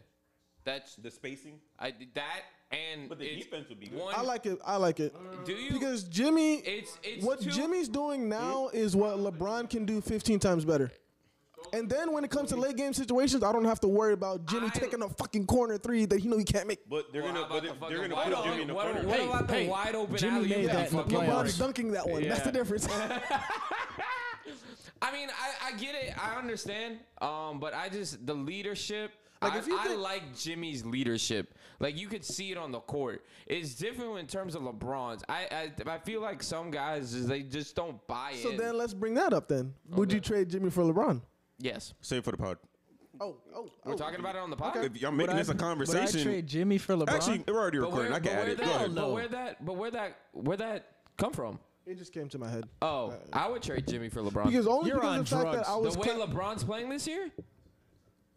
Speaker 4: That's
Speaker 3: The spacing,
Speaker 4: I that and
Speaker 3: But the
Speaker 4: it's
Speaker 3: defense would be good.
Speaker 4: One,
Speaker 5: I like it. I like it.
Speaker 4: Do you?
Speaker 5: Because Jimmy,
Speaker 4: It's- it's
Speaker 5: what
Speaker 4: too- Hmm?
Speaker 5: Jimmy's doing now is what LeBron can do 15 times better. And then when it comes to late game situations, I don't have to worry about Jimmy
Speaker 4: I-
Speaker 5: taking a fucking corner three that he know he can't make.
Speaker 3: but they're
Speaker 4: Well,
Speaker 3: gonna
Speaker 4: how
Speaker 3: but
Speaker 4: about
Speaker 3: they're, they're
Speaker 4: the fucking
Speaker 3: gonna
Speaker 4: wide
Speaker 3: put
Speaker 4: open-
Speaker 3: Jimmy in the
Speaker 4: what-
Speaker 3: corner.
Speaker 4: what about the wide open
Speaker 6: Jimmy
Speaker 4: alley-oop
Speaker 6: made
Speaker 4: that
Speaker 6: that in the
Speaker 4: fucking
Speaker 5: LeBron's
Speaker 4: works?
Speaker 6: playoffs.
Speaker 5: dunking that one. That's the
Speaker 4: [LAUGHS]
Speaker 6: Yeah.
Speaker 5: difference. [LAUGHS]
Speaker 4: I mean, I, I get it. I understand. Um, but I just the leadership.
Speaker 5: Like,
Speaker 4: I,
Speaker 5: if you
Speaker 4: I
Speaker 5: think-
Speaker 4: like Jimmy's leadership. Like you could see it on the court. It's different in terms of LeBron's. I I, I feel like some guys is they just don't buy
Speaker 5: so
Speaker 4: in.
Speaker 5: then let's bring that up then.
Speaker 4: Oh,
Speaker 5: Would you trade Jimmy for LeBron?
Speaker 4: yes,
Speaker 3: Save for the pod.
Speaker 5: Oh, oh,
Speaker 4: we're talking about it on the podcast.
Speaker 3: If y'all making this a
Speaker 6: Would I
Speaker 3: conversation,
Speaker 6: trade Jimmy for LeBron?
Speaker 3: actually we're already
Speaker 4: But where,
Speaker 3: recording. I
Speaker 4: but
Speaker 3: can add
Speaker 4: where
Speaker 3: it. Go
Speaker 4: that,
Speaker 3: ahead.
Speaker 4: but where that, but where that, where that come from?
Speaker 5: It just came to my head.
Speaker 4: Oh, I would trade Jimmy for LeBron.
Speaker 5: Because only
Speaker 6: You're
Speaker 5: because
Speaker 6: on
Speaker 5: of the fact
Speaker 6: drugs.
Speaker 5: that I
Speaker 4: the
Speaker 5: was
Speaker 4: way
Speaker 5: cla-
Speaker 4: LeBron's playing this year,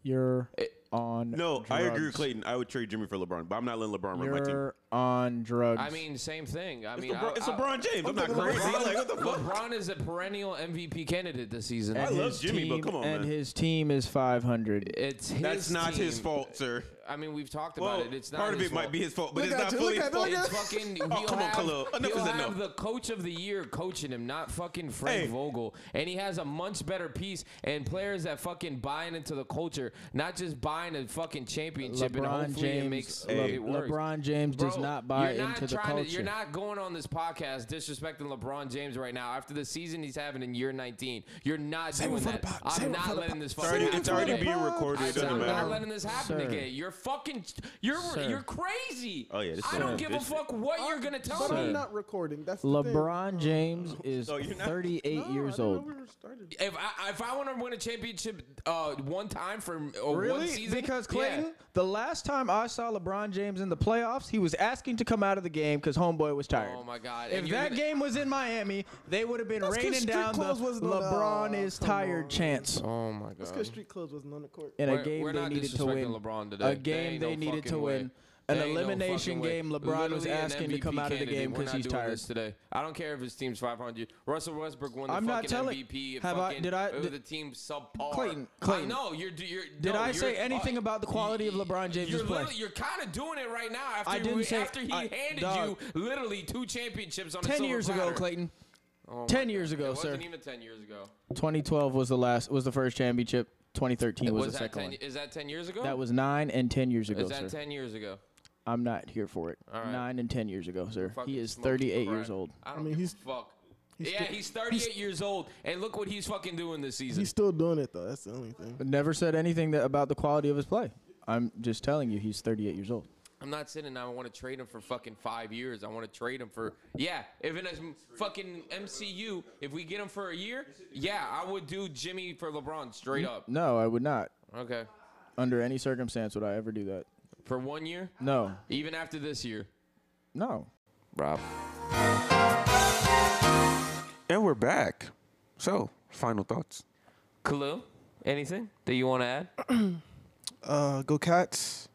Speaker 6: You're on.
Speaker 3: No, I agree with
Speaker 6: drugs.
Speaker 3: Clayton. I would trade Jimmy for LeBron, but I'm not letting LeBron run my team.
Speaker 6: You're on drugs.
Speaker 4: I mean, same thing. I
Speaker 3: It's
Speaker 4: mean,
Speaker 3: LeBron,
Speaker 4: I,
Speaker 3: it's
Speaker 4: I- [LAUGHS]
Speaker 3: LeBron James. I'm not
Speaker 5: thinking
Speaker 3: crazy.
Speaker 5: LeBron.
Speaker 3: Like what the fuck?
Speaker 4: LeBron is a perennial MVP candidate this season.
Speaker 3: I love
Speaker 6: His
Speaker 3: Jimmy, but
Speaker 6: team-
Speaker 3: come on,
Speaker 6: And
Speaker 3: man.
Speaker 6: his team is 500.
Speaker 4: It's his
Speaker 3: That's not his
Speaker 4: team.
Speaker 3: fault, sir.
Speaker 4: I mean, we've talked
Speaker 3: Well,
Speaker 4: about it. It's not
Speaker 3: part of
Speaker 4: his
Speaker 3: it might
Speaker 4: fault.
Speaker 3: be his fault, but
Speaker 5: Look
Speaker 3: it's not
Speaker 5: at you,
Speaker 3: fully
Speaker 5: look
Speaker 3: his
Speaker 5: at- look
Speaker 3: fault.
Speaker 5: at-
Speaker 4: It's
Speaker 3: [LAUGHS]
Speaker 4: fucking. He'll
Speaker 3: Oh, come on,
Speaker 4: have,
Speaker 3: Khalil. Enough
Speaker 4: he'll
Speaker 3: is
Speaker 4: have
Speaker 3: enough.
Speaker 4: the coach of the year coaching him, not fucking Frank
Speaker 3: Hey.
Speaker 4: Vogel. And he has a much better piece and players that fucking buying into the culture, not just buying a fucking championship and
Speaker 6: LeBron
Speaker 4: hopefully
Speaker 6: James,
Speaker 4: it makes
Speaker 3: Hey.
Speaker 4: it works.
Speaker 6: LeBron James
Speaker 4: Bro,
Speaker 6: does not buy
Speaker 4: you're not
Speaker 6: into the
Speaker 4: trying
Speaker 6: culture.
Speaker 4: To, you're not going on this podcast disrespecting LeBron James right now after the season he's having in year 19. You're not doing
Speaker 5: it for
Speaker 4: that.
Speaker 5: the pod.
Speaker 4: I'm
Speaker 5: Save it for
Speaker 4: not
Speaker 5: the
Speaker 4: letting
Speaker 5: pod.
Speaker 4: this
Speaker 3: It's
Speaker 4: fucking
Speaker 3: already,
Speaker 4: happen.
Speaker 3: it's already
Speaker 6: Hey.
Speaker 3: being
Speaker 6: Hey.
Speaker 3: recorded. It doesn't
Speaker 4: I'm not
Speaker 3: matter.
Speaker 4: letting this happen
Speaker 6: Sir.
Speaker 4: again. You're fucking. You're
Speaker 6: Sir.
Speaker 4: you're crazy.
Speaker 3: Oh, yeah, this
Speaker 4: I
Speaker 3: is
Speaker 4: don't
Speaker 3: Sir.
Speaker 4: give a
Speaker 3: This-
Speaker 4: fuck what you're gonna tell
Speaker 5: But
Speaker 4: me.
Speaker 5: I'm not recording. That's the thing.
Speaker 6: LeBron James is
Speaker 3: No, you're not.
Speaker 6: 38 [LAUGHS]
Speaker 5: No, I
Speaker 6: years
Speaker 5: didn't know
Speaker 6: old.
Speaker 5: we were started.
Speaker 4: If I if I want to win a championship uh, one time for uh, one
Speaker 6: Really?
Speaker 4: season,
Speaker 6: Because
Speaker 4: yeah.
Speaker 6: Clayton, the last time I saw LeBron James in the playoffs, he was asking to come out of the game because homeboy was tired.
Speaker 4: Oh my God.
Speaker 6: If
Speaker 4: And you're
Speaker 6: that
Speaker 4: gonna-
Speaker 6: game was in Miami, they would have been
Speaker 5: That's 'cause
Speaker 6: raining
Speaker 5: street
Speaker 6: down the
Speaker 5: clothes wasn't on-
Speaker 6: LeBron
Speaker 5: Aw,
Speaker 6: is
Speaker 5: come
Speaker 6: tired
Speaker 5: on.
Speaker 6: chance.
Speaker 4: Oh my
Speaker 5: That's because
Speaker 4: God.
Speaker 5: street clubs wasn't on the court.
Speaker 6: In a
Speaker 4: We're-
Speaker 6: game
Speaker 4: we're
Speaker 6: they
Speaker 4: not
Speaker 6: needed to win.
Speaker 4: disrespecting LeBron today.
Speaker 6: A
Speaker 4: There
Speaker 6: game
Speaker 4: ain't no
Speaker 6: they needed to
Speaker 4: fucking way.
Speaker 6: win. An
Speaker 4: There ain't no
Speaker 6: elimination
Speaker 4: fucking way.
Speaker 6: game, LeBron was
Speaker 4: Literally an
Speaker 6: asking to come
Speaker 4: MVP
Speaker 6: out of the
Speaker 4: candidate.
Speaker 6: game
Speaker 4: We're
Speaker 6: because
Speaker 4: not
Speaker 6: he's
Speaker 4: doing
Speaker 6: tired.
Speaker 4: this today. I don't care if his team's 500. Russell Westbrook won the
Speaker 6: I'm
Speaker 4: fucking
Speaker 6: not telling-
Speaker 4: MVP. It
Speaker 6: Have I-
Speaker 4: fucking-
Speaker 6: did I-
Speaker 4: It was
Speaker 6: did-
Speaker 4: the team subpar.
Speaker 6: Clayton, Clayton.
Speaker 4: I know you're. you're
Speaker 6: Did
Speaker 4: no,
Speaker 6: I
Speaker 4: you're-
Speaker 6: say anything
Speaker 4: uh,
Speaker 6: about the quality of
Speaker 4: you-
Speaker 6: LeBron James's
Speaker 4: you're
Speaker 6: play?
Speaker 4: literally- You're kind of doing it right now. After
Speaker 6: I didn't
Speaker 4: we-
Speaker 6: say-
Speaker 4: After he
Speaker 6: I-
Speaker 4: handed
Speaker 6: dog.
Speaker 4: you literally two championships on a
Speaker 6: Ten
Speaker 4: silver
Speaker 6: years ago,
Speaker 4: platter.
Speaker 6: Clayton.
Speaker 4: Oh my
Speaker 6: 10 years ago,
Speaker 4: it
Speaker 6: sir.
Speaker 4: wasn't even ten years ago.
Speaker 6: 2012 was the last. Was the first championship. 2013
Speaker 4: Was
Speaker 6: was, the
Speaker 4: that
Speaker 6: second
Speaker 4: ten?
Speaker 6: one.
Speaker 4: Is that ten years ago?
Speaker 6: That was nine and ten years ago,
Speaker 4: Is that
Speaker 6: sir.
Speaker 4: ten years ago?
Speaker 6: I'm not here for it.
Speaker 4: right.
Speaker 6: Nine and ten years ago, sir.
Speaker 4: Fucking
Speaker 6: He is
Speaker 4: smoke
Speaker 6: 38
Speaker 4: crack.
Speaker 6: years old.
Speaker 4: I don't
Speaker 5: mean,
Speaker 4: give
Speaker 5: he's-
Speaker 4: a fuck. yeah, he's 38 years old, and look what he's fucking doing this season.
Speaker 5: He's still doing it though. That's the only thing.
Speaker 6: But never said anything that, about the quality of his play. I'm just telling you, he's 38 years old.
Speaker 4: I'm not sitting. I want to trade him for fucking five years. I want to trade him for yeah. If in a fucking MCU, if we get him for a year, yeah, I would do Jimmy for LeBron straight up.
Speaker 6: No, I would not.
Speaker 4: Okay,
Speaker 6: Under any circumstance would I ever do that.
Speaker 4: for one year,
Speaker 6: No,
Speaker 4: even after this year,
Speaker 6: no.
Speaker 4: Rob.
Speaker 3: And we're back. So, final thoughts.
Speaker 4: Khalil, anything that you want to add?
Speaker 5: Uh, go cats.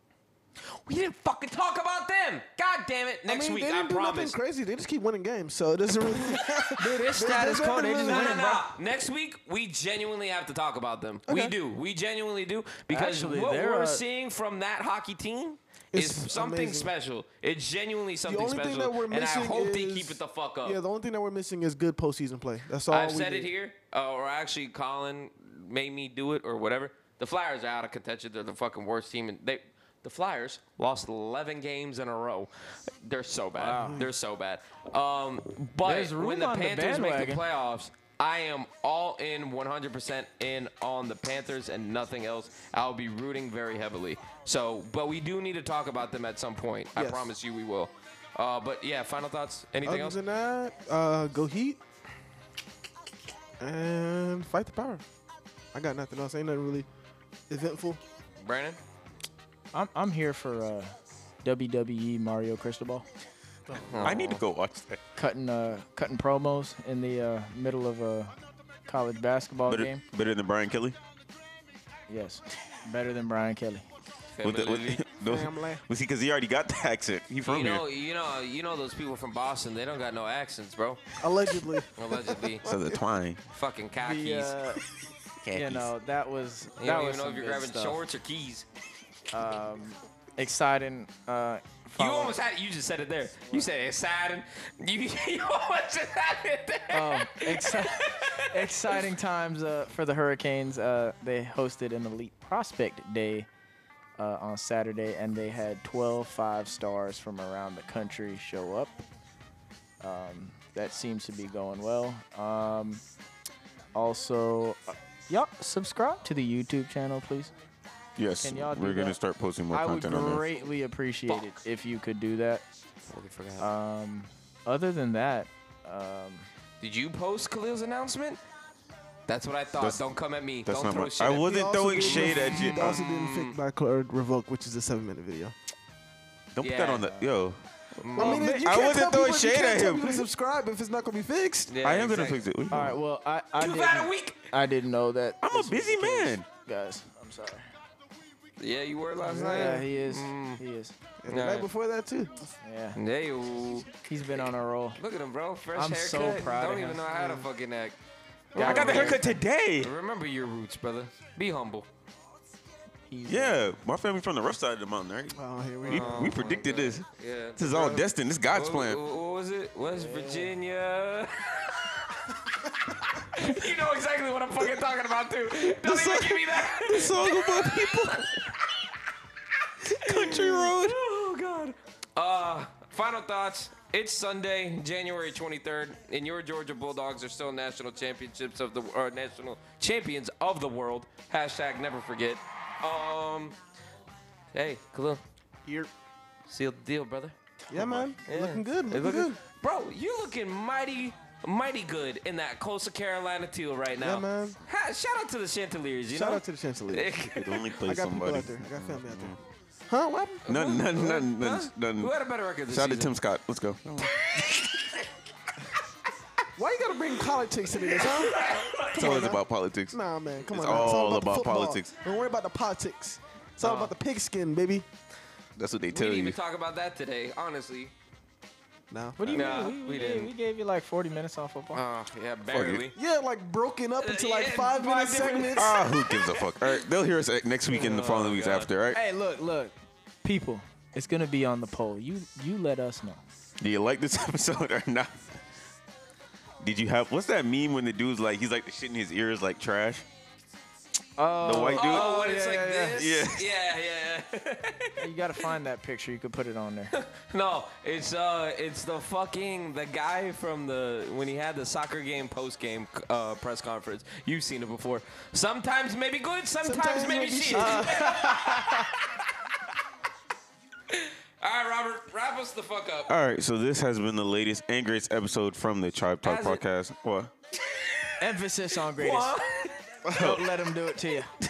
Speaker 4: We didn't fucking talk about them. God damn it! Next
Speaker 5: I mean,
Speaker 4: week,
Speaker 5: they
Speaker 4: I
Speaker 5: didn't do
Speaker 4: promise.
Speaker 5: nothing crazy. They just keep winning games, so it doesn't
Speaker 4: [LAUGHS]
Speaker 5: really.
Speaker 4: Their
Speaker 5: status quo, they just
Speaker 4: no,
Speaker 5: win,
Speaker 4: no,
Speaker 5: bro.
Speaker 4: no. Next week, we genuinely have to talk about them. We
Speaker 5: Okay.
Speaker 4: do. We genuinely do because
Speaker 6: Actually,
Speaker 4: what
Speaker 6: they're,
Speaker 4: we're
Speaker 6: uh,
Speaker 4: seeing from that hockey team is
Speaker 5: It's
Speaker 4: something
Speaker 5: amazing.
Speaker 4: special. It's genuinely something
Speaker 5: only thing
Speaker 4: special,
Speaker 5: that we're
Speaker 4: and I
Speaker 5: missing
Speaker 4: hope they
Speaker 5: is-
Speaker 4: keep it the fuck up.
Speaker 5: yeah, the only thing that we're missing is good postseason play. That's all.
Speaker 4: I've
Speaker 5: we
Speaker 4: said it
Speaker 5: need.
Speaker 4: here, uh, or actually, Colin made me do it, or whatever. The Flyers are out of contention. They're the fucking worst team, and they. The Flyers lost 11 games in a row. They're so bad. They're so bad. Um, but
Speaker 6: There's
Speaker 4: when
Speaker 6: room
Speaker 4: the
Speaker 6: on the
Speaker 4: Panthers make the
Speaker 6: bandwagon.
Speaker 4: playoffs, I am all in 100% in on the Panthers and nothing else. I'll be rooting very heavily. So, but we do need to talk about them at some point. I
Speaker 5: Yes.
Speaker 4: promise you we will. Uh, but yeah, final thoughts? Anything
Speaker 5: Other
Speaker 4: else?
Speaker 5: than that, uh, go Heat and fight the power. I got nothing else. Ain't nothing really eventful.
Speaker 4: Brandon?
Speaker 6: I'm, I'm here for uh, WWE Mario Cristobal
Speaker 3: I need to go watch that.
Speaker 6: cutting uh, cutting promos in the uh, middle of a college basketball
Speaker 3: Better,
Speaker 6: game.
Speaker 3: better than Brian Kelly.
Speaker 6: Yes, better than Brian Kelly.
Speaker 3: With the, [LAUGHS] with, no,
Speaker 5: Family.
Speaker 3: was he? Because he already got the [LAUGHS] accent. He from
Speaker 4: you know,
Speaker 3: here.
Speaker 4: you know, you know those people from Boston. They don't got no accents, bro. [LAUGHS]
Speaker 5: Allegedly.
Speaker 3: [LAUGHS]
Speaker 4: Allegedly,
Speaker 3: So the twine.
Speaker 4: fucking khakis.
Speaker 6: The, uh,
Speaker 3: Khakis.
Speaker 6: you know that was
Speaker 4: you
Speaker 6: that
Speaker 4: don't
Speaker 6: was
Speaker 4: even know
Speaker 6: some
Speaker 4: if you're
Speaker 6: good
Speaker 4: grabbing
Speaker 6: stuff.
Speaker 4: shorts or keys.
Speaker 6: Um, exciting. Uh,
Speaker 4: You
Speaker 6: follow-up.
Speaker 4: almost had it. You just said it there. You said exciting. [LAUGHS] You, you almost just had it there.
Speaker 3: Uh,
Speaker 6: um,
Speaker 3: [LAUGHS]
Speaker 6: exci- exciting times uh, for the Hurricanes. Uh, they hosted an elite prospect day uh, on Saturday, and they had 12 five stars from around the country show up. Um, that seems to be going well. Um, also, uh, y'all subscribe to the YouTube channel, please.
Speaker 3: Yes,
Speaker 6: Can y'all do
Speaker 3: we're gonna
Speaker 6: that?
Speaker 3: start posting more
Speaker 6: I would
Speaker 3: content on there.
Speaker 6: greatly appreciate it if you could do that.
Speaker 3: uh,
Speaker 6: Um, other than that, um,
Speaker 4: Did you post Khalil's announcement? That's what I thought.
Speaker 3: That's-
Speaker 4: Don't come at me.
Speaker 3: That's
Speaker 4: Don't
Speaker 3: not
Speaker 4: throw
Speaker 3: my.
Speaker 4: shit.
Speaker 3: I
Speaker 4: at me.
Speaker 5: He
Speaker 3: wasn't
Speaker 5: also
Speaker 3: throwing
Speaker 5: didn't
Speaker 3: shade
Speaker 5: ref-
Speaker 3: at you.
Speaker 5: He also didn't
Speaker 4: Mm.
Speaker 5: fit by Cl- or revoke, which is a seven-minute video.
Speaker 3: Don't put that
Speaker 4: Yeah.
Speaker 3: on the yo.
Speaker 5: I mean, you
Speaker 3: I
Speaker 5: can't
Speaker 3: wasn't
Speaker 5: tell
Speaker 3: throwing
Speaker 5: people- you
Speaker 3: shade
Speaker 5: can't
Speaker 3: at
Speaker 5: tell
Speaker 3: him.
Speaker 5: people to subscribe if it's not gonna be fixed.
Speaker 4: Yeah,
Speaker 3: I am gonna
Speaker 4: exactly.
Speaker 3: fix it. What do you
Speaker 6: all
Speaker 3: mean?
Speaker 6: right. Well, I I
Speaker 4: You've had
Speaker 6: didn't-
Speaker 4: a week.
Speaker 6: I didn't know that.
Speaker 3: I'm a
Speaker 6: this was
Speaker 3: busy
Speaker 6: the case.
Speaker 3: man.
Speaker 6: guys. I'm sorry.
Speaker 4: Yeah, you were last night.
Speaker 6: Yeah, he is.
Speaker 4: Mm.
Speaker 6: He is.
Speaker 5: And the
Speaker 4: Nah.
Speaker 5: night before that
Speaker 4: [LAUGHS]
Speaker 5: too.
Speaker 6: Yeah,
Speaker 4: Yeah, you.
Speaker 6: he's been on a roll.
Speaker 4: Look at him, bro. Fresh
Speaker 6: I'm
Speaker 4: haircut.
Speaker 6: so proud of
Speaker 4: Don't
Speaker 6: him.
Speaker 4: even know how to fucking act.
Speaker 3: I got the haircut today.
Speaker 4: Remember your roots, brother. Be humble.
Speaker 6: He's,
Speaker 3: Yeah, my family from the rough side of the mountain, right?
Speaker 5: Oh, here we
Speaker 3: We,
Speaker 5: go.
Speaker 3: we predicted this.
Speaker 4: Yeah.
Speaker 3: This is all
Speaker 4: Bro,
Speaker 3: destined. This is God's
Speaker 4: what-
Speaker 3: plan.
Speaker 4: What, what was it? West Virginia. [LAUGHS] you know exactly what I'm fucking talking about, too. Don't even give me that.
Speaker 3: It's all about people. Country road.
Speaker 4: Oh God. Uh, final thoughts. It's Sunday, January 23rd, and your Georgia Bulldogs are still national championships of the or national champions of the world. Hashtag never forget. Um, hey, Khalil,
Speaker 5: Here.
Speaker 4: sealed the deal, brother.
Speaker 5: Yeah, man.
Speaker 4: Yeah.
Speaker 5: Looking good.
Speaker 4: Hey,
Speaker 5: Looking,
Speaker 4: look at-
Speaker 5: good.
Speaker 4: Bro, you looking mighty, mighty good in that Coastal Carolina teal right now.
Speaker 5: Yeah, man.
Speaker 4: Ha- shout out to the Chandeliers. You
Speaker 5: Shout
Speaker 4: know?
Speaker 5: out to the Chancellor.
Speaker 3: It only
Speaker 5: I
Speaker 3: plays
Speaker 5: got people
Speaker 3: somebody.
Speaker 5: out there. I got family out there. Huh? What happened?
Speaker 3: Nothing, nothing, nothing,
Speaker 4: Huh?
Speaker 3: nothing, nothing.
Speaker 4: Who had a better record this
Speaker 3: Shout out to
Speaker 4: season?
Speaker 3: Tim Scott. Let's go.
Speaker 5: Why you gotta bring politics into this, [LAUGHS] huh?
Speaker 3: It's always about politics.
Speaker 5: Nah, man. Come
Speaker 3: It's
Speaker 5: on. now.
Speaker 3: all
Speaker 5: the
Speaker 3: about
Speaker 5: football.
Speaker 3: politics.
Speaker 5: Don't worry about the politics. It's all about the pigskin, baby.
Speaker 3: That's what they
Speaker 4: We
Speaker 3: tell
Speaker 4: didn't
Speaker 3: you.
Speaker 4: even talk about that today, honestly.
Speaker 5: No.
Speaker 6: What do you
Speaker 4: Nah,
Speaker 6: mean?
Speaker 4: we
Speaker 6: We, we,
Speaker 4: didn't.
Speaker 6: gave, we gave you like 40 minutes on football.
Speaker 4: Oh, yeah, barely.
Speaker 5: Yeah, like broken up into like
Speaker 4: yeah,
Speaker 5: five minute
Speaker 4: five different-
Speaker 5: segments.
Speaker 3: [LAUGHS] Ah, who gives a fuck? All right, they'll hear us uh, next week and the following weeks
Speaker 4: Oh, God.
Speaker 3: after. All right.
Speaker 6: hey, look, look, people. It's gonna be on the poll. You you let us know.
Speaker 3: Do you like this [LAUGHS] episode or not? Did you have what's that meme when the dude's like he's like the shit in his ears like trash?
Speaker 6: Oh,
Speaker 3: The white dude.
Speaker 4: Oh, when it's
Speaker 6: yeah,
Speaker 4: like
Speaker 6: yeah,
Speaker 4: this?
Speaker 3: yeah.
Speaker 4: Yeah, yeah, [LAUGHS] yeah.
Speaker 6: you gotta find that picture. You could put it on there.
Speaker 4: no, it's uh it's the fucking the guy from the when he had the soccer game post game uh, press conference. You've seen it before. Sometimes maybe good, sometimes,
Speaker 5: Sometimes
Speaker 4: maybe,
Speaker 5: maybe
Speaker 4: shit. [LAUGHS]
Speaker 5: [LAUGHS]
Speaker 4: All right, Robert, wrap us the fuck up.
Speaker 3: All right, so this has been the latest and greatest episode from the Tribe Talk
Speaker 4: Has it-
Speaker 3: podcast. What?
Speaker 6: [LAUGHS] Emphasis on greatest. [LAUGHS] Don't let them do it to you. [LAUGHS]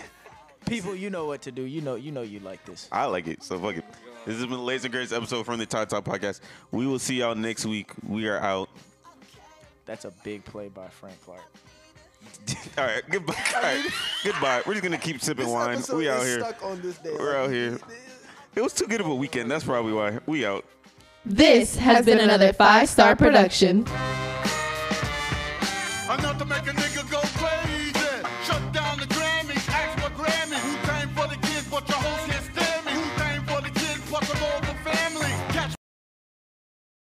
Speaker 6: People, you know what to do. You know, you know you like this.
Speaker 3: I like it, so fuck it. This has been the latest and greatest episode from the Tribe Talk podcast. We will see y'all next week. We are out.
Speaker 6: That's a big play by Frank Clark.
Speaker 3: [LAUGHS] All right, goodbye. All right, goodbye. We're just gonna keep sipping
Speaker 5: This
Speaker 3: wine.
Speaker 5: episode
Speaker 3: We out
Speaker 5: is
Speaker 3: here.
Speaker 5: stuck on this day.
Speaker 3: We're out here. It was too good of a weekend. That's probably why. We out.
Speaker 1: This has been another five star production.
Speaker 7: Enough to make a nigga go crazy. Shut down the grid.